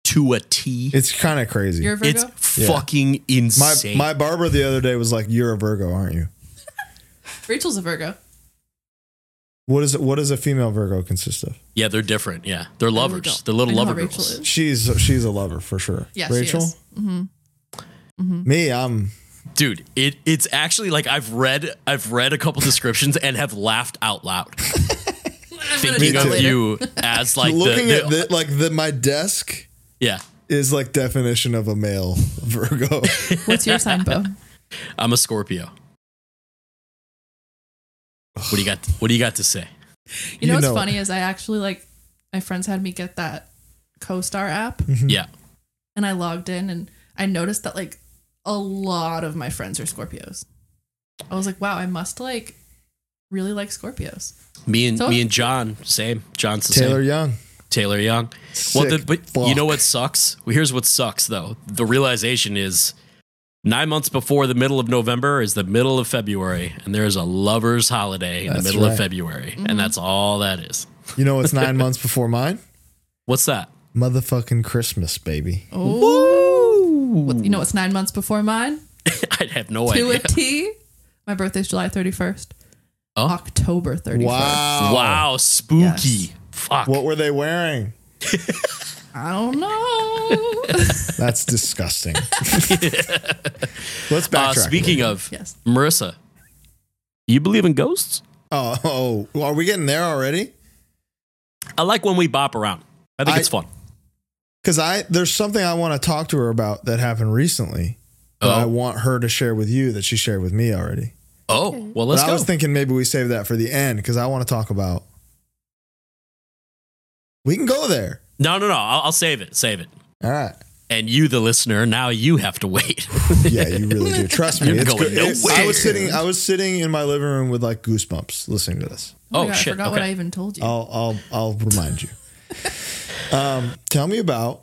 Speaker 2: to a T?
Speaker 1: It's kind of crazy.
Speaker 4: You're a Virgo.
Speaker 2: It's fucking
Speaker 1: my
Speaker 2: insane.
Speaker 1: my barber the other day was like, "You're a Virgo, aren't you?"
Speaker 4: Rachel's a Virgo.
Speaker 1: What is what does a female Virgo consist of?
Speaker 2: yeah, they're different. Yeah, they're lovers.
Speaker 4: don't-
Speaker 2: They're little
Speaker 4: I know
Speaker 2: lover
Speaker 4: how Rachel
Speaker 2: girls.
Speaker 4: is.
Speaker 1: She's she's a lover for sure.
Speaker 4: Yeah,
Speaker 1: Rachel,
Speaker 4: she is. Mm-hmm.
Speaker 1: me, I'm
Speaker 2: dude it it's actually like i've read i've read a couple descriptions and have laughed out loud
Speaker 4: I'm gonna do
Speaker 2: thinking
Speaker 4: that
Speaker 2: of
Speaker 4: later.
Speaker 2: you as like
Speaker 1: looking
Speaker 2: the,
Speaker 1: at
Speaker 2: the-
Speaker 1: the, like the my desk
Speaker 2: yeah
Speaker 1: is like definition of a male Virgo.
Speaker 4: What's your sign, Bo?
Speaker 2: i'm a scorpio what do you got what do you got to say
Speaker 4: You know what's
Speaker 1: know it.
Speaker 4: funny is I actually like my friends had me get that CoStar app,
Speaker 1: Mm-hmm.
Speaker 2: yeah
Speaker 4: and I logged in and I noticed that like a lot of my friends are Scorpios. I was like, wow, I must like really like Scorpios.
Speaker 2: me and
Speaker 4: So-
Speaker 2: me and john same john's the
Speaker 1: Taylor
Speaker 2: same
Speaker 1: Young.
Speaker 2: taylor young well the,
Speaker 1: Sick
Speaker 2: but you know
Speaker 1: fuck.
Speaker 2: what sucks well, here's what sucks though the realization is Nine months before the middle of November is the middle of February, and there is a lover's holiday in
Speaker 1: That's
Speaker 2: the middle
Speaker 1: right. Mm-hmm.
Speaker 2: of February, and that's all that is.
Speaker 1: You know it's nine months before mine.
Speaker 2: What's that?
Speaker 1: Motherfucking Christmas, baby.
Speaker 4: What- you know what's nine months before mine?
Speaker 2: I'd have no
Speaker 4: To a
Speaker 2: idea.
Speaker 4: T. My birthday's July 31st.
Speaker 2: Oh.
Speaker 4: October 31st.
Speaker 1: Wow.
Speaker 2: Wow, spooky.
Speaker 4: Yes.
Speaker 2: Fuck.
Speaker 1: What were they wearing?
Speaker 4: I don't know.
Speaker 1: That's disgusting. Let's backtrack.
Speaker 2: uh, speaking of,
Speaker 4: Yes.
Speaker 2: Marissa, you believe in ghosts?
Speaker 1: oh, oh, well, are we getting there already?
Speaker 2: I like when we bop around. I think
Speaker 1: I-
Speaker 2: it's fun.
Speaker 1: Because I there's something I want to talk to her about that happened recently. But I
Speaker 2: Oh.
Speaker 1: want her to share with you that she shared with me already.
Speaker 2: Oh, well,
Speaker 1: But
Speaker 2: let's
Speaker 1: I
Speaker 2: go.
Speaker 1: was thinking maybe we save that for the end because I want to talk about. We can go there.
Speaker 2: no, no, no. I'll, I'll save it. Save it.
Speaker 1: All right.
Speaker 2: And you, the listener, now you have to wait.
Speaker 1: Yeah, you really do. Trust me.
Speaker 2: You're
Speaker 1: it's
Speaker 2: going
Speaker 1: good. It's- I
Speaker 2: nowhere.
Speaker 1: was sitting. I was sitting in my living room with like goosebumps listening to this.
Speaker 4: my
Speaker 2: Oh,
Speaker 4: God,
Speaker 2: shit,
Speaker 4: I forgot what
Speaker 2: okay.
Speaker 4: I even told you.
Speaker 1: I'll I'll I'll remind you. um, tell me about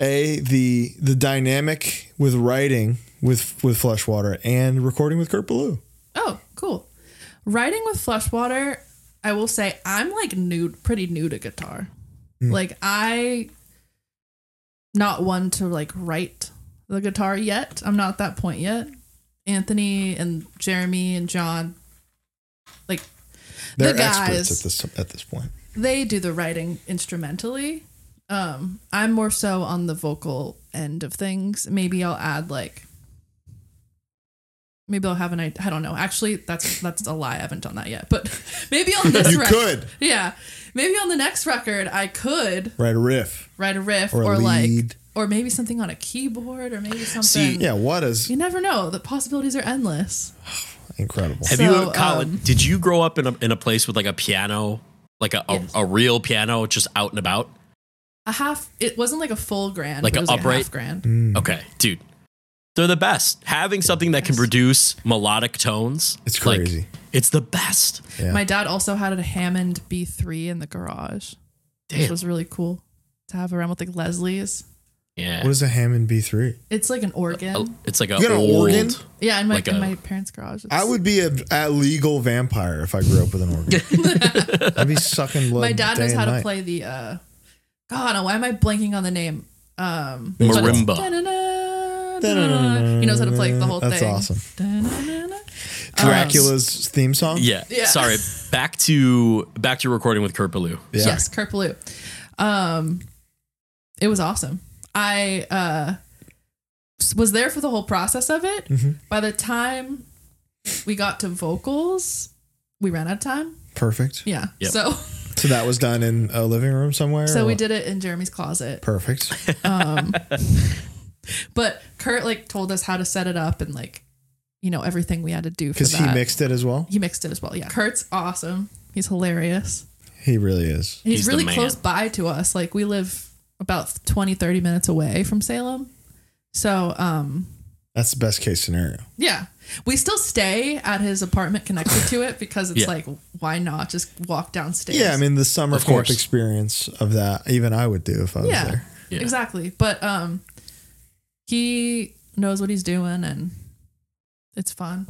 Speaker 1: a the the dynamic with writing with with Fleshwater and recording with Kurt Ballou.
Speaker 4: Oh, cool. Riding with Flushwater, I will say I'm like new, pretty new to guitar. Like I, not one to like write the guitar yet. I'm not at that point yet. Anthony and Jeremy and John, like
Speaker 1: They're
Speaker 4: The guys.
Speaker 1: experts at this at this point.
Speaker 4: they do the writing instrumentally. Um, I'm more so on the vocal end of things. Maybe I'll add like, maybe I'll have an idea. I don't know. Actually, that's that's a lie. I haven't done that yet. But maybe on this
Speaker 1: You
Speaker 4: record,
Speaker 1: could.
Speaker 4: yeah, maybe on the next record I could
Speaker 1: Write a riff.
Speaker 4: write a riff
Speaker 1: Or
Speaker 4: or,
Speaker 1: a
Speaker 4: like,
Speaker 1: lead.
Speaker 4: or maybe something on a keyboard or maybe something.
Speaker 1: Yeah, what is
Speaker 4: You never know. The possibilities are endless.
Speaker 1: incredible.
Speaker 2: Have
Speaker 4: So,
Speaker 2: you, Colin?
Speaker 4: um,
Speaker 2: did you grow up in a in a place with like a piano, like a, a,
Speaker 4: Yes.
Speaker 2: a real piano, just out and about?
Speaker 4: A half. It wasn't like a full grand.
Speaker 2: Like
Speaker 4: but
Speaker 2: a
Speaker 4: it was like a
Speaker 2: upright?
Speaker 4: half grand.
Speaker 2: Okay, dude, they're the best. Having something that can
Speaker 4: Yes.
Speaker 2: produce melodic tones,
Speaker 1: It's
Speaker 2: like,
Speaker 1: crazy.
Speaker 2: it's the best.
Speaker 1: Yeah.
Speaker 4: My dad also had a Hammond B3 in the garage, which
Speaker 2: Damn.
Speaker 4: was really cool to have around with like Leslie's.
Speaker 2: Yeah.
Speaker 1: What is a Hammond B3?
Speaker 4: It's like
Speaker 1: Oh,
Speaker 4: an organ.
Speaker 2: A- It's like a
Speaker 1: You got an
Speaker 2: old,
Speaker 1: organ?
Speaker 4: yeah, in my,
Speaker 2: like
Speaker 4: in
Speaker 2: a-
Speaker 4: my parents' garage. It's-
Speaker 1: I would be a, a legal vampire if I grew up with an organ. I'd be sucking blood.
Speaker 4: My dad
Speaker 1: day
Speaker 4: knows
Speaker 1: and
Speaker 4: how to
Speaker 1: night.
Speaker 4: play the. uh God, why am I blanking on the name? Um,
Speaker 2: Marimba.
Speaker 4: but it's- He knows how to play the whole
Speaker 1: That's
Speaker 4: thing.
Speaker 1: awesome.
Speaker 4: awesome.
Speaker 1: Dracula's theme song.
Speaker 2: Yeah.
Speaker 4: Yeah.
Speaker 2: Sorry. Back to back to recording with Kurt Ballou.
Speaker 1: Yeah.
Speaker 4: Yes, Kurt Ballou. Um, it was awesome. I uh, s- was there for the whole process of it.
Speaker 1: Mm-hmm.
Speaker 4: By the time we got to vocals, we ran out of time.
Speaker 1: Perfect.
Speaker 4: Yeah.
Speaker 2: Yep.
Speaker 4: So
Speaker 1: So that was done in a living room somewhere.
Speaker 4: so
Speaker 1: or
Speaker 4: we
Speaker 1: what?
Speaker 4: did it in Jeremy's closet.
Speaker 1: Perfect.
Speaker 4: But Kurt like told us how to set it up and like you know everything we had to do for
Speaker 1: Because he
Speaker 4: that.
Speaker 1: mixed it as well.
Speaker 4: he mixed it as well. Yeah. Kurt's awesome. He's hilarious.
Speaker 1: He really is.
Speaker 4: He's,
Speaker 2: He's the
Speaker 4: really
Speaker 2: man.
Speaker 4: close by to us. Like we live about 20, 30 minutes away from Salem. So, um,
Speaker 1: That's the best case scenario.
Speaker 4: yeah, we still stay at his apartment connected to it because it's
Speaker 2: Yeah.
Speaker 4: like, why not just walk downstairs?
Speaker 1: Yeah, I mean the summer
Speaker 2: Of
Speaker 1: camp
Speaker 2: course.
Speaker 1: experience of that, even I would do if I was
Speaker 4: yeah,
Speaker 1: there.
Speaker 2: Yeah.
Speaker 4: exactly. But, um, he knows what he's doing and it's fun.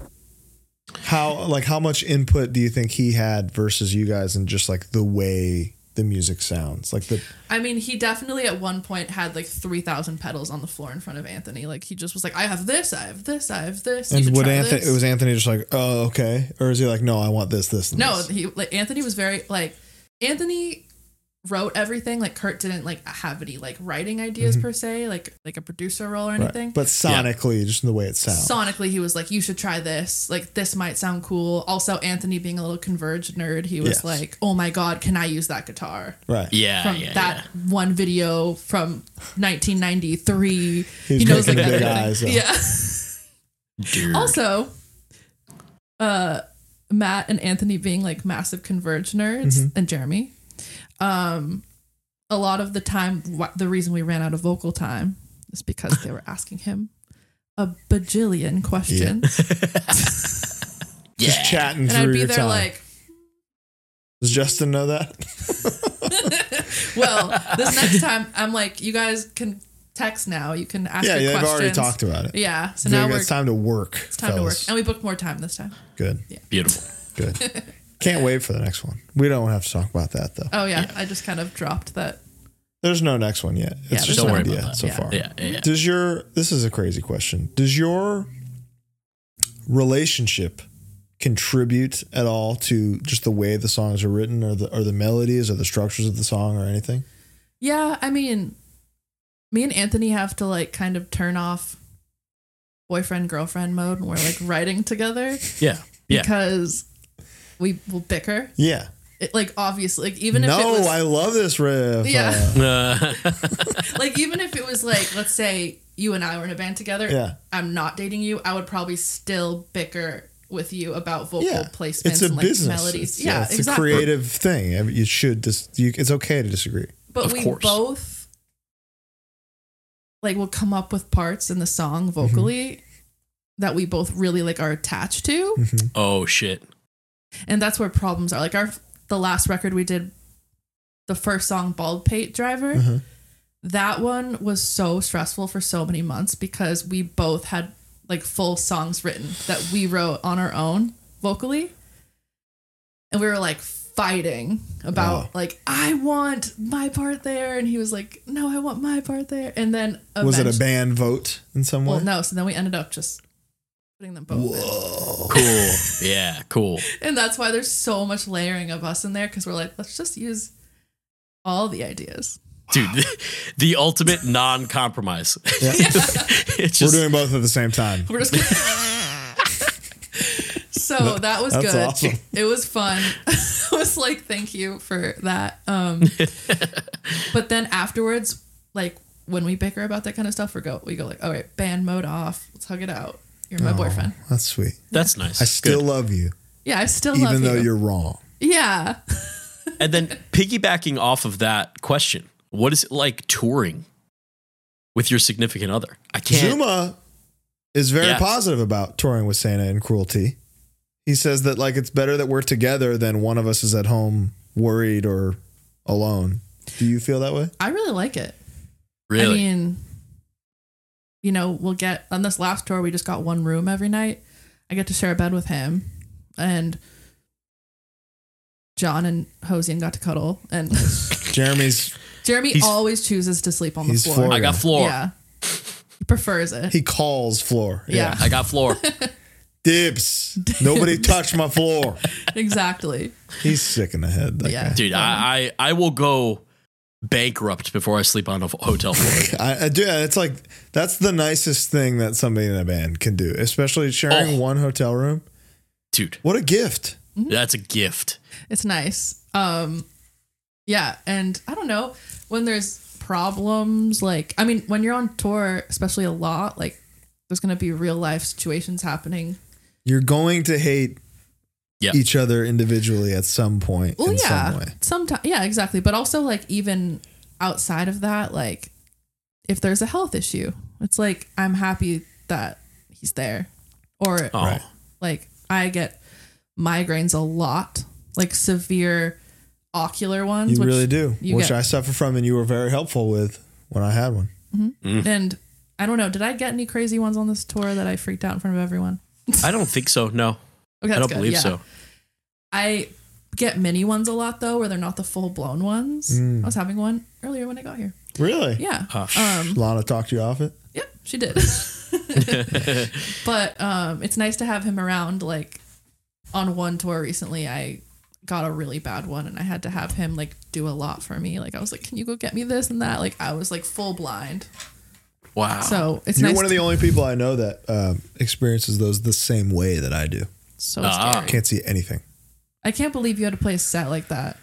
Speaker 1: How like how much input do you think he had versus you guys and just like the way the music sounds? Like the
Speaker 4: I mean, he definitely at one point had like 3,000 pedals on the floor in front of Anthony. Like he just was like, I have this, I have this, I have this. you
Speaker 1: and
Speaker 4: should
Speaker 1: would
Speaker 4: try
Speaker 1: Anthony
Speaker 4: this."
Speaker 1: was Anthony just like, "Oh, okay." Or is he like, "No, I want this this." And
Speaker 4: No,
Speaker 1: this."
Speaker 4: he like Anthony was very like Anthony wrote everything. Like Kurt didn't like have any like writing ideas per se, like like a producer role or
Speaker 1: Mm-hmm. Right.
Speaker 4: anything.
Speaker 1: But sonically, just in the way it sounds.
Speaker 4: sonically, he was like, "You should try this. Like this might sound cool." Also, Anthony being a little converged nerd, he was
Speaker 1: Yes.
Speaker 4: like, "Oh my god, can I use that guitar?"
Speaker 1: Right.
Speaker 2: Yeah.
Speaker 4: From
Speaker 2: Ah, yeah,
Speaker 4: that one video from 1993,
Speaker 1: He's
Speaker 4: he knows like
Speaker 1: making big
Speaker 4: everything.
Speaker 1: eyes, uh,
Speaker 4: Yeah.
Speaker 2: yeah.
Speaker 1: Mm.
Speaker 2: Dude.
Speaker 4: Also, uh, Matt and Anthony being like massive converge nerds,
Speaker 1: Mm-hmm.
Speaker 4: and Jeremy, um, a lot of the time, wh- the reason we ran out of vocal time is because they were asking him a bajillion questions,
Speaker 2: yeah.
Speaker 1: Just chatting
Speaker 4: and
Speaker 1: through
Speaker 4: I'd be
Speaker 1: your
Speaker 4: there
Speaker 1: time.
Speaker 4: like,
Speaker 1: Does Justin know that?
Speaker 4: "Well, this next time, I'm like, you guys can text now. You can ask
Speaker 1: yeah,
Speaker 4: your
Speaker 1: yeah. I've
Speaker 4: questions."
Speaker 1: already talked about it.
Speaker 4: Yeah, so
Speaker 1: Dude,
Speaker 4: now we're
Speaker 1: it's time to work.
Speaker 4: it's time to work, and we booked more time this time.
Speaker 1: Good.
Speaker 2: Beautiful.
Speaker 1: Good. Can't wait for the next one. We don't have to talk about that though.
Speaker 4: Oh yeah, I just kind of dropped that.
Speaker 1: There's no next one yet. It's
Speaker 4: Yeah,
Speaker 1: just
Speaker 4: there's
Speaker 1: an
Speaker 4: no-
Speaker 1: idea
Speaker 2: Don't worry about
Speaker 1: so
Speaker 4: that.
Speaker 1: far.
Speaker 2: Yeah. Yeah. yeah.
Speaker 1: Does your this is a crazy question. Does your relationship contribute at all to just the way the songs are written or the or the melodies or the structures of the song or anything?
Speaker 4: Yeah, I mean, me and Anthony have to like kind of turn off boyfriend girlfriend mode when we're like writing together
Speaker 2: Yeah. Yeah.
Speaker 4: because we will bicker.
Speaker 1: Yeah.
Speaker 4: It, like obviously, like even if it
Speaker 1: no,
Speaker 4: was
Speaker 1: I love this riff.
Speaker 4: Yeah.
Speaker 2: Uh,
Speaker 4: like even if it was like let's say you and I were in a band together,
Speaker 1: Yeah.
Speaker 4: I'm not dating you, I would probably still bicker with you about vocal
Speaker 1: yeah.
Speaker 4: placements
Speaker 1: It's a
Speaker 4: and like
Speaker 1: business.
Speaker 4: melodies.
Speaker 1: It's-
Speaker 4: yeah,
Speaker 1: it's
Speaker 4: exactly.
Speaker 1: a creative thing. I mean, You should just you, it's okay to disagree.
Speaker 4: but
Speaker 2: Of
Speaker 4: we
Speaker 2: course.
Speaker 4: both like will come up with parts in the song vocally
Speaker 2: Mm-hmm.
Speaker 4: that we both really like are attached to
Speaker 2: oh shit.
Speaker 4: and that's where problems are like our the last record we did the first song bald pate driver
Speaker 1: Mm-hmm.
Speaker 4: that one was so stressful for so many months because we both had like full songs written that we wrote on our own vocally and we were like fighting about
Speaker 1: Wow.
Speaker 4: like i want my part there and he was like no i want my part there and then
Speaker 1: Was it a
Speaker 4: eventu-
Speaker 1: band vote in some way?
Speaker 4: well no so then we ended up just putting them both in.
Speaker 2: Cool. Yeah. Cool.
Speaker 4: And that's why there's so much layering of us in there because we're like, let's just use all the ideas.
Speaker 2: Dude, the ultimate non-compromise. it's
Speaker 1: We're
Speaker 2: just
Speaker 1: doing both at the same time.
Speaker 4: We're just gonna- so that was
Speaker 1: That's
Speaker 4: good.
Speaker 1: awesome.
Speaker 4: It was fun. I was like, thank you for that. Um, but then afterwards, like when we bicker about that kind of stuff, we go, we go like, all right, band mode off. Let's hug it out. You're
Speaker 1: Oh.
Speaker 4: my boyfriend.
Speaker 1: That's sweet.
Speaker 2: that's nice.
Speaker 1: I still
Speaker 2: Good.
Speaker 1: love you,
Speaker 4: Yeah, I still love
Speaker 1: even though
Speaker 4: you.
Speaker 1: you're wrong.
Speaker 4: yeah.
Speaker 2: And then piggybacking off of that question, what is it like touring with your significant other? I can't.
Speaker 1: Zuma is very
Speaker 2: Yeah.
Speaker 1: positive about touring with Santa and Cruelty. He says that like it's better that we're together than one of us is at home worried or alone. Do you feel that way?
Speaker 4: I really like it.
Speaker 2: Really?
Speaker 4: I mean, you know, we'll get on this last tour, we just got one room every night. I get to share a bed with him, and John and Hosian got to cuddle, and
Speaker 1: Jeremy's
Speaker 4: Jeremy
Speaker 2: He's-
Speaker 4: always chooses to sleep on the
Speaker 1: he's
Speaker 4: floor.
Speaker 1: Florida.
Speaker 2: I got floor.
Speaker 4: Yeah, he prefers it.
Speaker 1: he calls floor.
Speaker 4: yeah,
Speaker 2: I got floor.
Speaker 1: Dips. Nobody touched my floor.
Speaker 4: exactly.
Speaker 1: He's sick in the head. That
Speaker 4: Yeah.
Speaker 1: guy.
Speaker 2: Dude, I, I, I will go bankrupt before I sleep on a f- hotel floor.
Speaker 1: I, I do. It's like that's the nicest thing that somebody in a band can do, especially sharing
Speaker 2: Oh.
Speaker 1: one hotel room.
Speaker 2: Dude,
Speaker 1: What a gift!
Speaker 2: that's a gift.
Speaker 4: It's nice. Um, yeah, and I don't know when there's problems. Like, I mean, when you're on tour, especially a lot, like there's gonna be real life situations happening.
Speaker 1: You're going to hate
Speaker 2: Yeah.
Speaker 1: each other individually at some point
Speaker 4: Well,
Speaker 1: in
Speaker 4: yeah,
Speaker 1: some way.
Speaker 4: sometimes, yeah, exactly. But also, like even outside of that, like if there's a health issue, it's like I'm happy that he's there, or
Speaker 2: Oh,
Speaker 4: Like I get migraines a lot, like severe ocular ones.
Speaker 1: You
Speaker 4: which
Speaker 1: really do,
Speaker 4: you
Speaker 1: which
Speaker 4: get-
Speaker 1: I suffer from, and you were very helpful with when I had one.
Speaker 2: Hmm.
Speaker 4: And I don't know, did I get any crazy ones on this tour that I freaked out in front of everyone?
Speaker 2: I don't think so. No,
Speaker 4: Okay,
Speaker 2: I don't
Speaker 4: that's good,
Speaker 2: believe
Speaker 4: yeah.
Speaker 2: so.
Speaker 4: I get mini ones a lot though, where they're not the full blown ones.
Speaker 1: Hmm.
Speaker 4: I was having one earlier when I got here.
Speaker 1: Really?
Speaker 4: Yeah.
Speaker 2: Uh,
Speaker 4: um.
Speaker 1: Lana talked you off it.
Speaker 4: Yep, she did. but um, it's nice to have him around. Like on one tour recently, I got a really bad one, and I had to have him like do a lot for me. Like I was like, "Can you go get me this and that?" Like I was like full blind.
Speaker 2: Wow.
Speaker 4: So it's
Speaker 1: You're
Speaker 4: nice.
Speaker 1: one of the
Speaker 4: to-
Speaker 1: only people I know that um, experiences those the same way that I do.
Speaker 4: so
Speaker 2: Ah.
Speaker 4: scary.
Speaker 1: Can't see anything.
Speaker 4: I can't believe you had to play a set like that.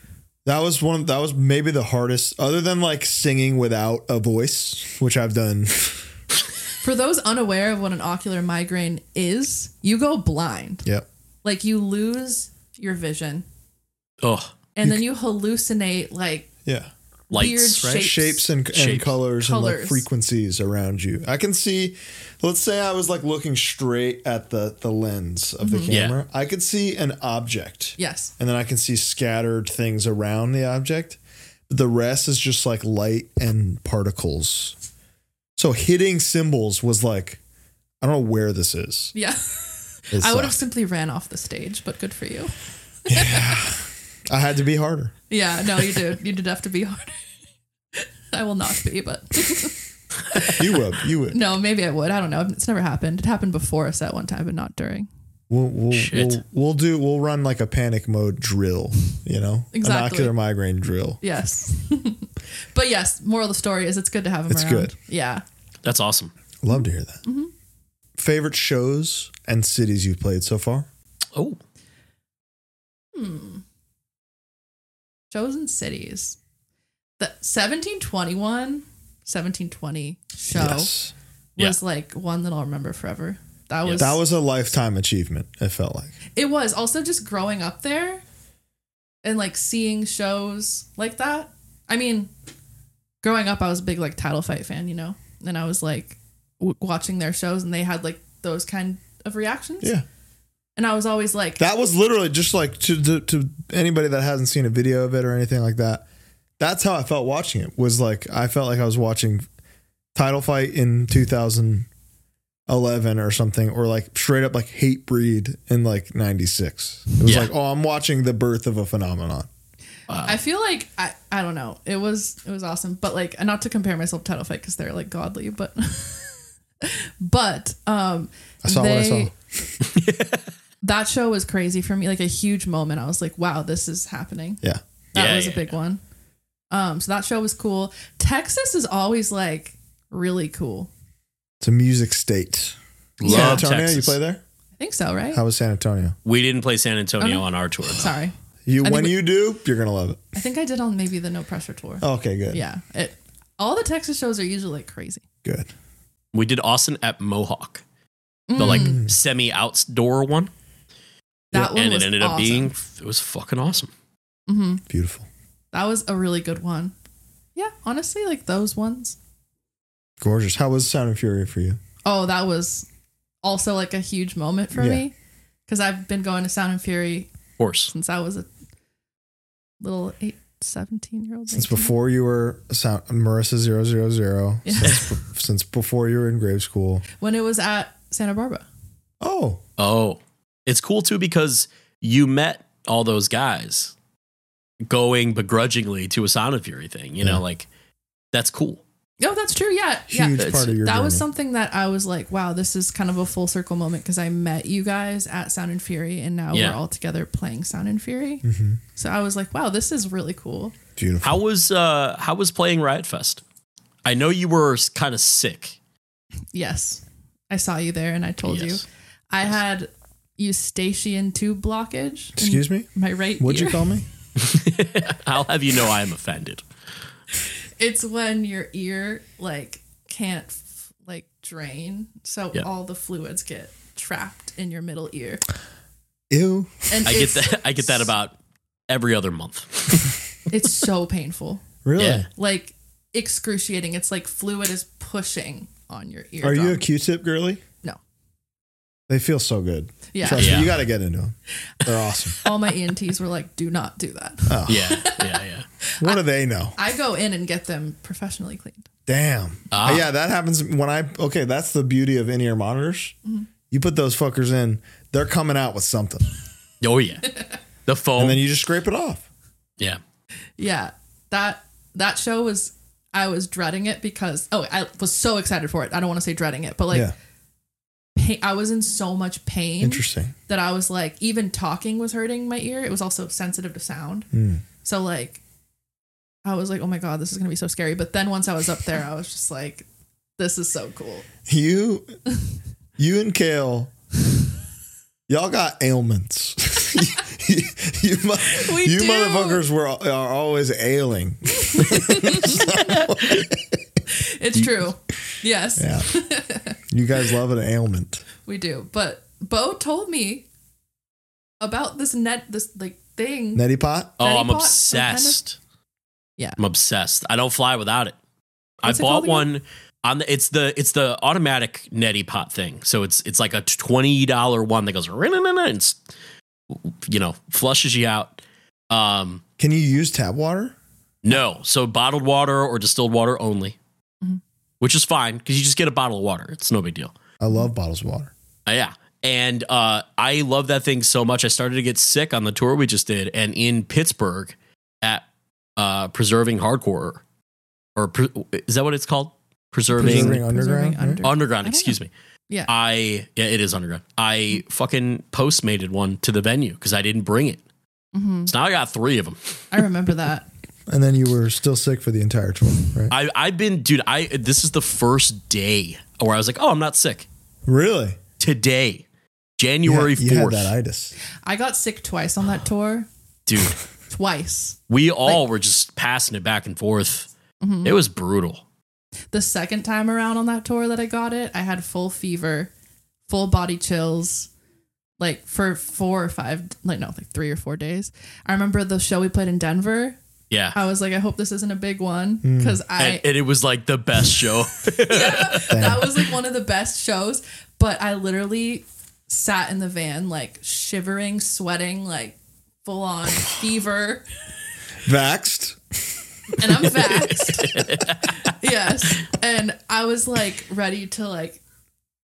Speaker 1: That was one. That was maybe the hardest, other than like singing without a voice, which I've done.
Speaker 4: For those unaware of what an ocular migraine is, you go blind.
Speaker 1: Yep.
Speaker 4: Like you lose your vision,
Speaker 2: oh,
Speaker 4: and then you hallucinate like
Speaker 1: Yeah.
Speaker 2: lights,
Speaker 4: Weird
Speaker 2: right?
Speaker 4: shape.
Speaker 1: Shapes and, and
Speaker 2: Shapes.
Speaker 1: colors, and like
Speaker 4: Colors.
Speaker 1: frequencies around you. I can see. Let's say I was like looking straight at the the lens of the
Speaker 2: Yeah.
Speaker 1: camera. I could see an object.
Speaker 4: yes,
Speaker 1: and then I can see scattered things around the object. The rest is just like light and particles. So hitting symbols was like, I don't know where this is. uh,
Speaker 4: yeah.
Speaker 1: It
Speaker 4: I would have
Speaker 1: sucked.
Speaker 4: simply ran off the stage, but good for you.
Speaker 1: I had to be harder.
Speaker 4: Yeah, no, you did. You did have to be hard. I will not be, but
Speaker 1: You would. You would.
Speaker 4: no, maybe I would. I don't know. It's never happened. It happened before us at one time, but not during.
Speaker 1: We'll we'll,
Speaker 2: Shit.
Speaker 1: we'll we'll do we'll run like a panic mode drill. You know, an
Speaker 4: Exactly.
Speaker 1: ocular migraine drill.
Speaker 4: Yes, but yes. Moral of the story is it's good to have him
Speaker 1: It's
Speaker 4: around.
Speaker 1: good.
Speaker 4: Yeah.
Speaker 2: That's awesome.
Speaker 1: Love to hear that. Favorite shows and cities you've played so far?
Speaker 2: Oh,
Speaker 4: Shows and cities. The 1721, 1720 show was like one that I'll remember forever. That was
Speaker 1: That was a lifetime achievement. It felt like.
Speaker 4: It was also just growing up there and like seeing shows like that. I mean, growing up, I was a big like title fight fan, you know, and I was like w- watching their shows and they had like those kind of reactions.
Speaker 1: Yeah.
Speaker 4: And I was always like,
Speaker 1: That was literally just like to, to to anybody that hasn't seen a video of it or anything like that. That's how I felt watching it. Was like I felt like I was watching title fight in 2011 or something, or like straight up like hate breed in like '96. It was
Speaker 2: Yeah.
Speaker 1: like, oh, I'm watching the birth of a phenomenon.
Speaker 4: I feel like I, I don't know. It was it was awesome, but like and not to compare myself to title fight because they're like godly, but but um,
Speaker 1: I saw what I saw.
Speaker 4: that show was crazy for me, like a huge moment. I was like, wow, this is happening.
Speaker 1: Yeah,
Speaker 4: That
Speaker 2: Yeah,
Speaker 4: was
Speaker 2: yeah,
Speaker 4: a big one. Um, so that show was cool. Texas is always like really cool.
Speaker 1: it's a music state. San
Speaker 2: love
Speaker 1: Antonio,
Speaker 2: Texas.
Speaker 1: you play there?
Speaker 4: I think so, right?
Speaker 1: How was San Antonio?
Speaker 2: We didn't play San Antonio
Speaker 4: Okay.
Speaker 2: on our tour. though.
Speaker 4: Sorry,
Speaker 1: You
Speaker 4: think
Speaker 1: when
Speaker 4: we-
Speaker 1: you do, you're gonna love it.
Speaker 4: I think I did on maybe the No Pressure tour.
Speaker 1: Okay, good.
Speaker 4: Yeah, it, all the Texas shows are usually like crazy.
Speaker 1: good.
Speaker 2: We did Austin at Mohawk, the like semi outdoor one,
Speaker 4: That one
Speaker 2: and
Speaker 4: was
Speaker 2: it ended
Speaker 4: awesome.
Speaker 2: up being it was fucking awesome.
Speaker 1: Beautiful,
Speaker 4: Mm-hmm. that was a really good one. Yeah, honestly, like those ones.
Speaker 1: gorgeous. How was Sound and Fury for you?
Speaker 4: Oh, that was also like a huge moment for
Speaker 1: Yeah.
Speaker 4: me because I've been going to Sound and Fury
Speaker 2: Of course,
Speaker 4: since I was a little eight, 17 year old.
Speaker 1: Since before you were sound, Marissa 000, since, b- since before you were in grade school.
Speaker 4: When it was at Santa Barbara.
Speaker 1: Oh,
Speaker 2: Oh, it's cool too because you met all those guys going begrudgingly to a Sound of Fury thing. You
Speaker 1: Yeah.
Speaker 2: know, like that's cool.
Speaker 4: Oh, that's true. Yeah.
Speaker 1: huge
Speaker 4: yeah.
Speaker 2: That's-
Speaker 1: part of your
Speaker 4: that
Speaker 1: journey.
Speaker 4: was something that I was like, wow, this is kind of a full circle moment because I met you guys at Sound and Fury and now
Speaker 2: Yeah.
Speaker 4: we're all together playing Sound and Fury.
Speaker 1: Mm-hmm.
Speaker 4: So I was like, wow, this is really cool.
Speaker 1: Beautiful.
Speaker 2: How was uh how was playing Riot Fest? I know you were kind of sick.
Speaker 4: Yes. I saw you there and I told
Speaker 2: Yes.
Speaker 4: you. I had eustachian tube blockage. in
Speaker 1: Excuse me?
Speaker 4: My right
Speaker 1: What'd you
Speaker 4: ear.
Speaker 1: call me?
Speaker 2: I'll have you know I am offended.
Speaker 4: It's when your ear like can't f- like drain, so
Speaker 2: Yeah.
Speaker 4: all the fluids get trapped in your middle ear.
Speaker 1: Ew.
Speaker 4: And
Speaker 2: I get
Speaker 4: it's,
Speaker 2: that I get that about every other month.
Speaker 4: It's so painful,
Speaker 1: Really?
Speaker 2: Yeah.
Speaker 4: like excruciating. It's like fluid is pushing on your ear.
Speaker 1: Are you a Q-tip girly?
Speaker 4: No.
Speaker 1: They feel so good.
Speaker 4: Yeah.
Speaker 1: Trust me,
Speaker 2: Yeah.
Speaker 1: you got to get into them. They're awesome.
Speaker 4: All my ENTs were like, "Do not do that."
Speaker 1: Oh.
Speaker 2: Yeah, yeah, yeah.
Speaker 1: What do they know?
Speaker 4: I go in and get them professionally cleaned.
Speaker 1: Damn.
Speaker 2: Ah.
Speaker 1: Yeah, that happens when I. Okay, that's the beauty of in ear monitors. You put those fuckers in, they're coming out with something,
Speaker 2: Oh yeah. The foam.
Speaker 1: and then you just scrape it off.
Speaker 2: yeah.
Speaker 4: Yeah, that that show was. I was dreading it because oh, I was so excited for it. I don't want to say dreading it, but like mm.
Speaker 1: yeah,
Speaker 4: pain, I was in so much pain.
Speaker 1: interesting.
Speaker 4: that I was like, even talking was hurting my ear. It was also sensitive to sound.
Speaker 1: Hmm.
Speaker 4: So like, I was like, oh my god, this is gonna be so scary. But then once I was up there, I was just like, this is so cool.
Speaker 1: You, you and Kale, y'all got ailments. you you, mo-
Speaker 4: We
Speaker 1: you
Speaker 4: do.
Speaker 1: motherfuckers were are always ailing.
Speaker 4: It's true. Yes,
Speaker 1: Yeah, you guys love an ailment.
Speaker 4: we do. But Bo told me about this net, this like thing.
Speaker 1: Neti pot.
Speaker 2: Oh,
Speaker 4: Neti
Speaker 2: I'm
Speaker 4: pot, some kind of-
Speaker 2: obsessed.
Speaker 4: Yeah.
Speaker 2: I'm obsessed. I don't fly without it.
Speaker 4: What's
Speaker 2: I
Speaker 4: it called
Speaker 2: bought
Speaker 4: again?
Speaker 2: one on the it's the it's the automatic neti pot thing. So it's it's like a twenty dollar one that goes "Rin-rin-rin-rin," and s- you know flushes you out. Um,
Speaker 1: Can you use tap water?
Speaker 2: no, so bottled water or distilled water only,
Speaker 4: Mm-hmm.
Speaker 2: which is fine because you just get a bottle of water. It's no big deal.
Speaker 1: I love bottles of water.
Speaker 2: Uh, yeah. And uh, I love that thing so much. I started to get sick on the tour we just did, and in Pittsburgh at uh, Preserving Hardcore, or pre- is that what it's called? Preserving,
Speaker 1: Preserving underground.
Speaker 4: Preserving
Speaker 1: right?
Speaker 4: under-
Speaker 2: Underground.
Speaker 4: I don't
Speaker 2: Excuse me.
Speaker 4: Yeah.
Speaker 2: I yeah, it is underground. I fucking postmated one to the venue because I didn't bring it. So now I got three of them.
Speaker 4: Mm-hmm. I remember that.
Speaker 1: And then you were still sick for the entire tour, right?
Speaker 2: I I've been, dude. I this is the first day where I was like, oh, I'm not sick
Speaker 1: Really?
Speaker 2: today, January
Speaker 1: you had
Speaker 2: fourth,
Speaker 1: that itis.
Speaker 4: I got sick twice on that tour.
Speaker 2: dude.
Speaker 4: Twice.
Speaker 2: we all were just passing it back and forth.
Speaker 4: Mm-hmm.
Speaker 2: It was brutal.
Speaker 4: the second time around on that tour that I got it, I had full fever, full body chills, like for four or five, like no, like three or four days. I remember the show we played in Denver.
Speaker 2: Yeah.
Speaker 4: I was like, I hope this isn't a big one because
Speaker 2: and,
Speaker 4: Oh, I
Speaker 2: and it was like the best show.
Speaker 4: that was like one of the best shows. But I literally sat in the van like shivering, sweating, like full on fever,
Speaker 1: Vaxxed?
Speaker 4: and I'm vaxxed. yes, and I was like ready to like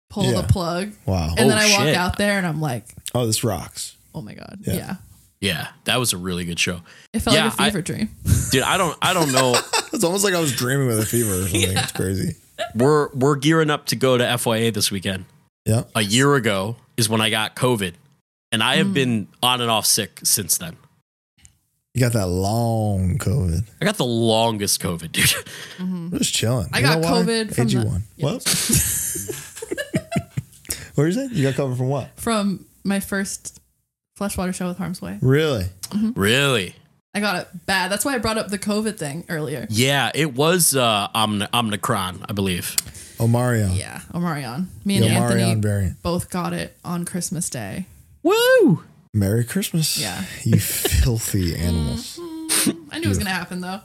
Speaker 4: pull
Speaker 1: Yeah.
Speaker 4: the plug.
Speaker 1: Wow.
Speaker 4: And then
Speaker 2: Oh,
Speaker 4: I walk
Speaker 2: shit.
Speaker 4: out there and I'm like,
Speaker 1: Oh, this rocks.
Speaker 4: oh my God. Yeah.
Speaker 1: Yeah.
Speaker 2: yeah, that was a really good show.
Speaker 4: It felt
Speaker 2: Yeah,
Speaker 4: like a
Speaker 2: I-
Speaker 4: fever dream.
Speaker 2: Dude, I don't I don't know.
Speaker 1: It's almost like I was dreaming with a fever or something. It's crazy.
Speaker 2: we're we're gearing up to go to FYA this weekend.
Speaker 1: Yeah.
Speaker 2: A year ago is when I got COVID. And I have
Speaker 4: Mm.
Speaker 2: been on and off sick since then.
Speaker 1: You got that long COVID.
Speaker 2: I got the longest COVID, dude.
Speaker 1: I'm just chilling.
Speaker 4: Mm-hmm. I
Speaker 1: You
Speaker 4: got
Speaker 1: know why?
Speaker 4: COVID from
Speaker 1: AG1.
Speaker 4: the-
Speaker 1: What? what is it? You got COVID from what?
Speaker 4: From my first Fleshwater show with Harm's Way.
Speaker 1: Really?
Speaker 4: Hmm.
Speaker 2: Really?
Speaker 4: I got it bad. That's why I brought up the COVID thing earlier.
Speaker 2: Yeah, it was uh Omni- Omnicron, I believe.
Speaker 1: Omarion.
Speaker 4: Yeah. Omarion. Me
Speaker 1: The
Speaker 4: and
Speaker 1: Omarion
Speaker 4: Anthony
Speaker 1: variant.
Speaker 4: both got it on Christmas Day.
Speaker 2: Woo!
Speaker 1: Merry Christmas.
Speaker 4: Yeah. Mm-hmm.
Speaker 1: You filthy animals.
Speaker 4: I knew it was going to happen though.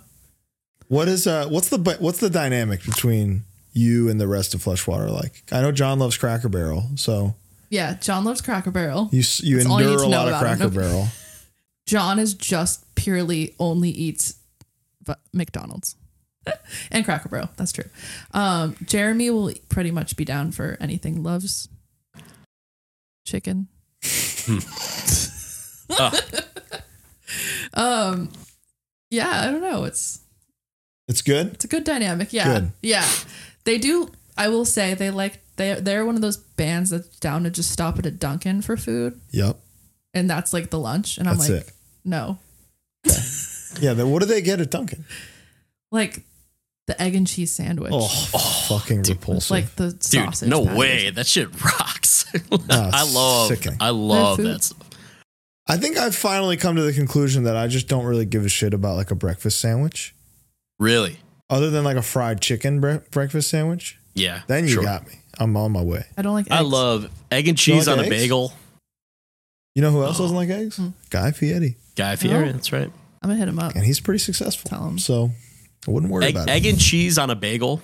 Speaker 1: What is uh what's the bu- what's the dynamic between you and the rest of Fleshwater like? I know John loves Cracker Barrel, so
Speaker 4: Yeah. John loves Cracker Barrel.
Speaker 1: you s- you
Speaker 4: That's all you
Speaker 1: endure
Speaker 4: need to
Speaker 1: a
Speaker 4: know
Speaker 1: lot of
Speaker 4: about him.
Speaker 1: Cracker Barrel.
Speaker 4: John is just purely only eats v- McDonald's and Cracker Barrel. That's true. Um, Jeremy will pretty much be down for anything. Loves chicken. um, yeah, I don't know. It's
Speaker 1: It's good.
Speaker 4: it's a good dynamic. Yeah.
Speaker 1: Good.
Speaker 4: Yeah. They do I will say they like they they're one of those bands that's down to just stop at a Dunkin' for food
Speaker 1: Yep.
Speaker 4: and that's like the lunch and I'm
Speaker 5: That's
Speaker 4: like
Speaker 5: it.
Speaker 4: no.
Speaker 1: Yeah. Then what do they get at Dunkin'?
Speaker 4: Like the egg and cheese sandwich.
Speaker 1: Oh, fucking repulsive.
Speaker 4: like the
Speaker 2: Dude,
Speaker 4: sausage.
Speaker 2: no
Speaker 4: patties.
Speaker 2: way. That shit rocks. I
Speaker 1: Oh, it's
Speaker 2: love
Speaker 1: sickening.
Speaker 2: I love
Speaker 4: food.
Speaker 2: that stuff.
Speaker 1: I think I've finally come to the conclusion that I just don't really give a shit about like a breakfast sandwich,
Speaker 2: Really?
Speaker 1: other than like a fried chicken bre- breakfast sandwich.
Speaker 2: Yeah.
Speaker 1: Then you
Speaker 2: sure.
Speaker 1: got me. I'm on my way.
Speaker 4: I don't like eggs.
Speaker 2: I love egg and cheese
Speaker 1: like
Speaker 2: on a
Speaker 1: eggs?
Speaker 2: bagel.
Speaker 1: You know who else
Speaker 2: Oh.
Speaker 1: doesn't like eggs?
Speaker 4: Hmm.
Speaker 1: Guy Fieri,
Speaker 2: Guy Fieri,
Speaker 4: Oh.
Speaker 2: that's right.
Speaker 4: I'm going to hit him up.
Speaker 1: and he's pretty successful.
Speaker 4: Tell him.
Speaker 1: So I wouldn't worry
Speaker 2: Egg,
Speaker 1: about
Speaker 2: egg
Speaker 1: it.
Speaker 2: and cheese on a bagel.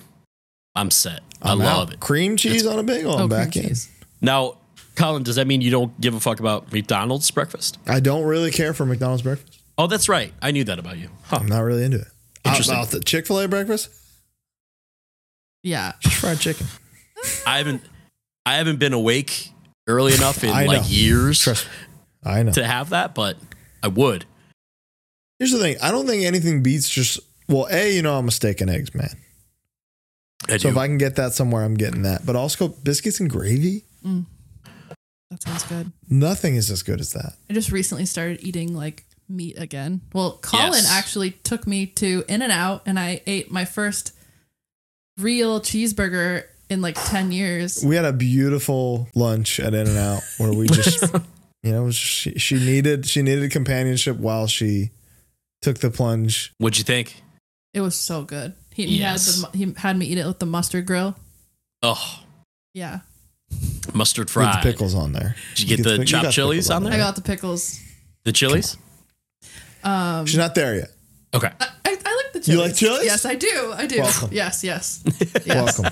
Speaker 2: I'm set. i
Speaker 1: I'm
Speaker 2: love
Speaker 1: out.
Speaker 2: it.
Speaker 1: Cream cheese on a bagel. I'm
Speaker 4: Oh, cream
Speaker 1: back in.
Speaker 4: cheese.
Speaker 2: Now, Colin, does that mean you don't give a fuck about McDonald's breakfast?
Speaker 1: I don't really care for McDonald's breakfast.
Speaker 2: Oh, that's right. I knew that about you. Huh.
Speaker 1: I'm not really into it.
Speaker 2: Interesting.
Speaker 1: Out- out the Chick Fil A breakfast,
Speaker 4: Yeah.
Speaker 1: just fried chicken.
Speaker 2: I haven't I haven't been awake early enough in
Speaker 1: I
Speaker 2: like
Speaker 1: know.
Speaker 2: years
Speaker 1: Trust I know.
Speaker 2: to have that, but I would.
Speaker 1: Here's the thing. I don't think anything beats just well. A, you know, I'm a steak and eggs man.
Speaker 2: I
Speaker 1: So
Speaker 2: do.
Speaker 1: if I can get that somewhere, I'm getting that. But also biscuits and gravy.
Speaker 4: Mm. That sounds good.
Speaker 1: Nothing is as good as that.
Speaker 4: I just recently started eating like meat again. Well, Colin
Speaker 2: Yes.
Speaker 4: actually took me to In and Out and I ate my first real cheeseburger in like 10 years.
Speaker 1: We had a beautiful lunch at In and Out where we just, you know, she, she needed she needed companionship while she took the plunge.
Speaker 2: What'd you think?
Speaker 4: It was so good. He,
Speaker 2: Yes.
Speaker 4: had the, mu- he had me eat it with the mustard grill.
Speaker 2: Oh,
Speaker 4: Yeah.
Speaker 2: mustard
Speaker 1: with
Speaker 2: fried.
Speaker 1: the pickles on there.
Speaker 2: Did you get the
Speaker 1: pic-
Speaker 2: chopped
Speaker 1: pickles
Speaker 2: chilies on
Speaker 4: I
Speaker 2: there?
Speaker 4: got the pickles.
Speaker 2: The chilies?
Speaker 4: Um,
Speaker 1: She's not there yet.
Speaker 2: Okay.
Speaker 4: I, I, I like the chilies.
Speaker 1: You like chilies?
Speaker 4: Yes, I do. I do.
Speaker 1: Welcome.
Speaker 4: Yes, yes.
Speaker 1: Welcome,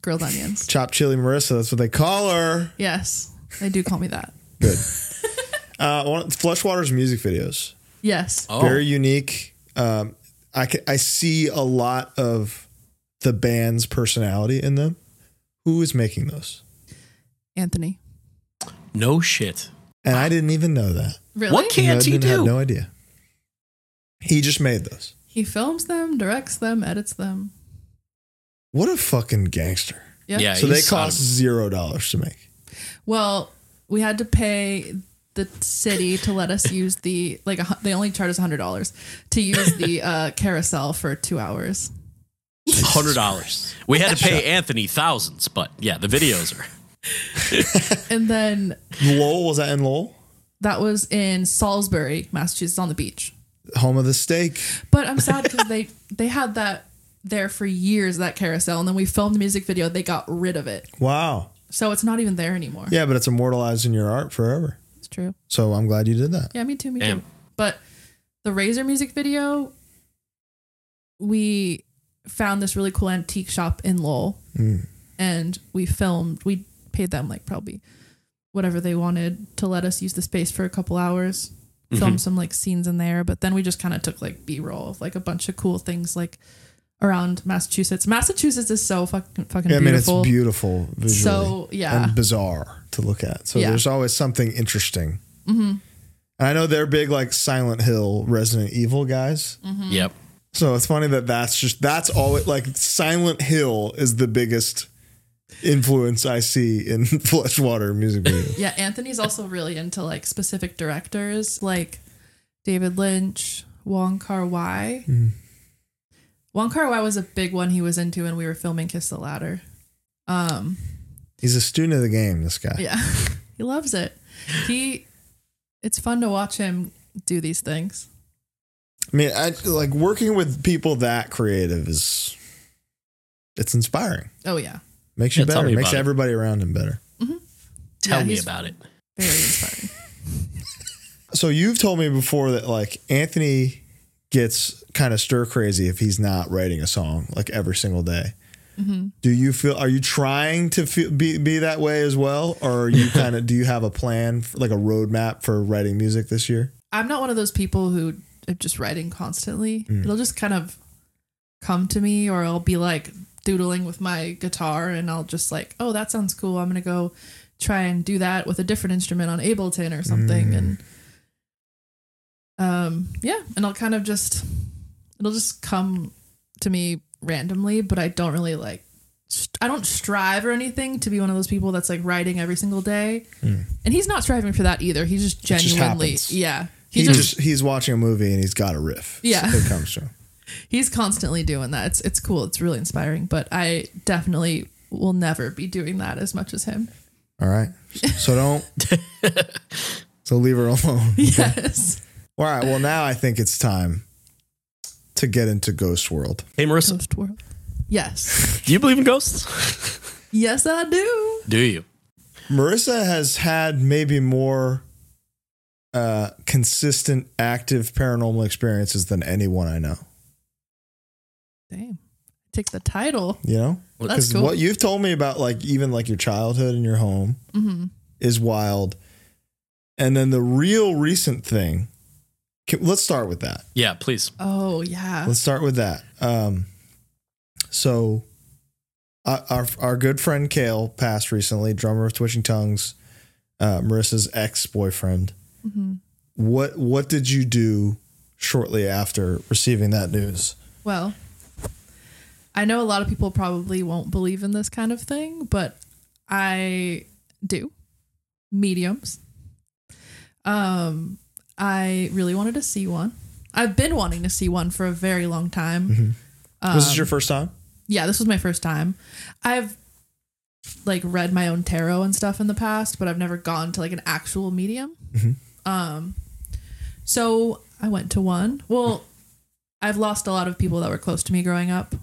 Speaker 4: Grilled onions.
Speaker 1: chopped chili Marissa. That's what they call her.
Speaker 4: Yes. They do call me that.
Speaker 1: Good. Uh, one, Flushwater's music videos.
Speaker 4: Yes.
Speaker 2: Oh.
Speaker 1: very unique. Um, I can, I see a lot of the band's personality in them. Who is making those?
Speaker 4: Anthony.
Speaker 2: no shit.
Speaker 1: And I didn't even know that.
Speaker 4: Really?
Speaker 2: What can't
Speaker 1: I
Speaker 2: he
Speaker 1: didn't- had
Speaker 2: do?
Speaker 1: no idea. He just made those.
Speaker 4: he films them, directs them, edits them.
Speaker 1: What a fucking gangster!
Speaker 4: Yep.
Speaker 2: Yeah,
Speaker 1: So they
Speaker 2: he's out
Speaker 1: cost zero dollars to make.
Speaker 4: Well, we had to pay the city to let us use the like a, hu- they only charge us hundred dollars to use the uh, carousel for two hours.
Speaker 2: of hundred dollars. We had to pay Anthony thousands, but yeah, the videos are
Speaker 4: And then
Speaker 1: Lowell was that in Lowell,
Speaker 4: that was in Salisbury, Massachusetts, on the beach.
Speaker 1: home of the steak?
Speaker 4: But I'm sad because they they had that there for years that carousel, and then we filmed the music video. They got rid of it,
Speaker 1: Wow.
Speaker 4: so it's not even there anymore.
Speaker 1: Yeah, but it's immortalized in your art forever.
Speaker 4: It's true.
Speaker 1: So I'm glad you did that.
Speaker 4: Yeah, me too. Me
Speaker 2: Damn.
Speaker 4: too. But the Razor music video, we found this really cool antique shop in Lowell,
Speaker 1: Mm.
Speaker 4: and we filmed. We paid them like probably whatever they wanted to let us use the space for a couple hours, film
Speaker 1: Mm-hmm.
Speaker 4: some like scenes in there. But then we just kind of took like B roll of like a bunch of cool things like around Massachusetts. Massachusetts is so fucking fucking
Speaker 1: Yeah, I mean it's
Speaker 4: beautiful.
Speaker 1: beautiful visually.
Speaker 4: So, yeah.
Speaker 1: and bizarre to look at. So
Speaker 4: Yeah. Mm-hmm.
Speaker 1: there's always something interesting. And I know they're big like Silent Hill, Resident Evil guys.
Speaker 4: Mm-hmm.
Speaker 2: yep.
Speaker 1: So it's funny that that's just that's all it like Silent Hill is the biggest influence I see in Fleshwater music video.
Speaker 4: Yeah, Anthony's also really into like specific directors like David Lynch, Wong Kar Wai.
Speaker 2: Mm.
Speaker 4: Wong Kar Wai was a big one he was into when we were filming Kiss the Ladder. Um,
Speaker 1: He's a student of the game. This guy.
Speaker 4: yeah, he loves it. He, it's fun to watch him do these things.
Speaker 1: I mean, I like working with people that creative is it's inspiring.
Speaker 4: Oh yeah,
Speaker 1: Makes you
Speaker 2: Yeah, tell
Speaker 1: better.
Speaker 2: me
Speaker 1: Makes
Speaker 2: about it.
Speaker 1: everybody around him better.
Speaker 2: Tell
Speaker 4: Yeah,
Speaker 2: me
Speaker 4: he's
Speaker 2: about it.
Speaker 4: Very inspiring.
Speaker 1: So you've told me before that like Anthony gets kind of stir crazy if he's not writing a song like every single day. Do you feel? Are you trying to feel, be be that way as well, or are you kind of? do you have a plan, for, like a roadmap for writing music this year?
Speaker 4: I'm not one of those people who are just writing constantly. It'll just kind of come to me, or I'll be like doodling with my guitar, and I'll just like, oh, that sounds cool. I'm gonna go try and do that with a different instrument on Ableton or something, and um, yeah, and I'll kind of just it'll just come to me randomly, but I don't really like. st- I don't strive or anything to be one of those people that's like writing every single day. And he's not striving for that either. He's just
Speaker 1: just
Speaker 4: genuinely,
Speaker 1: happens.
Speaker 4: yeah.
Speaker 1: He,
Speaker 4: He,
Speaker 1: just,
Speaker 4: just,
Speaker 1: he's watching a movie and he's got a riff.
Speaker 4: Yeah.
Speaker 1: it comes to him.
Speaker 4: he's constantly doing that. It's it's cool. It's really inspiring. But I definitely will never be doing that as much as him.
Speaker 1: All right, so don't. so leave her alone.
Speaker 4: Yes.
Speaker 1: All right. Well, now I think it's time to get into Ghost World.
Speaker 2: Hey, Marissa,
Speaker 4: Ghost world. Yes.
Speaker 2: do you believe in ghosts?
Speaker 4: Yes, I do.
Speaker 2: do you?
Speaker 1: Marissa has had maybe more uh, consistent, active paranormal experiences than anyone I know.
Speaker 4: Damn. Take the title.
Speaker 1: You know,
Speaker 4: That's
Speaker 1: because
Speaker 4: cool.
Speaker 1: what you've told me about, like even like your childhood and your home,
Speaker 4: Mm-hmm.
Speaker 1: is wild. And then the real recent thing. Can, let's start with that.
Speaker 2: Yeah, please.
Speaker 4: Oh yeah.
Speaker 1: Let's start with that. Um, so, our, our our good friend Kale passed recently, drummer of Twitching Tongues, uh, Marissa's ex boyfriend. What what did you do shortly after receiving that news?
Speaker 4: Well, I know a lot of people probably won't believe in this kind of thing, but I do. Mediums. Um, I really wanted to see one. I've been wanting to see one for a very long time.
Speaker 1: was this your first time?
Speaker 4: yeah, this was my first time. I've like read my own tarot and stuff in the past, but I've never gone to like an actual medium. Um, so I went to one. Well, I've lost a lot of people that were close to me growing up,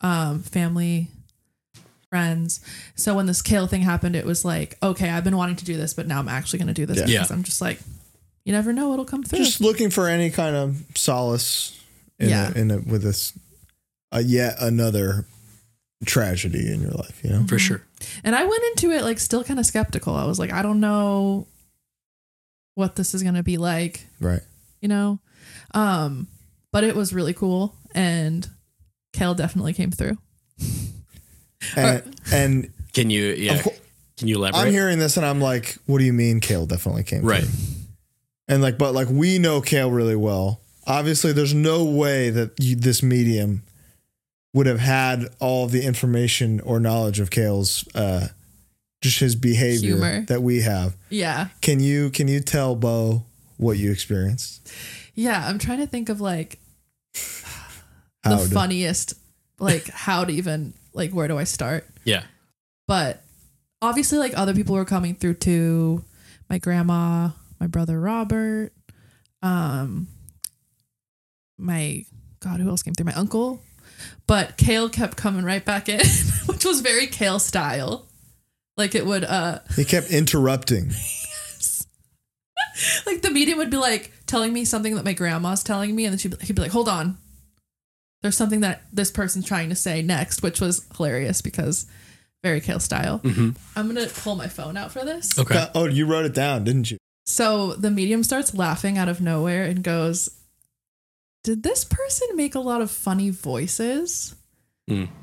Speaker 4: um, family, friends. So when this kale thing happened, it was like, okay, I've been wanting to do this, but now I'm actually going to do this
Speaker 1: Yeah.
Speaker 4: because
Speaker 2: Yeah.
Speaker 4: I'm just like, you never know, it'll come through.
Speaker 1: Just looking for any kind of solace. In
Speaker 4: Yeah.
Speaker 1: A, in a, with this, uh, yet another tragedy in your life. You know.
Speaker 2: For sure.
Speaker 4: And I went into it like still kind of skeptical. I was like, I don't know what this is going to be like,
Speaker 1: Right.
Speaker 4: you know? Um, but it was really cool. And Kale definitely came through.
Speaker 1: And, and
Speaker 2: Can you? Yeah.
Speaker 1: Of cour-
Speaker 2: Can you elaborate?
Speaker 1: I'm hearing this and I'm like, what do you mean Kale definitely came?
Speaker 2: Right.
Speaker 1: through? And like, but like we know Kale really well. Obviously, there's no way that you, this medium would have had all the information or knowledge of Kale's, uh, just his behavior
Speaker 4: Humor.
Speaker 1: that we have.
Speaker 4: Yeah.
Speaker 1: Can you can you tell Bo what you experienced?
Speaker 4: Yeah. I'm trying to think of like
Speaker 1: How
Speaker 4: the
Speaker 1: did-
Speaker 4: funniest, like, how to even, like, where do I start?
Speaker 2: Yeah.
Speaker 4: but obviously like other people were coming through too my grandma my brother robert um my god who else came through my uncle but kale kept coming right back in which was very kale style like it would uh
Speaker 1: He kept interrupting.
Speaker 4: like the medium would be like telling me something that my grandma's telling me, and then she'd be, he'd be like, "Hold on, there's something that this person's trying to say next," which was hilarious because very Kale style. I'm gonna pull my phone out for this.
Speaker 2: Okay.
Speaker 1: Oh, you wrote it down, didn't you?
Speaker 4: So the medium starts laughing out of nowhere and goes, "Did this person make a lot of funny voices?"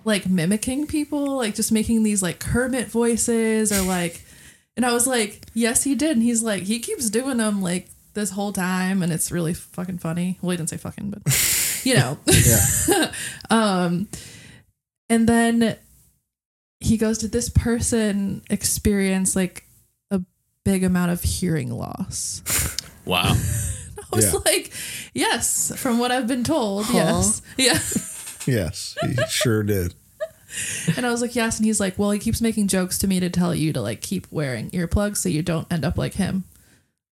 Speaker 4: Like mimicking people, like just making these like hermit voices or like and I was like, "Yes, he did." And he's like, "He keeps doing them like this whole time and it's really fucking funny." Well, he didn't say fucking, but you know.
Speaker 1: Yeah.
Speaker 4: um and then he goes, "Did this person experience like a big amount of hearing loss?"
Speaker 2: Wow.
Speaker 4: I was
Speaker 1: Yeah.
Speaker 4: like, yes, from what I've been told, yes. Yeah.
Speaker 1: yes, he sure did.
Speaker 4: And I was like, yes. And he's like, well, he keeps making jokes to me to tell you to like keep wearing earplugs so you don't end up like him.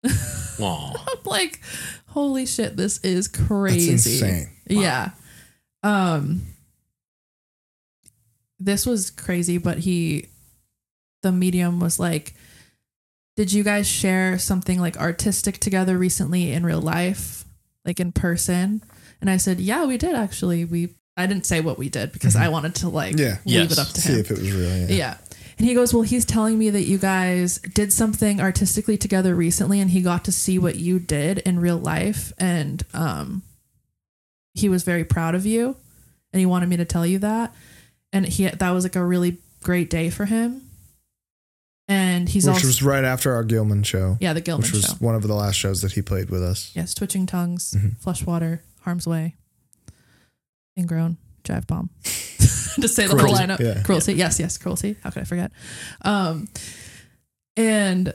Speaker 2: Aw.
Speaker 4: I'm like, holy shit, this is
Speaker 1: That's
Speaker 4: crazy.
Speaker 1: insane.
Speaker 4: Yeah. Um this was crazy, but he the medium was like, Did you guys share something like artistic together recently in real life? Like in person? And I said, Yeah, we did actually. We I didn't say what we did because I wanted to like
Speaker 1: Mm-hmm. Yeah.
Speaker 4: leave
Speaker 2: Yes.
Speaker 4: it up to
Speaker 1: See
Speaker 4: him.
Speaker 1: if it was real. Yeah.
Speaker 4: Yeah. And he goes, Well, he's telling me that you guys did something artistically together recently and he got to see what you did in real life. And um, he was very proud of you. And he wanted me to tell you that. And he that was like a really great day for him. And he's
Speaker 1: Which
Speaker 4: also,
Speaker 1: was right after our Gilman show,
Speaker 4: yeah, the Gilman
Speaker 1: which was
Speaker 4: show.
Speaker 1: one of the last shows that he played with us.
Speaker 4: Yes, Twitching Tongues,
Speaker 1: Mm-hmm.
Speaker 4: Flush Water, Harm's Way, Ingrown, Jive Bomb. Just say the whole
Speaker 2: Cruelty,
Speaker 4: lineup.
Speaker 1: yeah.
Speaker 4: Cruelty. Yes, yes, cruelty. How could I forget? Um, and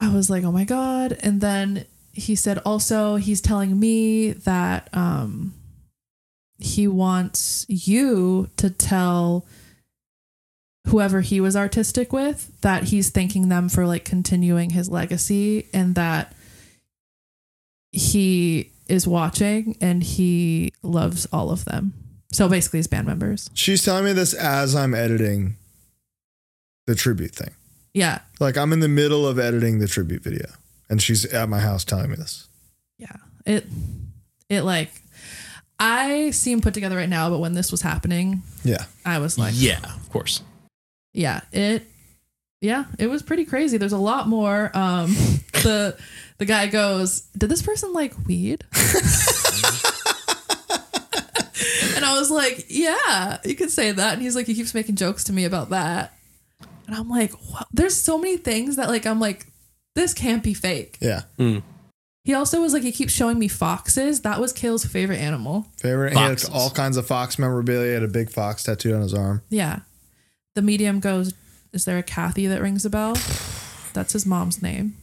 Speaker 4: I was like, oh my God. And then he said also, he's telling me that um, he wants you to tell whoever he was artistic with that he's thanking them for like continuing his legacy and that he is watching and he loves all of them. So basically, his band members.
Speaker 1: She's telling me this as I'm editing the tribute thing.
Speaker 4: Yeah,
Speaker 1: Like I'm in the middle of editing the tribute video, and she's at my house telling me this.
Speaker 4: yeah. It, it like, I see him put together right now, but when this was happening,
Speaker 1: Yeah.
Speaker 4: I was like,
Speaker 2: yeah, of course.
Speaker 4: yeah, it, yeah, it was pretty crazy. There's a lot more. Um, the the guy goes, did this person like weed? and I was like, yeah, you could say that. And he's like, he keeps making jokes to me about that. And I'm like, wow, there's so many things that like I'm like, this can't be fake.
Speaker 1: Yeah.
Speaker 4: He also was like, he keeps showing me foxes. That was Kale's favorite animal.
Speaker 1: Favorite. He had
Speaker 2: Foxes.
Speaker 1: all kinds of fox memorabilia. He had a big fox tattooed on his arm.
Speaker 4: Yeah. The medium goes, Is there a Kathy that rings a bell? That's his mom's name.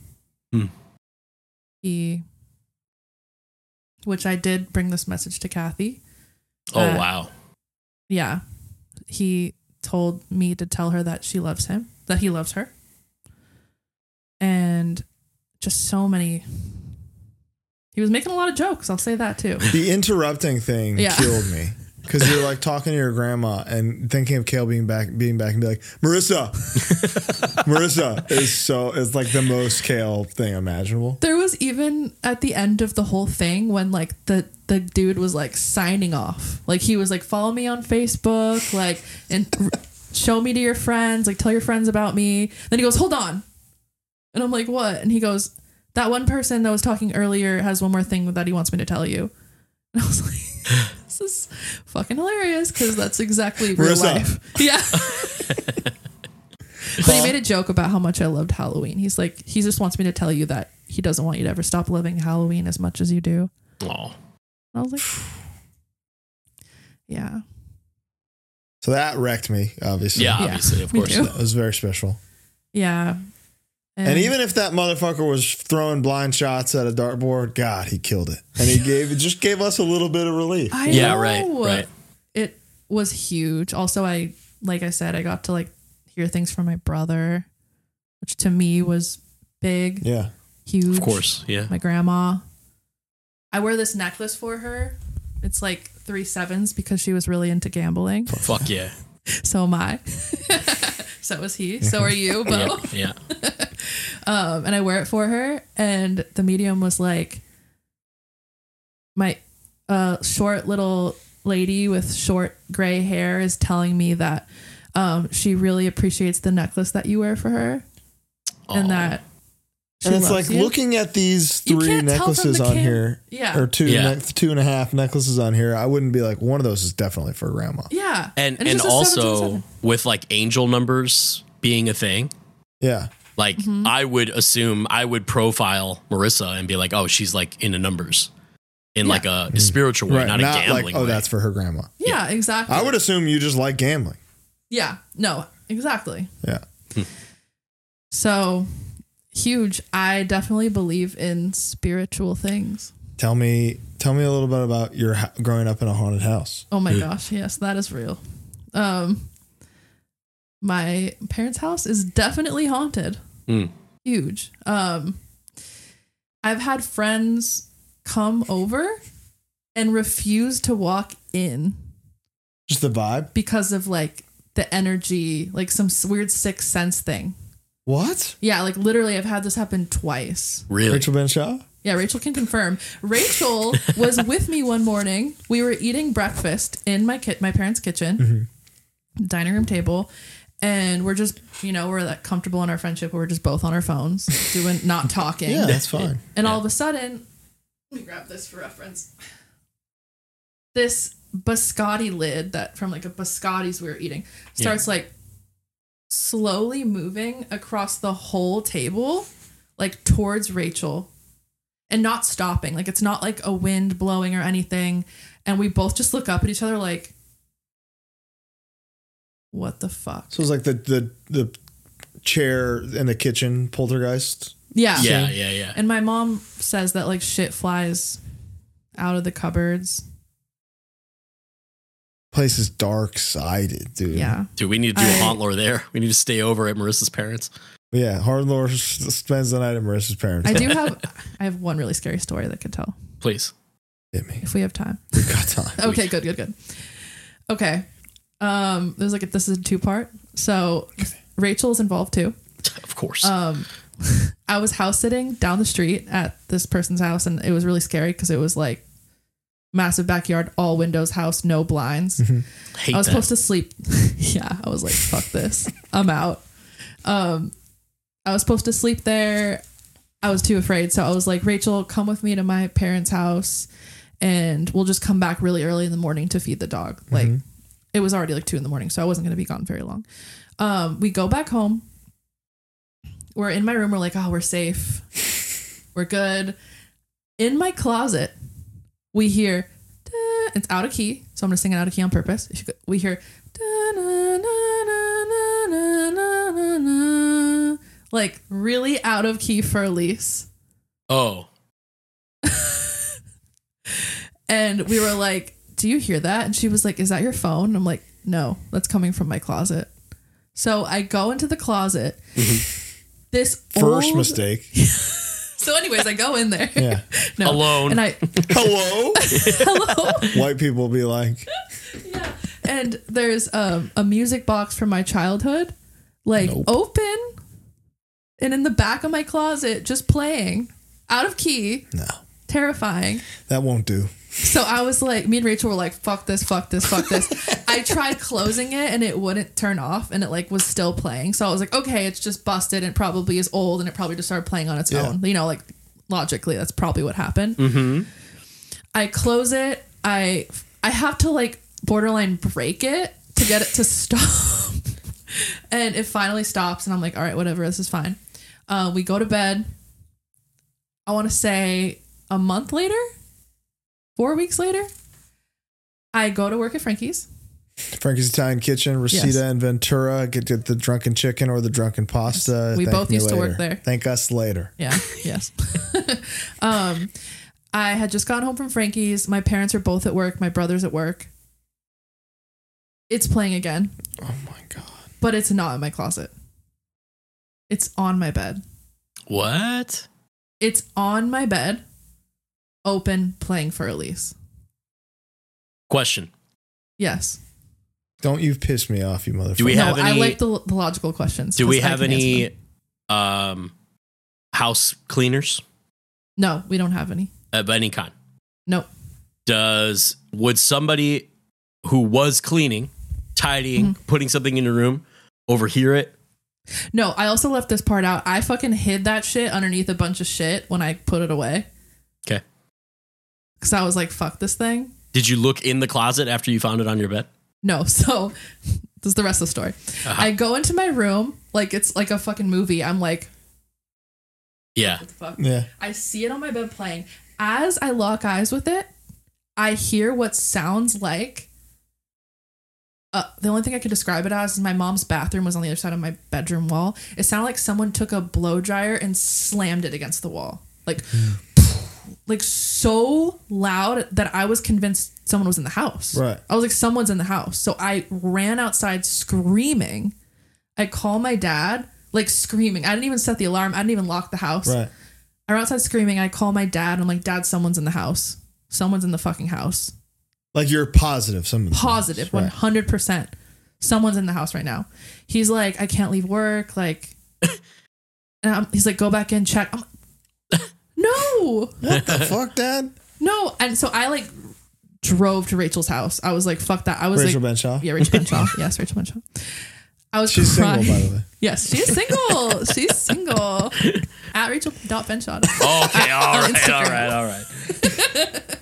Speaker 2: Hmm.
Speaker 4: He, which I did bring this message to Kathy.
Speaker 2: Oh
Speaker 4: Uh,
Speaker 2: wow.
Speaker 4: Yeah. He told me to tell her that she loves him, that he loves her. And just so many. He was making a lot of jokes. I'll say that too.
Speaker 1: The interrupting thing
Speaker 4: Yeah.
Speaker 1: killed me. Because you're like talking to your grandma and thinking of Kale being back, being back, and be like, Marissa, Marissa is so it's like the most Kale thing imaginable.
Speaker 4: There was even at the end of the whole thing when like the the dude was like signing off. Like he was like follow me on Facebook, like and r- show me to your friends, like tell your friends about me. Then he goes, "Hold on." And I'm like, "What?" And he goes, "That one person that was talking earlier has one more thing that he wants me to tell you." And I was like, "This is fucking hilarious cuz that's exactly real
Speaker 1: Marissa.
Speaker 4: life." Yeah. But he made a joke about how much I loved Halloween. He's like, he just wants me to tell you that he doesn't want you to ever stop loving Halloween as much as you do.
Speaker 2: Oh.
Speaker 4: And I was like, yeah,
Speaker 1: So that wrecked me, obviously.
Speaker 2: Yeah,
Speaker 4: Yeah,
Speaker 2: obviously, of
Speaker 4: me
Speaker 2: course.
Speaker 4: too.
Speaker 1: That was very special.
Speaker 4: yeah.
Speaker 1: And even if that motherfucker was throwing blind shots at a dartboard, God, he killed it. And he gave it just gave us a little bit of relief.
Speaker 4: I
Speaker 2: Yeah,
Speaker 4: know.
Speaker 2: right, right.
Speaker 4: It was huge. Also, I like I said, I got to like hear things from my brother, which to me was big,
Speaker 1: Yeah.
Speaker 4: huge.
Speaker 2: Of course, yeah.
Speaker 4: my grandma. I wear this necklace for her. It's like three sevens because she was really into gambling.
Speaker 2: Fuck yeah.
Speaker 4: So am I. so was he. So are you, Bo.
Speaker 2: Yeah, yeah.
Speaker 4: Um, and I wear it for her. And the medium was like, my uh, short little lady with short gray hair is telling me that um, she really appreciates the necklace that you wear for her,
Speaker 2: Aw.
Speaker 4: and that she
Speaker 1: and it's
Speaker 4: loves
Speaker 1: like
Speaker 4: you.
Speaker 1: looking at these
Speaker 4: You
Speaker 1: three
Speaker 4: can't tell from
Speaker 1: necklaces
Speaker 4: the
Speaker 1: on
Speaker 4: cam-
Speaker 1: here,
Speaker 4: Yeah.
Speaker 1: or two,
Speaker 2: Yeah.
Speaker 1: ne- two and a half necklaces on here. I wouldn't be like one of those is definitely for grandma.
Speaker 4: Yeah,
Speaker 2: and
Speaker 4: it's
Speaker 2: and
Speaker 4: just a
Speaker 2: also
Speaker 4: 17-7.
Speaker 2: with like angel numbers being a thing,
Speaker 1: Yeah,
Speaker 2: like
Speaker 4: Mm-hmm.
Speaker 2: I would assume I would profile Marissa and be like, oh, she's like into numbers, in like a spiritual way, not, a gambling
Speaker 1: like oh,
Speaker 2: way.
Speaker 1: that's for her grandma.
Speaker 4: yeah, exactly.
Speaker 1: I would assume you just like gambling.
Speaker 4: Yeah, no, exactly.
Speaker 1: Yeah,
Speaker 4: So huge. I definitely believe in spiritual things.
Speaker 1: tell me, tell me a little bit about your ho- growing up in a haunted house.
Speaker 4: Oh my gosh, yes, that is real. Um my parents' house is definitely haunted.
Speaker 2: Mm.
Speaker 4: Huge. Um I've had friends come over and refuse to walk in
Speaker 1: Just the vibe.
Speaker 4: because of like the energy, like some s- weird sixth sense thing.
Speaker 1: What?
Speaker 4: Yeah, like literally I've had this happen twice.
Speaker 2: really
Speaker 1: Rachel Benshaw?
Speaker 4: Yeah, Rachel can confirm. Rachel was with me one morning. We were eating breakfast in my kit, my parents' kitchen, dining room table, and we're just, you know, we're that comfortable in our friendship. We're just both on our phones, doing not talking.
Speaker 6: Yeah, that's fine.
Speaker 4: And all of a sudden, let me grab this for reference. This biscotti lid that from like a biscottis we were eating starts like slowly moving across the whole table, like towards Rachel and not stopping. Like it's not like a wind blowing or anything. And we both just look up at each other like, what the fuck?
Speaker 6: So it's like the the the chair in the kitchen poltergeist.
Speaker 4: Yeah.
Speaker 2: Yeah, yeah, yeah.
Speaker 4: And my mom says that like shit flies out of the cupboards.
Speaker 6: Place is dark sided, dude.
Speaker 4: Yeah.
Speaker 2: Dude, we need to do a
Speaker 4: I-
Speaker 2: haunt lore there. We need to stay over at Marissa's parents.
Speaker 6: yeah. Hard lore s- spends the night at Marissa's parents.
Speaker 4: I do have I have one really scary story that could tell
Speaker 2: Please.
Speaker 6: Hit me.
Speaker 4: if we have time.
Speaker 6: We got time.
Speaker 4: Okay, good, good, good. Okay. Um there's like a, this is a two part. So Rachel is involved too.
Speaker 2: Of course.
Speaker 4: um I was house sitting down the street at this person's house and it was really scary because it was like massive backyard, all windows, house, no blinds.
Speaker 2: Hate
Speaker 4: I was
Speaker 2: that.
Speaker 4: supposed to sleep. yeah, I was like, fuck this. I'm out. Um, I was supposed to sleep there. I was too afraid. So I was like, Rachel, come with me to my parents' house and we'll just come back really early in the morning to feed the dog.
Speaker 2: Mm-hmm.
Speaker 4: Like, it was already like two in the morning. So I wasn't going to be gone very long. Um, we go back home. We're in my room. We're like, oh, we're safe. we're good. In my closet, we hear "Da-" it's out of key, so I'm gonna sing it out of key on purpose. It should go- We hear "Da-na-na-na-na-na-na-na," like really out of key for Elise,
Speaker 2: oh,
Speaker 4: and we were like, "Do you hear that?" And she was like, "Is that your phone?" And I'm like, "No, that's coming from my closet." So I go into the closet. This
Speaker 6: First
Speaker 4: old-
Speaker 6: mistake.
Speaker 4: So, anyways, I go in there.
Speaker 6: Yeah.
Speaker 4: No.
Speaker 2: Alone.
Speaker 4: And I
Speaker 6: Hello.
Speaker 4: hello.
Speaker 6: White people be like,
Speaker 4: and there's um, a music box from my childhood, like open, and in the back of my closet, just playing out of key,
Speaker 6: no,
Speaker 4: terrifying.
Speaker 6: that won't do.
Speaker 4: So I was like, me and Rachel were like, fuck this, fuck this, fuck this. I tried closing it and it wouldn't turn off and it like was still playing. So I was like, okay, it's just busted and it probably is old and it probably just started playing on its
Speaker 6: Yeah.
Speaker 4: own. You know, like logically, that's probably what happened. I close it. I I have to like borderline break it to get it to stop. and it finally stops and I'm like, all right, whatever, this is fine. Uh, we go to bed. I want to say a month later, four weeks later, I go to work at Frankie's.
Speaker 6: Frankie's Italian Kitchen, Reseda
Speaker 4: Yes.
Speaker 6: and Ventura. Get, get the drunken chicken or the drunken pasta.
Speaker 4: We
Speaker 6: Thank
Speaker 4: both
Speaker 6: me
Speaker 4: used to work
Speaker 6: later.
Speaker 4: there.
Speaker 6: Thank us later.
Speaker 4: Yeah. yes. um, I had just gotten home from Frankie's. My parents are both at work. My brother's at work. It's playing again,
Speaker 6: Oh my god.
Speaker 4: but it's not in my closet. It's on my bed.
Speaker 2: what?
Speaker 4: It's on my bed, open, playing for Elise.
Speaker 2: Question.
Speaker 4: Yes.
Speaker 6: Don't you piss me off, you motherfucker.
Speaker 2: Do we
Speaker 4: no,
Speaker 2: have
Speaker 4: I
Speaker 2: any-
Speaker 4: like the, the logical questions.
Speaker 2: Do we
Speaker 4: 'cause I
Speaker 2: have
Speaker 4: can answer
Speaker 2: any
Speaker 4: them.
Speaker 2: um house cleaners
Speaker 4: No, we don't have any.
Speaker 2: of any kind?
Speaker 4: No.
Speaker 2: Does would somebody who was cleaning, tidying,
Speaker 4: Mm-hmm.
Speaker 2: putting something in your room overhear it?
Speaker 4: No, I also left this part out. I fucking hid that shit underneath a bunch of shit when I put it away.
Speaker 2: 'Kay.
Speaker 4: Because I was like, fuck this thing.
Speaker 2: Did you look in the closet after you found it on your bed?
Speaker 4: No, so this is the rest of the story. I go into my room, like it's like a fucking movie. I'm like,
Speaker 2: Yeah.
Speaker 4: what the fuck?
Speaker 6: Yeah.
Speaker 4: I see it on my bed playing. As I lock eyes with it, I hear what sounds like. Uh, the only thing I could describe it as is my mom's bathroom was on the other side of my bedroom wall. It sounded like someone took a blow dryer and slammed it against the wall, like, like so loud that I was convinced someone was in the house.
Speaker 6: Right.
Speaker 4: I was like, someone's in the house. So I ran outside screaming. I call my dad, like screaming. I didn't even set the alarm. I didn't even lock the house.
Speaker 6: Right.
Speaker 4: I'm outside screaming. I call my dad. I'm like, Dad, someone's in the house. Someone's in the fucking house.
Speaker 6: Like you're positive. Some
Speaker 4: Positive,
Speaker 6: Right.
Speaker 4: 100%. Someone's in the house right now. He's like, I can't leave work. Like, and I'm, he's like, go back in, check. I'm like, No,
Speaker 1: What the fuck, Dad?
Speaker 4: no. And so I like drove to Rachel's house. I was like, fuck that. I was
Speaker 1: Rachel
Speaker 4: like,
Speaker 1: Benshaw.
Speaker 4: yeah, Rachel Benshaw. yes, Rachel Benshaw. I was
Speaker 1: She's single,
Speaker 4: crying.
Speaker 1: by the way.
Speaker 4: Yes, she's single. she's single. At Rachel dot Benshaw.
Speaker 2: Oh, okay, all right, all
Speaker 4: Instagram.
Speaker 2: right, all right.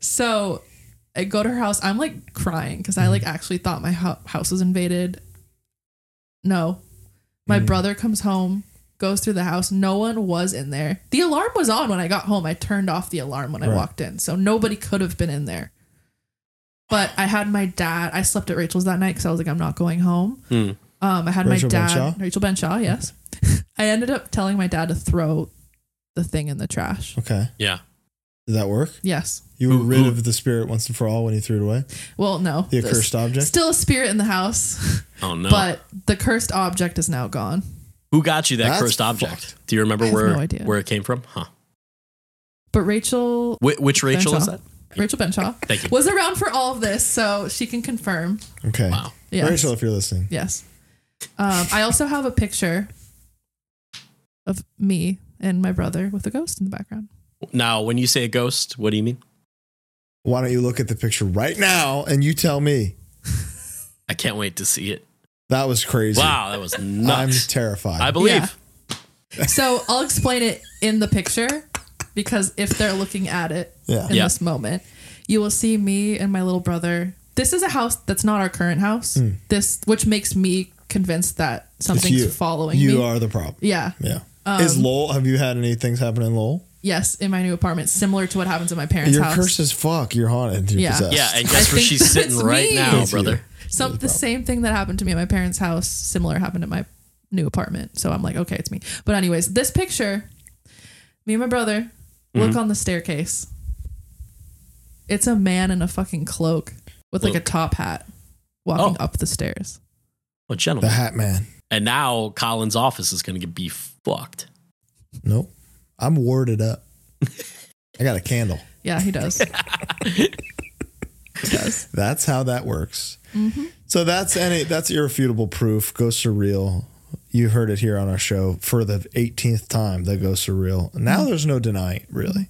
Speaker 4: So I go to her house. I'm like crying because I like
Speaker 1: Mm-hmm.
Speaker 4: actually thought my ho- house was invaded. No, my
Speaker 1: Mm.
Speaker 4: brother comes home, goes through the house. No one was in there. The alarm was on when I got home. I turned off the alarm when I walked in, so nobody could have been in there. But I had my dad. I slept at Rachel's that night because I was like, I'm not going home.
Speaker 2: Hmm.
Speaker 4: Um, I had
Speaker 1: Rachel
Speaker 4: my dad,
Speaker 1: Benshaw?
Speaker 4: Rachel Benshaw. Yes, I ended up telling my dad to throw the thing in the trash.
Speaker 1: Okay.
Speaker 2: Yeah.
Speaker 1: Did that work?
Speaker 4: Yes.
Speaker 1: You were
Speaker 2: Who-
Speaker 1: rid
Speaker 2: who-
Speaker 1: of the spirit once and for all when you threw it away?
Speaker 4: Well, no.
Speaker 1: The
Speaker 4: This-
Speaker 1: accursed object?
Speaker 4: Still a spirit in the house,
Speaker 2: Oh no.
Speaker 4: but the cursed object is now gone.
Speaker 2: Who got you that
Speaker 1: That's
Speaker 2: cursed object? Do you
Speaker 4: I
Speaker 2: remember
Speaker 4: have
Speaker 2: where
Speaker 4: no idea.
Speaker 2: where it came from? Huh.
Speaker 4: But Rachel,
Speaker 2: Wh- which Rachel is
Speaker 4: Benshaw.
Speaker 2: that?
Speaker 4: Rachel Benshaw,
Speaker 2: Thank you.
Speaker 4: was around for all of this, so she can confirm.
Speaker 1: Okay.
Speaker 2: Wow.
Speaker 4: Yes.
Speaker 1: Rachel, if you're listening.
Speaker 4: Yes. Um, I also have a picture of me and my brother with a ghost in the background.
Speaker 2: Now, when you say a ghost, what do you mean?
Speaker 1: Why don't you look at the picture right now and you tell me?
Speaker 2: I can't wait to see it.
Speaker 1: That was crazy.
Speaker 2: Wow, that was
Speaker 1: I'm
Speaker 2: nuts.
Speaker 1: terrified.
Speaker 2: I believe.
Speaker 4: Yeah. So I'll explain it in the picture because if they're looking at it
Speaker 1: Yeah.
Speaker 4: in
Speaker 2: Yeah.
Speaker 4: this moment, you will see me and my little brother. This is a house that's not our current house. This, which makes me convinced that
Speaker 1: Hmm. It's
Speaker 4: something's
Speaker 1: you.
Speaker 4: following
Speaker 1: you
Speaker 4: me.
Speaker 1: are the problem.
Speaker 4: yeah.
Speaker 1: Yeah.
Speaker 4: Um,
Speaker 1: is Lowell, have you had any things happen in Lowell?
Speaker 4: Yes, in my new apartment, similar to what happens in my parents'
Speaker 1: You're
Speaker 4: house.
Speaker 1: cursed as fuck. You're haunted. You're
Speaker 4: Yeah.
Speaker 1: possessed.
Speaker 2: Yeah, and guess where
Speaker 4: think
Speaker 2: she's sitting
Speaker 4: that's
Speaker 2: right
Speaker 4: me.
Speaker 2: now,
Speaker 1: It's you.
Speaker 2: brother.
Speaker 4: Some the same thing that happened to me in my parents' house, similar happened in my new apartment. So I'm like, okay, it's me. But anyways, this picture, me and my brother look
Speaker 2: Mm-hmm.
Speaker 4: on the staircase. It's a man in a fucking cloak with like a
Speaker 2: Cloak.
Speaker 4: top hat walking
Speaker 2: Oh.
Speaker 4: up the stairs.
Speaker 2: Well,
Speaker 1: The
Speaker 2: gentlemen.
Speaker 1: Hat Man.
Speaker 2: And now Colin's office is going to get be fucked.
Speaker 1: Nope. I'm warded up. I got a candle.
Speaker 4: Yeah, he does. he does.
Speaker 1: That's how that works.
Speaker 2: Mm-hmm.
Speaker 1: So that's any that's irrefutable proof. Ghosts are real. You heard it here on our show for the 18th time that ghosts are real. Now there's no denying, it, really.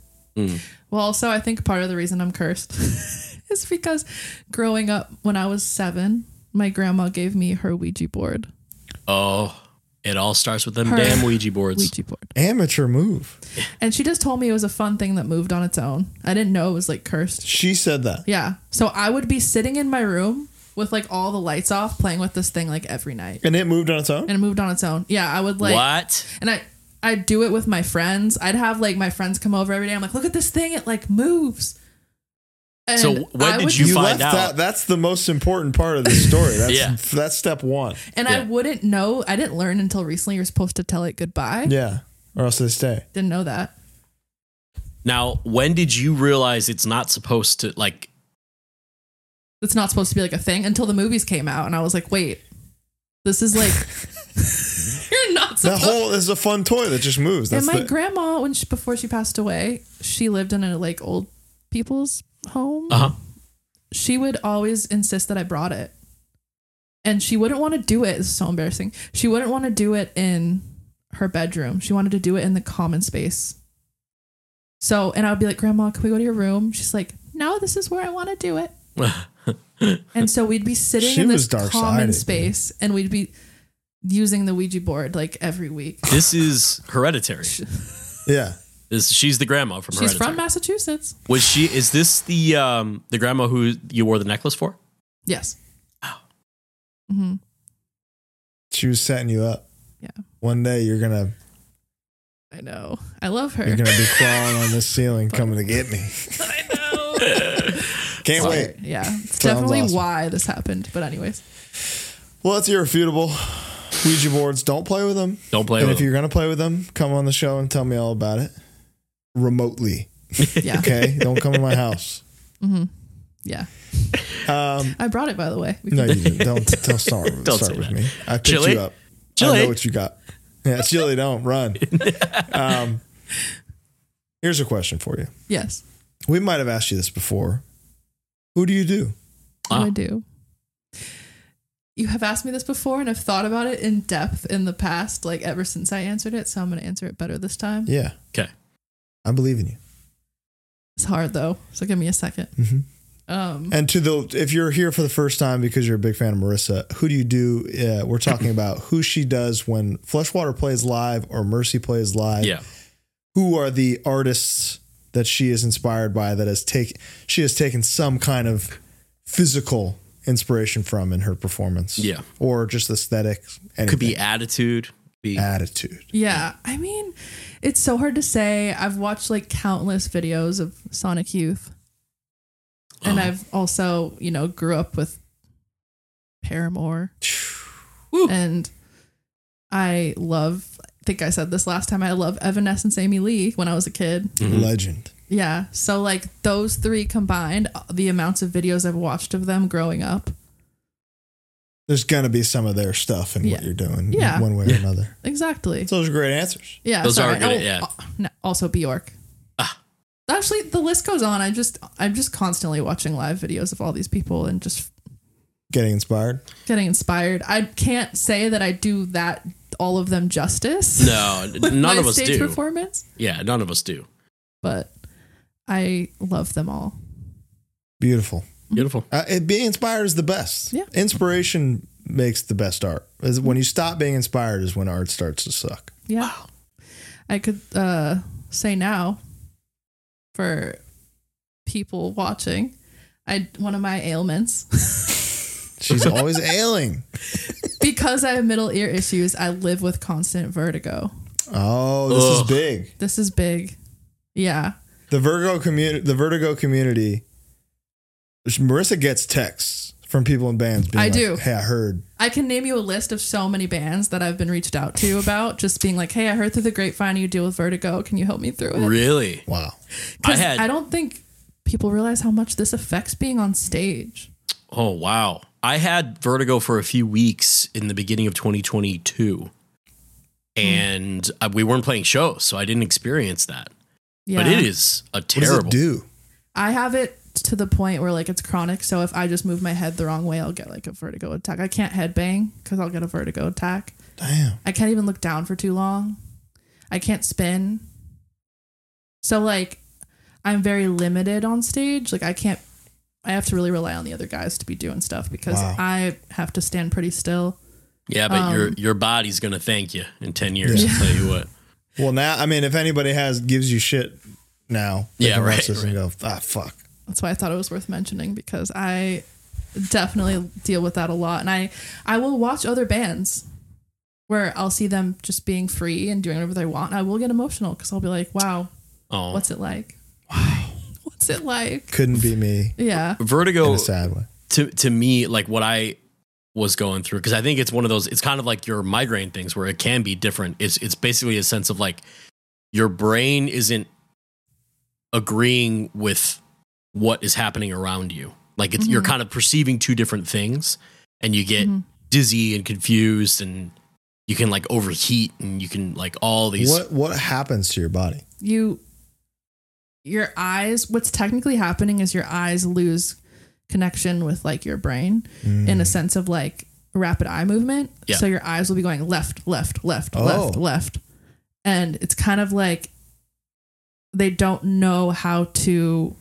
Speaker 4: Well, also, I think part of the reason I'm cursed is because growing up, when I was seven, my grandma gave me her Ouija board.
Speaker 2: Oh, it all starts with them
Speaker 4: Her-
Speaker 2: damn Ouija boards.
Speaker 4: Ouija board.
Speaker 1: Amateur move.
Speaker 4: And she just told me it was a fun thing that moved on its own. I didn't know it was like cursed.
Speaker 1: She said that.
Speaker 4: Yeah. So I would be sitting in my room with like all the lights off playing with this thing like every night.
Speaker 1: And it moved on its own.
Speaker 4: And it moved on its own. Yeah, I would like
Speaker 2: what?
Speaker 4: and I I'd do it with my friends. I'd have like my friends come over every day. I'm like, look at this thing, it like moves. And
Speaker 2: So when
Speaker 4: I
Speaker 2: did
Speaker 4: would-
Speaker 2: you find out.
Speaker 1: that. That's the most important part of the story. That's
Speaker 2: Yeah.
Speaker 1: that's step one.
Speaker 4: and I
Speaker 2: Yeah.
Speaker 4: wouldn't know I didn't learn until recently you're supposed to tell it goodbye.
Speaker 1: Yeah. Or else they stay.
Speaker 4: Didn't know that.
Speaker 2: Now, when did you realize it's not supposed to like
Speaker 4: It's not supposed to be like a thing until the movies came out and I was like, wait, this is like you're not
Speaker 1: That
Speaker 4: supposed
Speaker 1: whole is a fun toy that just moves. That's
Speaker 4: and my
Speaker 1: the,
Speaker 4: grandma, when she, before she passed away, she lived in a like old people's home.
Speaker 2: uh-huh.
Speaker 4: She would always insist that I brought it, and she wouldn't want to do it. It's so embarrassing. She wouldn't want to do it in her bedroom. She wanted to do it in the common space. So, and I would be like, Grandma, can we go to your room? She's like, No, this is where I want to do it. And so we'd be sitting
Speaker 1: She
Speaker 4: in this
Speaker 1: was dark-sided,
Speaker 4: common
Speaker 1: dude.
Speaker 4: space, and we'd be using the Ouija board like every week.
Speaker 2: This is hereditary.
Speaker 1: yeah.
Speaker 2: This, she's the grandma from
Speaker 4: She's
Speaker 2: hereditary.
Speaker 4: from Massachusetts.
Speaker 2: Was she? Is this the um the grandma who you wore the necklace for?
Speaker 4: Yes. Mm-hmm.
Speaker 1: She was setting you up.
Speaker 4: Yeah.
Speaker 1: One day you're gonna
Speaker 4: I know. I love her.
Speaker 1: you're gonna be crawling on this ceiling coming to get me. Can't wait.
Speaker 4: Yeah. It's
Speaker 1: Sounds
Speaker 4: definitely
Speaker 1: awesome.
Speaker 4: why this happened. But anyways.
Speaker 1: Well, it's irrefutable. Ouija boards, don't play with them.
Speaker 2: Don't play
Speaker 1: and
Speaker 2: with
Speaker 1: if
Speaker 2: them.
Speaker 1: you're gonna play with them, come on the show and tell me all about it remotely.
Speaker 4: Yeah.
Speaker 1: Okay, don't come to my house.
Speaker 4: Yeah.
Speaker 1: Um,
Speaker 4: I brought it by the way. We
Speaker 1: no,
Speaker 4: can-
Speaker 1: you didn't. Don't don't start,
Speaker 2: Don't
Speaker 1: start
Speaker 2: say
Speaker 1: with
Speaker 2: that.
Speaker 1: me. I picked
Speaker 2: Chili?
Speaker 1: you up. I
Speaker 2: Chili?
Speaker 1: know what you got. Yeah, Chili, don't run. Um, here's a question for you.
Speaker 4: yes.
Speaker 1: We might have Ah. asked you this before. Who do you do?
Speaker 4: What do
Speaker 2: Ah.
Speaker 4: I do. you have asked me this before and I've thought about it in depth in the past, like ever since I answered it. So I'm going to answer it better this time.
Speaker 1: Yeah.
Speaker 2: Okay.
Speaker 1: I believe in you.
Speaker 4: It's hard though. So give me a 2nd
Speaker 1: Mhm.
Speaker 4: Um,
Speaker 1: And to the if you're here for the first time because you're a big fan of Marissa, who do you do? Uh, we're talking about who she does when Fleshwater plays live or Mercy plays live.
Speaker 2: Yeah.
Speaker 1: Who are the artists that she is inspired by? That has take she has taken some kind of physical inspiration from in her performance.
Speaker 2: Yeah.
Speaker 1: Or just aesthetic. Anything.
Speaker 2: Could be attitude. Be
Speaker 1: attitude.
Speaker 4: yeah. I mean, it's so hard to say. I've watched like countless videos of Sonic Youth. And I've also, you know, grew up with Paramore.
Speaker 2: Woo.
Speaker 4: And I love, I think I said this last time, I love Evanescence Amy Lee when I was a kid.
Speaker 2: Mm-hmm.
Speaker 1: Legend.
Speaker 4: Yeah. So like those three combined, uh, the amounts of videos I've watched of them growing up,
Speaker 1: There's gonna be some of their stuff in what
Speaker 4: Yeah.
Speaker 1: you're doing.
Speaker 4: Yeah.
Speaker 1: One way or another.
Speaker 4: exactly.
Speaker 1: So those are great answers.
Speaker 4: Yeah.
Speaker 2: Those
Speaker 4: sorry.
Speaker 2: are good,
Speaker 4: Oh,
Speaker 2: yeah. Ah.
Speaker 4: uh, no, also Bjork. Actually, the list goes on. I just, I'm just constantly watching live videos of all these people and just
Speaker 1: Getting inspired.
Speaker 4: getting inspired. I can't say that I do that all of them justice.
Speaker 2: no,
Speaker 4: with
Speaker 2: none
Speaker 4: my
Speaker 2: of us
Speaker 4: stage
Speaker 2: do.
Speaker 4: performance,
Speaker 2: Yeah, none of us do.
Speaker 4: but I love them all.
Speaker 1: Beautiful.
Speaker 2: Beautiful.
Speaker 1: Uh, it, being inspired is the best.
Speaker 4: Yeah.
Speaker 1: Inspiration makes the best art. Is when you stop being inspired is when art starts to suck.
Speaker 4: Yeah. I could uh, say now for people watching, I one of my ailments
Speaker 1: She's always ailing.
Speaker 4: because I have middle ear issues, I live with constant vertigo.
Speaker 1: Oh, this
Speaker 2: Ugh.
Speaker 1: is big.
Speaker 4: This is big. Yeah.
Speaker 1: The Virgo community, the Vertigo community. Marissa gets texts from people in bands. Being
Speaker 4: I
Speaker 1: like,
Speaker 4: do.
Speaker 1: Hey, I heard.
Speaker 4: I can name you a list of so many bands that I've been reached out to about just being like, "Hey, I heard through the grapevine you deal with vertigo. Can you help me through it?"
Speaker 2: Really?
Speaker 1: Wow.
Speaker 4: 'Cause
Speaker 2: I had-
Speaker 4: I don't think people realize how much this affects being on stage.
Speaker 2: Oh wow. I had vertigo for a few weeks in the beginning of 2022. And uh we weren't playing shows, so I didn't experience that.
Speaker 4: Yeah.
Speaker 2: But it is a
Speaker 1: What does
Speaker 2: terrible.
Speaker 1: it do?
Speaker 4: I have it to the point where like it's chronic. So if I just move my head the wrong way, I'll get like a vertigo attack. I can't headbang because I'll get a vertigo attack.
Speaker 1: Damn.
Speaker 4: I can't even look down for too long. I can't spin. So like I'm very limited on stage. Like I can't I have to really rely on the other guys to be doing stuff because
Speaker 1: Wow.
Speaker 4: I have to stand pretty still.
Speaker 2: Yeah, but your
Speaker 4: Um,
Speaker 2: your body's gonna thank you in 10 years. I'll tell you what.
Speaker 1: Well, now I mean, if anybody has gives you shit now, they
Speaker 2: Yeah,
Speaker 1: can watch
Speaker 2: right,
Speaker 1: this and go, ah, fuck.
Speaker 4: That's why I thought it was worth mentioning because I definitely deal with that a lot. And I I will watch other bands where I'll see them just being free and doing whatever they want. I will get emotional because I'll be like, wow,
Speaker 2: Oh,
Speaker 4: what's it like? Wow. What's it like?
Speaker 1: Couldn't be me
Speaker 4: Yeah.
Speaker 1: in
Speaker 2: Oh. vertigo
Speaker 1: a sad way.
Speaker 2: to to me like what I was going through because I think it's one of those it's kind of like your migraine things where it can be different. It's it's basically a sense of like your brain isn't agreeing with what is happening around you. Like it's
Speaker 4: Mm-hmm.
Speaker 2: you're kind of perceiving two different things and you get dizzy and confused and you can like overheat and you can like all these
Speaker 1: What what happens to your body?
Speaker 4: you your eyes what's technically happening is your eyes lose connection with like your brain
Speaker 1: Mm.
Speaker 4: in a sense of like rapid eye movement
Speaker 2: Yeah.
Speaker 4: so your eyes will be going left left left
Speaker 1: Oh.
Speaker 4: left left and it's kind of like they don't know how to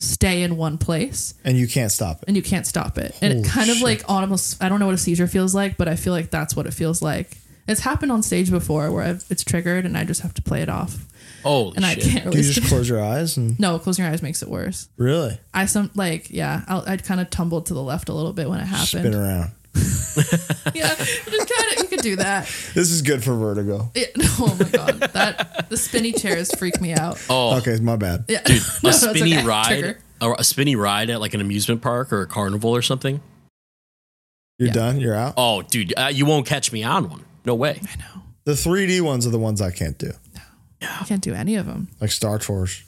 Speaker 4: stay in one place
Speaker 1: And you can't stop it.
Speaker 4: and you can't stop it and it
Speaker 1: Holy
Speaker 4: kind of
Speaker 1: shit.
Speaker 4: like almost i don't know what a seizure feels like but i feel like that's what it feels like it's happened on stage before where I've, it's triggered and i just have to play it off
Speaker 2: holy
Speaker 4: and
Speaker 2: shit.
Speaker 4: i can't
Speaker 1: Do
Speaker 4: really
Speaker 1: you just
Speaker 4: stay-
Speaker 1: close your eyes and
Speaker 4: no, closing your eyes makes it worse.
Speaker 1: Really?
Speaker 4: I some like yeah, I'll, I'd kind of tumbled to the left a little bit when it
Speaker 1: Spin
Speaker 4: happened.
Speaker 1: around.
Speaker 4: Yeah, just kind of you could do that.
Speaker 1: This is good for vertigo.
Speaker 4: It, oh my god, that the spinny chairs freak me out.
Speaker 2: oh
Speaker 1: Okay, my bad.
Speaker 4: Yeah,
Speaker 2: dude
Speaker 4: No,
Speaker 2: a
Speaker 4: that's
Speaker 2: spinny
Speaker 4: okay.
Speaker 2: ride
Speaker 4: Trigger.
Speaker 2: or a spinny ride at like an amusement park or a carnival or something
Speaker 1: You're
Speaker 4: Yeah.
Speaker 1: done. You're out.
Speaker 2: Oh, dude, uh, you won't catch me on one. No way.
Speaker 4: I know.
Speaker 1: The 3D ones are the ones I can't do,
Speaker 4: I can't do any of them.
Speaker 1: like Star Tours.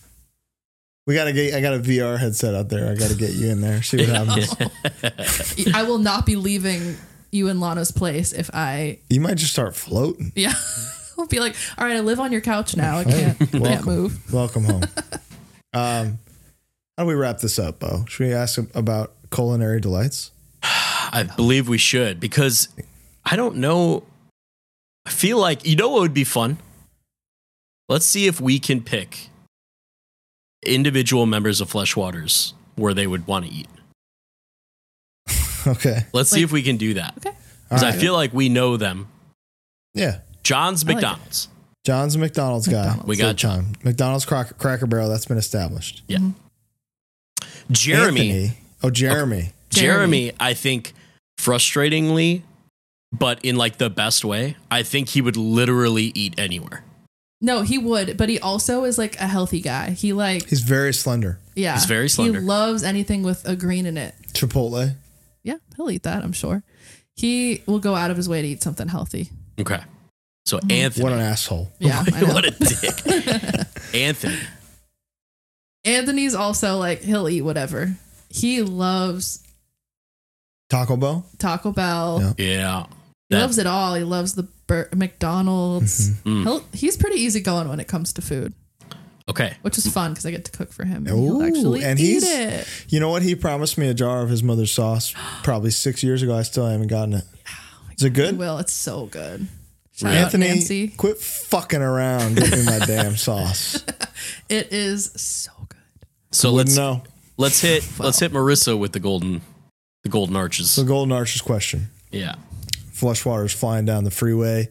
Speaker 1: We gotta get. I got a VR headset out there. I gotta get you in there. See what happens.
Speaker 4: I will not be leaving you in Lana's place if I
Speaker 1: You might just start floating.
Speaker 4: yeah. I'll be like, all right, I live on your couch now. I can't, I can't move.
Speaker 1: Welcome home. Um, how do we wrap this up, Bo? Should we ask about culinary delights?
Speaker 2: I believe we should because I don't know. I feel like you know what would be fun. Let's see if we can pick individual members of Fleshwaters where they would want to eat.
Speaker 1: Okay.
Speaker 2: Let's see
Speaker 4: Like-
Speaker 2: if we can do that
Speaker 4: Okay.
Speaker 1: All
Speaker 2: because
Speaker 1: right.
Speaker 2: I feel like we know them.
Speaker 1: yeah.
Speaker 2: John's
Speaker 4: like it.
Speaker 2: McDonald's.
Speaker 1: John's a McDonald's guy.
Speaker 4: McDonald's.
Speaker 2: We got
Speaker 1: Big time. McDonald's croc- Cracker Barrel. That's been established.
Speaker 2: Jeremy.
Speaker 1: Anthony. Oh, Jeremy.
Speaker 2: Jeremy, I think frustratingly, but in like the best way, I think he would literally eat anywhere.
Speaker 4: No, he would, but he also is like a healthy guy. He like
Speaker 1: He's very slender.
Speaker 4: yeah,
Speaker 2: he's very slender.
Speaker 4: He loves anything with a green in it.
Speaker 1: Chipotle.
Speaker 4: Yeah, he'll eat that. I'm sure. He will go out of his way to eat something healthy.
Speaker 2: Okay. So
Speaker 4: Mm.
Speaker 2: Anthony.
Speaker 1: What an asshole.
Speaker 4: Yeah, I know.
Speaker 2: what a dick. Anthony.
Speaker 4: Anthony's also like he'll eat whatever. He loves
Speaker 1: Taco Bell.
Speaker 4: Taco Bell.
Speaker 1: Yeah.
Speaker 2: Yeah.
Speaker 4: He
Speaker 2: That-
Speaker 4: loves it all. He loves the bur- McDonald's.
Speaker 1: Mm-hmm.
Speaker 2: Mm.
Speaker 4: He'll, he's pretty easygoing when it comes to food,
Speaker 2: Okay.
Speaker 4: which is fun because I get to cook for him. And he'll
Speaker 1: Ooh,
Speaker 4: actually
Speaker 1: and he's-
Speaker 4: eat it.
Speaker 1: You know what? He promised me a jar of his mother's sauce probably six years ago. I still haven't gotten it. Is it
Speaker 4: Oh He
Speaker 1: good?
Speaker 4: will. It's so good. Shout
Speaker 1: Anthony,
Speaker 4: out Nancy.
Speaker 1: quit fucking around. Give me my damn sauce.
Speaker 4: It is so good.
Speaker 2: So
Speaker 1: Wouldn't
Speaker 2: let's
Speaker 1: know.
Speaker 2: let's hit let's hit Marissa with the golden the golden arches.
Speaker 1: The Golden Archer's question.
Speaker 2: Yeah.
Speaker 1: Flush water's flying down the freeway,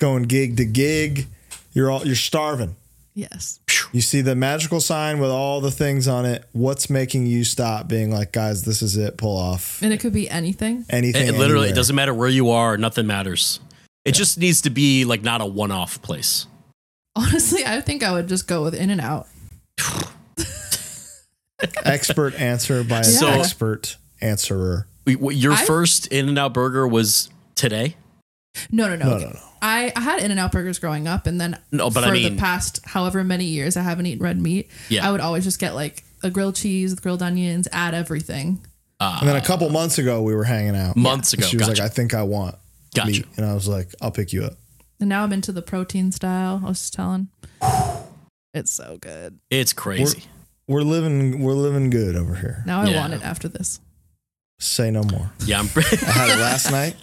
Speaker 1: going gig to gig. You're all you're starving.
Speaker 4: Yes.
Speaker 1: You see the magical sign with all the things on it. What's making you stop being like, guys, this is it, pull off.
Speaker 4: And it could be anything.
Speaker 1: Anything.
Speaker 2: It, it literally it
Speaker 1: anywhere.
Speaker 2: doesn't matter where you are, nothing matters. It just needs to be like not a one off place.
Speaker 4: Honestly, I think I would just go with In and Out.
Speaker 1: expert answer by an
Speaker 2: So-
Speaker 1: expert answerer.
Speaker 2: We- w- Your
Speaker 4: I-
Speaker 2: first In and Out burger was today?
Speaker 4: No, no, no.
Speaker 1: No,
Speaker 4: okay.
Speaker 1: no, no.
Speaker 4: I, I had In and Out burgers growing up, and then
Speaker 2: No, but
Speaker 4: for
Speaker 2: I mean-
Speaker 4: the past however many years I haven't eaten red meat,
Speaker 2: Yeah.
Speaker 4: I would always just get like a grilled cheese with grilled onions, add everything.
Speaker 2: Ah,
Speaker 1: And then a couple months ago, we were hanging out.
Speaker 2: Months
Speaker 1: And
Speaker 2: ago.
Speaker 1: she was
Speaker 2: Gotcha.
Speaker 1: like, I think I want
Speaker 2: Gotcha.
Speaker 1: meat. And I was like, I'll pick you up.
Speaker 4: And now I'm into the protein style. I was just telling. It's so good.
Speaker 2: It's crazy.
Speaker 1: We're living, we're living good over here.
Speaker 4: Now I
Speaker 2: Yeah.
Speaker 4: want it after this.
Speaker 1: Say no more.
Speaker 2: yeah, I'm
Speaker 1: I had it last night.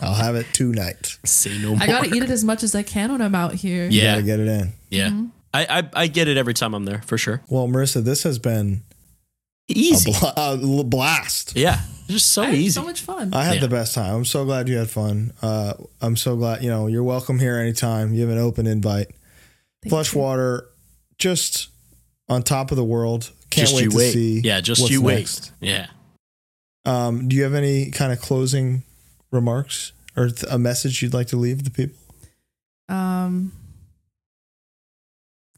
Speaker 1: I'll have it tonight.
Speaker 2: say no more.
Speaker 4: I gotta eat it as much as I can when I'm out here.
Speaker 1: You
Speaker 2: Yeah,
Speaker 1: gotta get it in.
Speaker 2: yeah.
Speaker 4: Mm-hmm.
Speaker 2: I, I I get it every time I'm there for sure.
Speaker 1: Well, Marissa, this has been a,
Speaker 2: Easy.
Speaker 1: bla- a l- blast.
Speaker 2: Yeah, just so
Speaker 4: I had
Speaker 2: easy.
Speaker 4: so much fun.
Speaker 1: I had
Speaker 2: Yeah.
Speaker 1: the best time. I'm so glad you had fun. Uh, I'm so glad, you know, you're welcome here anytime. You have an open invite. Flushwater, just on top of the world. Can't
Speaker 2: just
Speaker 1: wait
Speaker 2: you
Speaker 1: to
Speaker 2: wait.
Speaker 1: see.
Speaker 2: yeah, just
Speaker 1: what's
Speaker 2: you wait.
Speaker 1: next.
Speaker 2: Yeah.
Speaker 1: Um, do you have any kind of closing remarks or th- a message you'd like to leave the people?
Speaker 4: Um,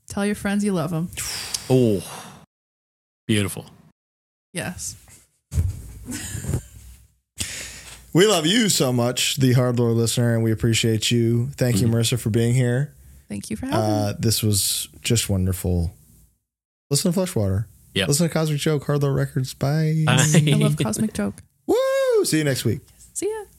Speaker 4: tell your friends you love them.
Speaker 2: Oh, beautiful.
Speaker 4: Yes.
Speaker 1: We love you so much, the hardlore listener, and we appreciate you. Thank
Speaker 2: Mm-hmm.
Speaker 1: you, Marissa, for being here.
Speaker 4: Thank you for having me.
Speaker 1: Uh, this was just wonderful. Listen to Flushwater.
Speaker 2: Yep.
Speaker 1: Listen to Cosmic Joke, Hardlore Records. Bye.
Speaker 2: Bye.
Speaker 4: I love Cosmic Joke.
Speaker 1: Woo! See you next week.
Speaker 4: See ya.